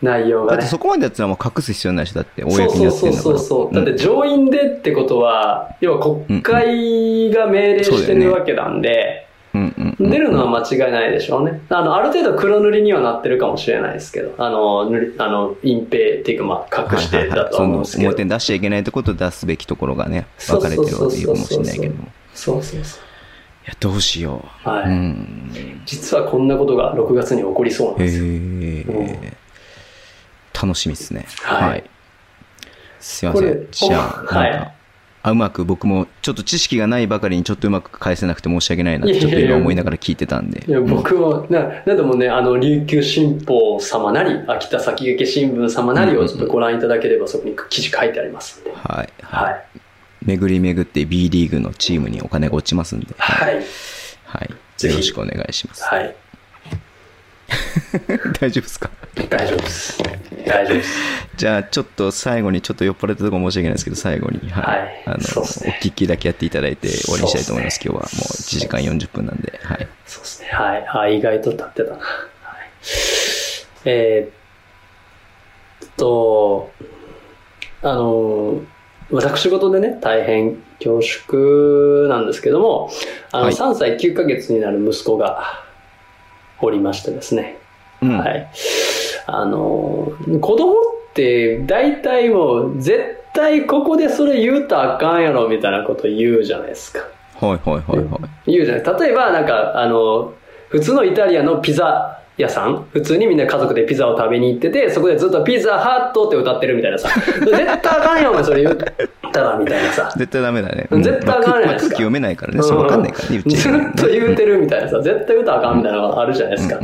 B: 内容
A: だ
B: が
A: って
B: ね。
A: そこまでやったらもう隠す必要ないし、だって、公
B: そう
A: に
B: そ
A: や
B: う
A: って
B: そ
A: ん
B: う
A: だか
B: そう
A: ら。
B: そう。だって上院でってことは、要は国会が命令してるわけなん
A: う
B: で、
A: んうんうん
B: 出るのは間違いないでしょうね。あの、ある程度黒塗りにはなってるかもしれないですけど、あの、塗りあの、隠蔽っていうか、まあ、隠
A: はい
B: し
A: は
B: て
A: いは
B: だ
A: い。
B: とは
A: そ
B: 思うん
A: の
B: ですけど。
A: 表に出しちゃいけないとこと出すべきところがね、分かれてるわけいうかもしれないけども。い
B: そうそうそう。
A: や、どうしよう。
B: はい
A: うん。
B: 実はこんなことが6月に起こりそうなん
A: へ
B: ですよ。
A: え。楽しみですね。
B: はい
A: はい。すいませ
B: これ
A: ん。じゃあ、
B: おはい
A: なんかあうまく僕も、ちょっと知識がないばかりにちょっとうまく返せなくて申し訳ないなって、
B: いや
A: ち
B: い
A: ょ
B: や
A: っ
B: いや
A: と今思いながら聞いてたんで。
B: いや、僕も、な、なんでもね、あの、琉球新報様なり、秋田先駆け新聞様なりをちょっとご覧いただければ、そこに記事書いてありますんで。
A: はい。はい
B: はい。
A: 巡り巡って B リーグのチームにお金が落ちますんで。
B: はい。
A: はい。
B: ぜひ
A: よろしくお願いします。
B: はい。
A: [LAUGHS] 大丈夫ですか
B: 大丈夫です。大丈夫です。
A: じゃあ、ちょっと最後に、ちょっと酔っ払ったところ申し訳ないですけど、最後に、はい。
B: はい
A: あの、
B: そうっすね
A: お聞きだけやっていただいて終わりにしたいと思います。
B: そうっすね
A: 今日はもう1時間40分なんで、はい。
B: そうですね。はい。あ、意外と立ってたな。はい、えーっと、あの、私事でね、大変恐縮なんですけども、あの、
A: はい
B: 3歳9ヶ月になる息子がおりましてですね。
A: うん。
B: はい。あの、子供って大体もう絶対ここでそれ言うたらあかんやろみたいなこと言うじゃないですか。
A: はいはいはいはい。
B: 言うじゃない例えばなんかあの普通のイタリアのピザ屋さん普通にみんな家族でピザを食べに行っててそこでずっと「ピザハット」って歌ってるみたいなさ絶対あかんよお前それ言うったな、みたいなさ。
A: 絶対ダメだね。
B: 絶対
A: うんまあ
B: ダメじゃないです
A: 空
B: か
A: 気読めないからね。そうわかんないからね、うち
B: ずっと言うてるみたいなさ、絶対歌あかんみたいなのがあるじゃないですか。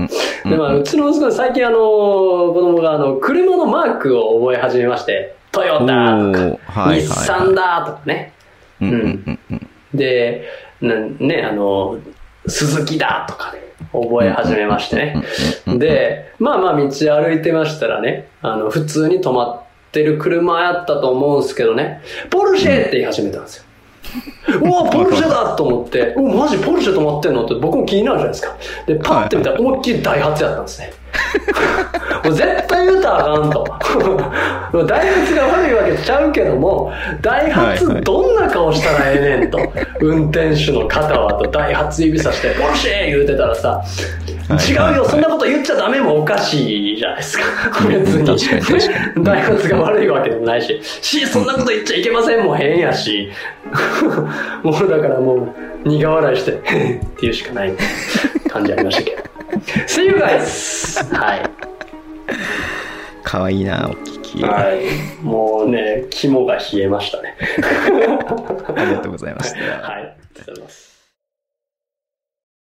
B: でも、うちの息子で最近あの、子供があの、車のマークを覚え始めまして、トヨタと
A: おー
B: か、
A: はいはいはい
B: 日産だとかね。
A: うんうんうんうん。
B: で、なんね、あの、鈴木だとかね、覚え始めましてね。で、まあまあ道歩いてましたらね、あの、普通に止まってる車やったと思うんですけどね、ポルシェって言い始めたんですよ。うわ、ポルシェだと思って、うわマジポルシェ止まってんのって僕も気になるじゃないですか。で、パッて見たら思いっきりダイハツやったんですね。もう絶対言うたらあかんと。 [LAUGHS] もうダイハツが悪いわけちゃうけども、ダイハツどんな顔したらええねんと。運転手の肩はとダイハツ指さして、ポルシェ言うてたらさ、
A: はい
B: 違うよ、そんなこと言っちゃダメもおかしいじゃないですか。別に。
A: 確かに確
B: [LAUGHS] 大発が悪いわけでもないし、し、そんなこと言っちゃいけませんも変やし、 [LAUGHS] もうだからもう苦笑いして、っていうしかない感じありましたけど。See you guys! はい。
A: かわいいな、お聞き。あ
B: はい。もう [LAUGHS] ね、肝が冷えましたね。
A: りがとうございました。
B: はい。ありがとうございます。